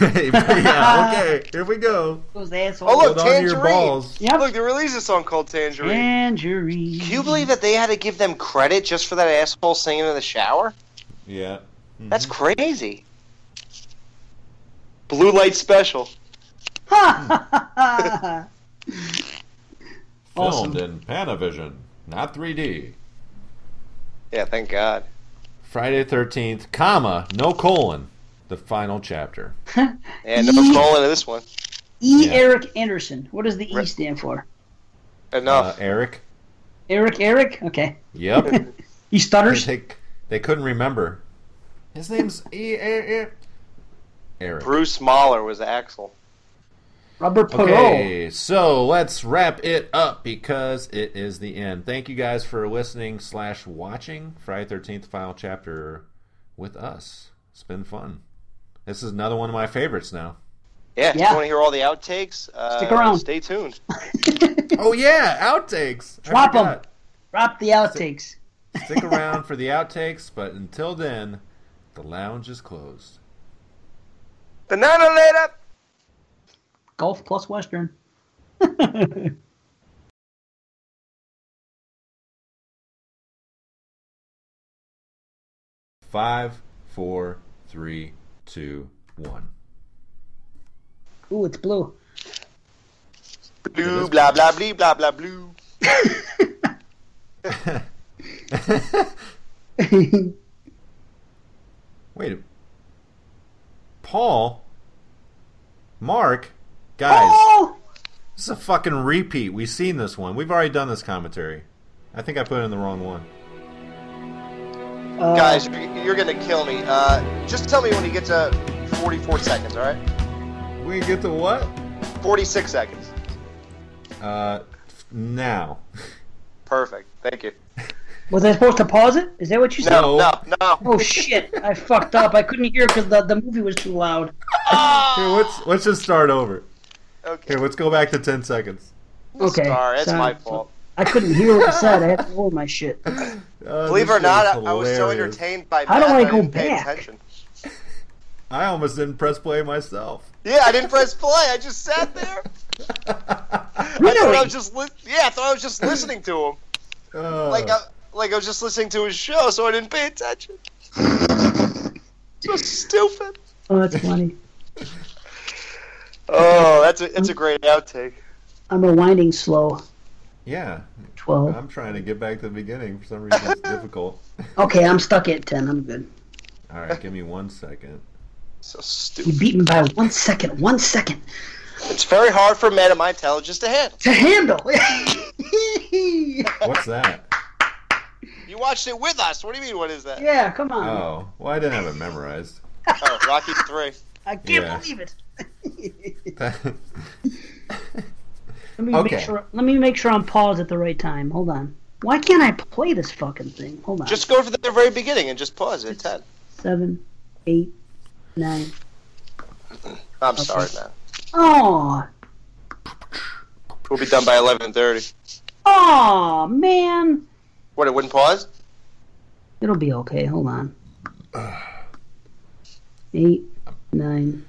S2: yeah. Okay, here we go.
S3: Those assholes.
S4: Oh
S2: Hold
S4: look,
S2: on to your
S4: Tangerine.
S2: balls.
S3: Yep.
S4: Look, they released a song called Tangerine.
S3: Tangerine.
S4: Can you believe that they had to give them credit just for that asshole singing in the shower?
S2: Yeah. Hmm.
S4: That's
S3: Mm-hmm.
S4: crazy. Blue light special. Hmm.
S3: Awesome.
S2: in Panavision, not 3D.
S4: Yeah, thank God.
S2: Friday thirteenth, comma, no colon. The final chapter.
S4: And no
S3: Yeet.
S4: calling to this one.
S3: E.
S2: Yeah.
S3: Eric Anderson. What does the E
S4: Right.
S3: stand for?
S2: Uh,
S4: Enough.
S2: Eric.
S3: Eric, Eric? Okay.
S2: Yep. [LAUGHS]
S3: He stutters.
S2: they, they couldn't remember. His name's E. E- E- Eric.
S4: Bruce Mahler was Axel.
S3: Robert Perot.
S2: Okay, so let's wrap it up because it is the end. Thank you guys for listening slash watching Friday Thirteenth Final Chapter with us. It's been fun. This is another one of my favorites now.
S4: Yeah, if
S3: Yeah.
S4: you want to hear all the outtakes, uh,
S3: Stick around. [LAUGHS]
S4: Stay tuned.
S2: oh yeah, outtakes. I
S3: Drop 'em.
S2: forgot.
S3: Drop the outtakes.
S2: Stick around for the outtakes, but until then, The lounge is closed.
S4: Banana lit oh up.
S3: Golf plus Western.
S2: Five, four, three, two, one.
S3: Ooh, it's blue.
S4: Blue, blah, blah, blee, blah, blah, blue.
S2: Wait. a- Paul, Mark, guys,
S3: Oh,
S2: this is a fucking repeat. We've seen this one. We've already done this commentary. I think I put in the wrong one.
S3: Uh,
S4: Guys, you're, you're going to kill me. Uh, just tell me when you get to 44 seconds, all right?
S2: We get to what?
S4: 46 seconds.
S2: Uh, now. [LAUGHS]
S4: Perfect. Thank you.
S3: was I supposed to pause it? Is that what you said?
S4: No, no,
S2: No.
S4: no.
S3: Oh shit! I fucked up. I couldn't hear because the, the movie was too loud.
S2: Here, let's let's just start over.
S4: Okay.
S2: Here, let's go back to ten seconds.
S3: Okay,
S4: Sorry, it's
S3: so-
S4: my fault.
S3: I couldn't hear what was said. I had to hold my shit.
S2: Uh,
S4: Believe it
S2: this
S4: or not,
S2: shit is
S4: I, I was so
S2: hilarious.
S4: entertained by
S3: How do
S4: Matt,
S3: I
S4: I
S3: go
S4: didn't pay
S3: back?
S4: attention.
S2: I almost didn't press play
S4: [LAUGHS]
S2: myself.
S4: Yeah, I didn't press play. I just sat there.
S2: Uh,
S4: I thought I
S3: Really?
S4: was just li- yeah, I thought I was just listening to him.
S2: Uh,
S4: Like I, like I was just listening to his show, so I didn't pay attention.
S3: [LAUGHS]
S4: so stupid.
S3: Oh, that's funny.
S4: Oh, that's a that's a great outtake.
S3: I'm rewinding slow.
S2: yeah,
S3: Twelve.
S2: I'm trying to get back to the beginning. For some reason, it's difficult. [LAUGHS]
S3: Okay, I'm stuck at ten. I'm good.
S2: All right, give me one second.
S4: So
S3: You
S4: stupid.
S3: beat me by one second. One second
S4: It's very hard for men of my intelligence to handle.
S3: to handle. [LAUGHS]
S2: What's that?
S4: You watched it with us. What do you mean? What is that?
S3: yeah, come on.
S2: Oh, well, I didn't have it memorized. [LAUGHS]
S4: Oh, Rocky Three.
S3: I can't
S2: Yeah.
S3: believe it.
S2: All
S3: [LAUGHS] Let me
S2: Okay.
S3: make sure. Let me make sure I'm paused at the right time. Hold on. Why can't I play this fucking thing? Hold on.
S4: Just go to the very beginning and just pause it. Ten.
S3: seven, eight, nine.
S4: I'm sorry, man.
S3: Oh,
S4: We'll be done by eleven thirty.
S3: oh man.
S4: What? It wouldn't pause.
S3: It'll be okay. Hold on. Eight, nine.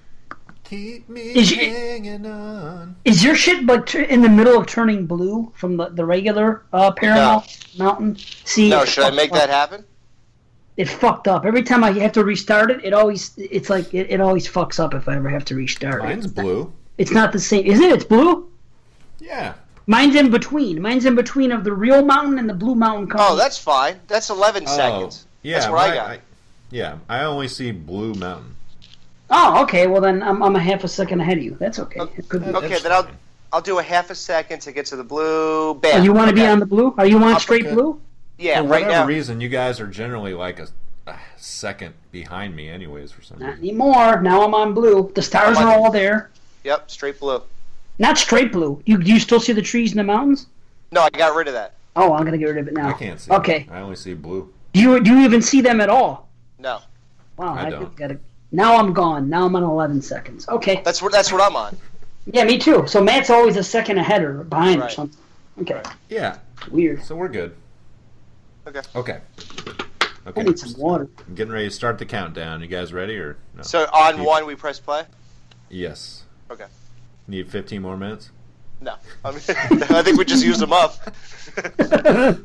S2: Keep me
S3: Is it-
S2: hanging on.
S3: Is your shit like tr- in the middle of turning blue from the, the regular uh, Paramount Mountain? See,
S4: No,
S3: it
S4: should I
S3: fucked
S4: make
S3: up.
S4: that happen?
S3: It fucked up. Every time I have to restart it, it always it's like it, it always fucks up if I ever have to restart.
S2: Mine's
S3: it.
S2: blue.
S3: It's not the same, is it? It's blue.
S2: Yeah.
S3: Mine's in between. Mine's in between of the real mountain and the blue mountain. Company.
S4: Oh, that's fine. That's eleven
S2: Oh.
S4: seconds.
S2: Yeah.
S4: That's what I
S2: my-
S4: got.
S2: yeah, I only see blue mountain.
S3: Oh, okay. Well, then I'm, I'm a half a second ahead of you. That's okay. It could be.
S2: That's
S4: Okay, then I'll
S2: fine.
S4: I'll do a half a second to get to the blue. Bam.
S3: Oh, you want to
S4: okay.
S3: be on the blue? Are you on straight
S2: Okay.
S3: blue?
S4: Yeah,
S2: For
S4: right
S2: whatever
S4: now.
S2: reason, you guys are generally like a, a second behind me, anyways. For some
S3: Not
S2: reason.
S3: anymore. Now I'm on blue. The stars
S4: I'm
S3: are
S4: on-
S3: all there.
S4: Yep, straight blue.
S3: Not straight blue. You you still see the trees and the mountains?
S4: No, I got rid of that.
S3: Oh, I'm gonna get rid of it now.
S2: I can't see.
S3: Okay.
S2: I only see blue.
S3: Do you do you even see them at all?
S4: No,
S3: Wow.
S2: I don't.
S3: just Gotta, now I'm gone. Now I'm on 11 seconds. Okay.
S4: that's what that's what I'm on.
S3: Yeah, me too. So Matt's always a second ahead or behind or
S4: Right.
S3: something. Okay.
S2: Yeah.
S3: Weird.
S2: So we're good.
S4: Okay.
S2: Okay.
S3: I
S2: Okay.
S3: need some water. [LAUGHS]
S2: I'm getting ready to start the countdown. You guys ready or no?
S4: So on
S2: Yeah.
S4: one, we press play.
S2: yes.
S4: Okay.
S2: Need 15 more minutes.
S4: No, I, mean, [LAUGHS] I think we just used them up.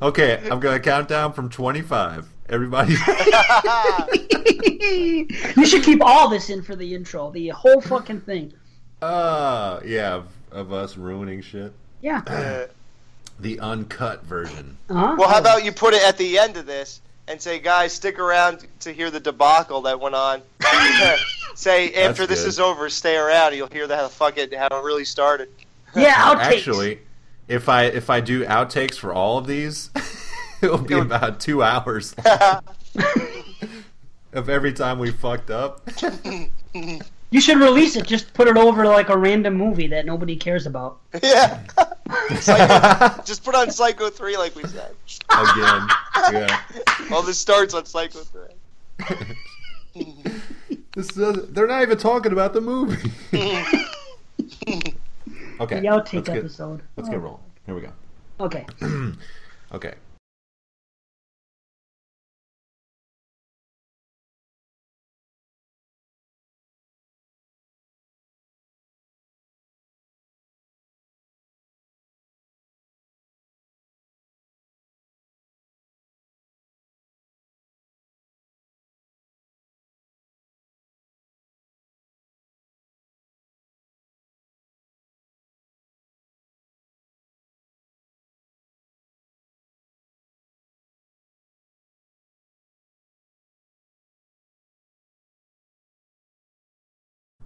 S2: Okay, I'm gonna count down from 25. Everybody.
S3: you should keep all this in for the intro. The whole fucking thing.
S2: uh, yeah, of, of us ruining shit. [CLEARS THROAT]
S3: Yeah.
S4: Uh,
S2: The uncut version.
S3: Uh-huh.
S4: well, how about you put it at the end of this and say, guys, stick around to hear the debacle that went on. [LAUGHS] say after this
S2: good.
S4: is over, stay around. You'll hear the, how the fuck it how it really started.
S3: Yeah, outtakes.
S2: Actually, if I if I do outtakes for all of these, [LAUGHS] it'll be about two hours of every time we fucked up. [LAUGHS]
S3: You should release it. Just put it over like a random movie that nobody cares about.
S4: yeah, [LAUGHS] Psycho, just put on Psycho Three like we said.
S2: Again. Yeah.
S4: All this starts on Psycho Three.
S2: This doesn't- they're not even talking about the movie. [LAUGHS] okay.
S3: The
S2: let's
S3: outtake
S2: get-
S3: episode.
S2: Let's get rolling. Here we go.
S3: Okay.
S2: Okay.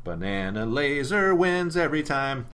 S2: Banana laser wins every time.